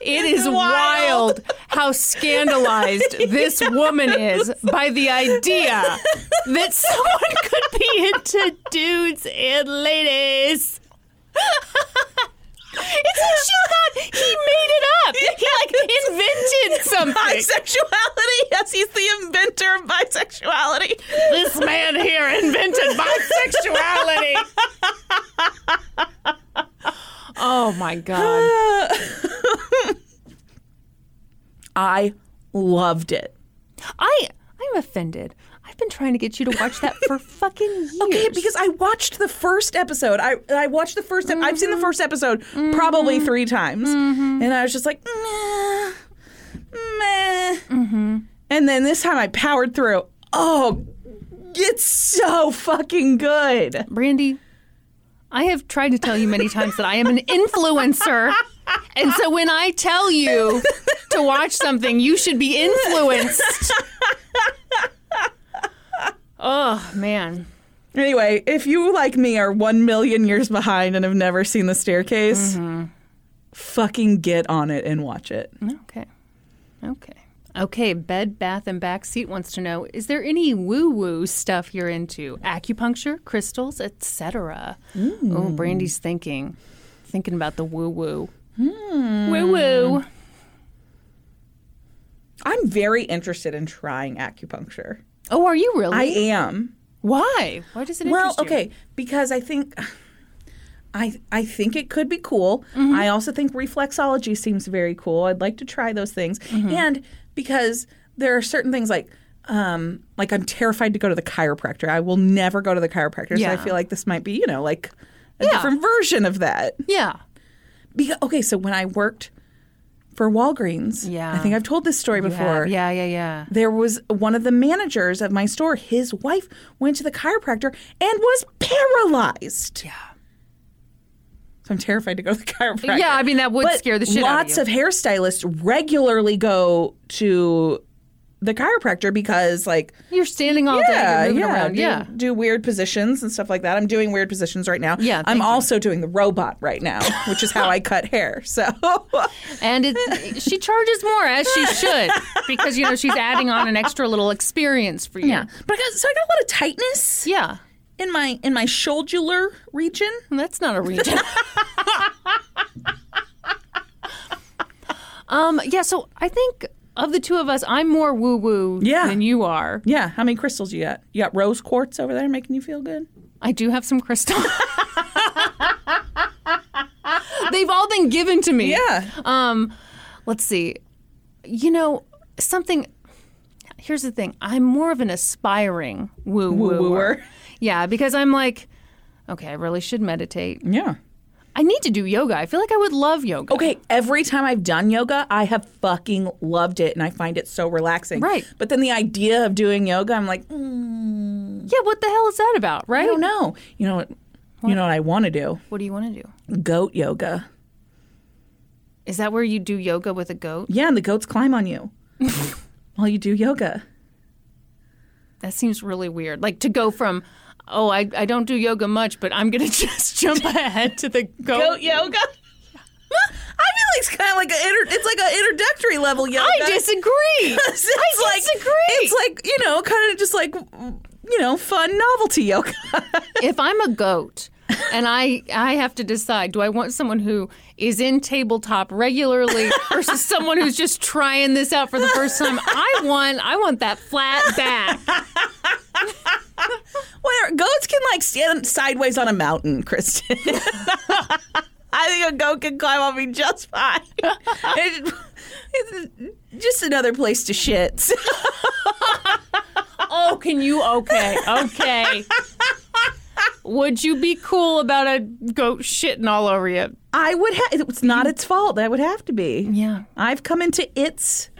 [SPEAKER 1] It is wild how scandalized this woman is by the idea that someone could be into dudes and ladies. It's like she thought he made it up. He like invented something.
[SPEAKER 2] Bisexuality. Yes, he's the inventor of bisexuality.
[SPEAKER 1] This man here invented bisexuality. oh my god.
[SPEAKER 2] I loved it.
[SPEAKER 1] I I'm offended. I've been trying to get you to watch that for fucking years.
[SPEAKER 2] Okay, because I watched the first episode. I I watched the 1st ep- I've seen the first episode probably three times, and I was just like, meh, meh. Mm-hmm. And then this time I powered through. Oh, it's so fucking good.
[SPEAKER 1] Brandy, I have tried to tell you many times that I am an influencer. And so when I tell you to watch something, you should be influenced. Oh, man.
[SPEAKER 2] Anyway, if you like me are one million years behind and have never seen the staircase, fucking get on it and watch it.
[SPEAKER 1] Okay. Okay. Okay, Bed Bath and Backseat wants to know, is there any woo-woo stuff you're into? Acupuncture, crystals, etc.
[SPEAKER 2] Hmm.
[SPEAKER 1] Oh, Brandy's thinking. Thinking about the woo-woo.
[SPEAKER 2] Hmm.
[SPEAKER 1] Woo-woo.
[SPEAKER 2] I'm very interested in trying acupuncture.
[SPEAKER 1] Oh, are you really?
[SPEAKER 2] I am.
[SPEAKER 1] Why? Why does it
[SPEAKER 2] Well,
[SPEAKER 1] interest you?
[SPEAKER 2] okay, because I think I I think it could be cool.
[SPEAKER 1] Mm-hmm.
[SPEAKER 2] I also think reflexology seems very cool. I'd like to try those things.
[SPEAKER 1] Mm-hmm.
[SPEAKER 2] And because there are certain things like um like I'm terrified to go to the chiropractor. I will never go to the chiropractor.
[SPEAKER 1] Yeah.
[SPEAKER 2] So I feel like this might be, you know, like a
[SPEAKER 1] Yeah.
[SPEAKER 2] different version of that.
[SPEAKER 1] Yeah.
[SPEAKER 2] Because, okay, so when I worked for Walgreens,
[SPEAKER 1] Yeah.
[SPEAKER 2] I think I've told this story
[SPEAKER 1] Yeah,
[SPEAKER 2] before.
[SPEAKER 1] Yeah, yeah, yeah.
[SPEAKER 2] There was one of the managers of my store, his wife went to the chiropractor and was paralyzed.
[SPEAKER 1] Yeah.
[SPEAKER 2] So I'm terrified to go to the chiropractor.
[SPEAKER 1] Yeah, I mean, that would
[SPEAKER 2] But
[SPEAKER 1] scare the shit out of
[SPEAKER 2] Lots
[SPEAKER 1] you.
[SPEAKER 2] of hairstylists regularly go to the chiropractor because, like,
[SPEAKER 1] You're standing all
[SPEAKER 2] yeah,
[SPEAKER 1] day, you're Oh, moving
[SPEAKER 2] yeah,
[SPEAKER 1] around.
[SPEAKER 2] do,
[SPEAKER 1] Yeah.
[SPEAKER 2] do weird positions and stuff like that. I'm doing weird positions right now.
[SPEAKER 1] Yeah,
[SPEAKER 2] I'm
[SPEAKER 1] thank you.
[SPEAKER 2] also doing the robot right now, which is how I cut hair. So,
[SPEAKER 1] And it, she charges more as she should because you know she's adding on an extra little experience for you.
[SPEAKER 2] yeah, but I got so I got a lot of tightness
[SPEAKER 1] Yeah.
[SPEAKER 2] in my in my shoulder region.
[SPEAKER 1] And That's not a region. um yeah, so I think of the two of us, I'm more woo woo
[SPEAKER 2] Yeah.
[SPEAKER 1] than you are.
[SPEAKER 2] Yeah, how many crystals you got? You got rose quartz over there making you feel good?
[SPEAKER 1] I do have some crystal. They've all been given to me.
[SPEAKER 2] Yeah.
[SPEAKER 1] Um, let's see. You know, something. Here's the thing. I'm more of an aspiring woo
[SPEAKER 2] Woo-wooer.
[SPEAKER 1] wooer. Yeah, because I'm like, okay, I really should meditate.
[SPEAKER 2] Yeah.
[SPEAKER 1] I need to do yoga. I feel like I would love yoga.
[SPEAKER 2] Okay, every time I've done yoga, I have fucking loved it and I find it so relaxing.
[SPEAKER 1] Right.
[SPEAKER 2] But then the idea of doing yoga, I'm like, mm,
[SPEAKER 1] Yeah. What the hell is that about? Right.
[SPEAKER 2] I don't know. You know what, you know what I want to do?
[SPEAKER 1] What do you want to do?
[SPEAKER 2] Goat yoga.
[SPEAKER 1] Is that where you do yoga with a goat?
[SPEAKER 2] Yeah, and the goats climb on you while you do yoga.
[SPEAKER 1] That seems really weird. Like to go from, oh, I, I don't do yoga much, but I'm gonna just jump ahead to the goat.
[SPEAKER 2] yoga? I feel like it's kind of like an inter- it's like an introductory level yoga.
[SPEAKER 1] I disagree.
[SPEAKER 2] It's I
[SPEAKER 1] disagree.
[SPEAKER 2] Like, it's like you know, kind of just like you know, fun novelty yoga.
[SPEAKER 1] if I'm a goat and I I have to decide, do I want someone who is in tabletop regularly versus someone who's just trying this out for the first time? I want I want that flat back.
[SPEAKER 2] Where goats can like stand sideways on a mountain, Kristen. I think a goat can climb on me just fine. It- it's just another place to shit. So-
[SPEAKER 1] Oh, can you? Okay, okay. Would you be cool about a goat shitting all over you?
[SPEAKER 2] I would have. It's not its fault. I would have to be.
[SPEAKER 1] Yeah.
[SPEAKER 2] I've come into its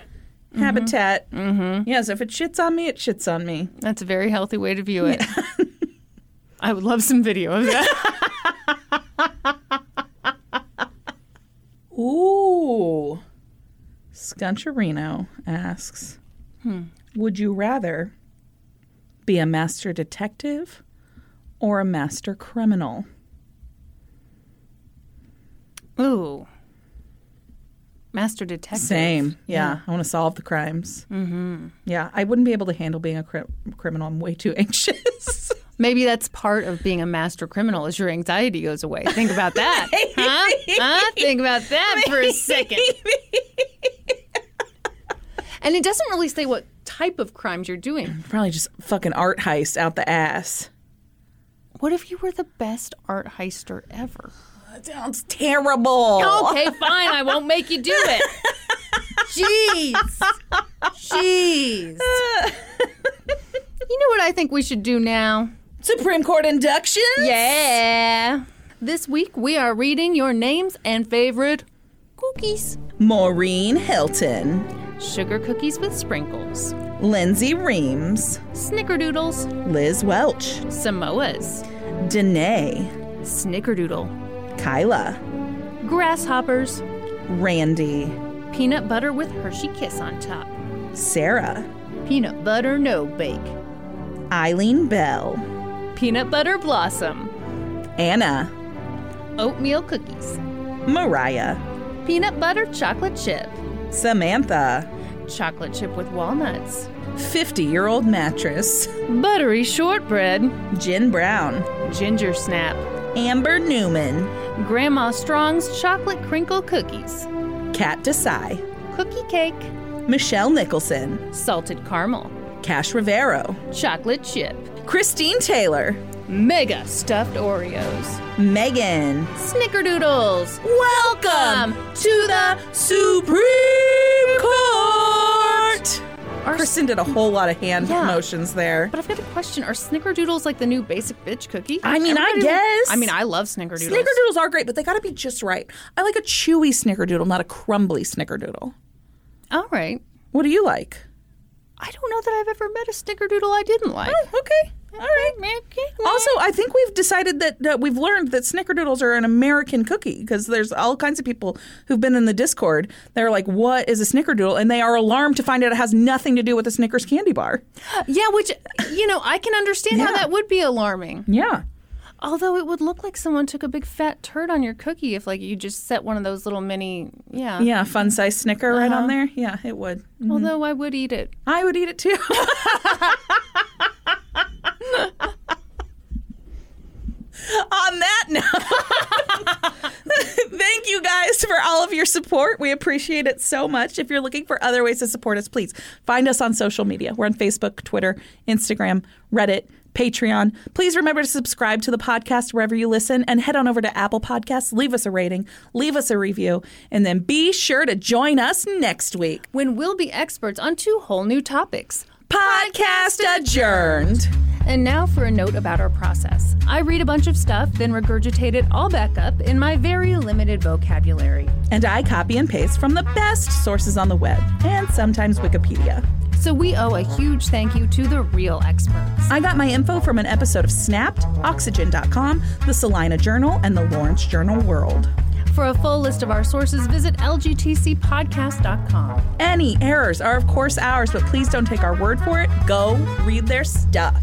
[SPEAKER 2] habitat. Mm-hmm. Yeah. So if it shits on me, it shits on me.
[SPEAKER 1] That's a very healthy way to view it. I would love some video of that.
[SPEAKER 2] Ooh. Scuncharino asks Hmm. Would you rather be a master detective or a master criminal?
[SPEAKER 1] Ooh. master detective.
[SPEAKER 2] Same. Yeah. I want to solve the crimes. Mm-hmm. Yeah. I wouldn't be able to handle being a cri- criminal. I'm way too anxious.
[SPEAKER 1] Maybe that's part of being a master criminal is your anxiety goes away. Think about that. huh? Huh? Think about that for a second. and it doesn't really say what type of crimes you're doing.
[SPEAKER 2] Probably just fucking art heist out the ass.
[SPEAKER 1] What if you were the best art heister ever?
[SPEAKER 2] That sounds terrible.
[SPEAKER 1] Okay, fine. I won't make you do it. Jeez. Jeez. You know what I think we should do now?
[SPEAKER 2] Supreme Court induction?
[SPEAKER 1] Yeah. This week we are reading your names and favorite cookies.
[SPEAKER 2] Maureen Hilton,
[SPEAKER 1] Sugar cookies with sprinkles,
[SPEAKER 2] Lindsay Reams,
[SPEAKER 1] snickerdoodles,
[SPEAKER 2] Liz Welch,
[SPEAKER 1] Samoas,
[SPEAKER 2] Danae,
[SPEAKER 1] snickerdoodle,
[SPEAKER 2] Kyla,
[SPEAKER 1] grasshoppers,
[SPEAKER 2] Randy,
[SPEAKER 1] peanut butter with Hershey Kiss on top,
[SPEAKER 2] Sarah,
[SPEAKER 1] peanut butter no bake,
[SPEAKER 2] Eileen Bell,
[SPEAKER 1] peanut butter blossom,
[SPEAKER 2] Anna,
[SPEAKER 1] oatmeal cookies,
[SPEAKER 2] Mariah,
[SPEAKER 1] peanut butter chocolate chip,
[SPEAKER 2] Samantha,
[SPEAKER 1] chocolate chip with walnuts,
[SPEAKER 2] 50 year old mattress,
[SPEAKER 1] buttery shortbread,
[SPEAKER 2] Jen Brown,
[SPEAKER 1] ginger snap,
[SPEAKER 2] Amber Newman,
[SPEAKER 1] Grandma Strong's chocolate crinkle cookies,
[SPEAKER 2] Kat Desai,
[SPEAKER 1] cookie cake,
[SPEAKER 2] Michelle Nicholson,
[SPEAKER 1] salted caramel,
[SPEAKER 2] Cash Rivero,
[SPEAKER 1] chocolate chip,
[SPEAKER 2] Christine Taylor,
[SPEAKER 1] mega stuffed Oreos,
[SPEAKER 2] Megan.
[SPEAKER 1] snickerdoodles.
[SPEAKER 2] Welcome to the Supreme Court.
[SPEAKER 1] Are-
[SPEAKER 2] Kristen did a whole lot of hand
[SPEAKER 1] Yeah.
[SPEAKER 2] motions there.
[SPEAKER 1] But I've got a question. Are snickerdoodles like the new basic bitch cookie?
[SPEAKER 2] I mean, I guess.
[SPEAKER 1] I mean, I love snickerdoodles.
[SPEAKER 2] Snickerdoodles are great, but they got to be just right. I like a chewy snickerdoodle, not a crumbly snickerdoodle.
[SPEAKER 1] All right.
[SPEAKER 2] What do you like?
[SPEAKER 1] I don't know that I've ever met a snickerdoodle I didn't like.
[SPEAKER 2] Okay. All right. Also, I think we've decided that, that we've learned that snickerdoodles are an American cookie because there's all kinds of people who've been in the Discord. They're like, what is a snickerdoodle? And they are alarmed to find out it has nothing to do with a Snickers candy bar.
[SPEAKER 1] Yeah, which, you know, I can understand how
[SPEAKER 2] Yeah.
[SPEAKER 1] that would be alarming.
[SPEAKER 2] Yeah.
[SPEAKER 1] Although it would look like someone took a big fat turd on your cookie if, like, you just set one of those little mini. Yeah.
[SPEAKER 2] Yeah, fun size snicker right on there. Yeah, it would.
[SPEAKER 1] Although I would eat it.
[SPEAKER 2] I would eat it too. on that note, thank you guys for all of your support. We appreciate it so much. If you're looking for other ways to support us, please find us on social media. We're on Facebook, Twitter, Instagram, Reddit. Patreon. Please remember to subscribe to the podcast wherever you listen and head on over to Apple Podcasts, leave us a rating, leave us a review, and then be sure to join us next week
[SPEAKER 1] When we'll be experts on two whole new topics.
[SPEAKER 2] podcast adjourned.
[SPEAKER 1] And now for a note about our process. I read a bunch of stuff, then regurgitate it all back up in my very limited vocabulary.
[SPEAKER 2] And I copy and paste from the best sources on the web and sometimes Wikipedia.
[SPEAKER 1] So we owe a huge thank you to the real experts.
[SPEAKER 2] I got my info from an episode of Snapped, Oxygen.com, the Salina Journal, and the Lawrence Journal World.
[SPEAKER 1] For a full list of our sources, visit lgtcpodcast.com.
[SPEAKER 2] Any errors are, of course, ours, but please don't take our word for it. Go read their stuff.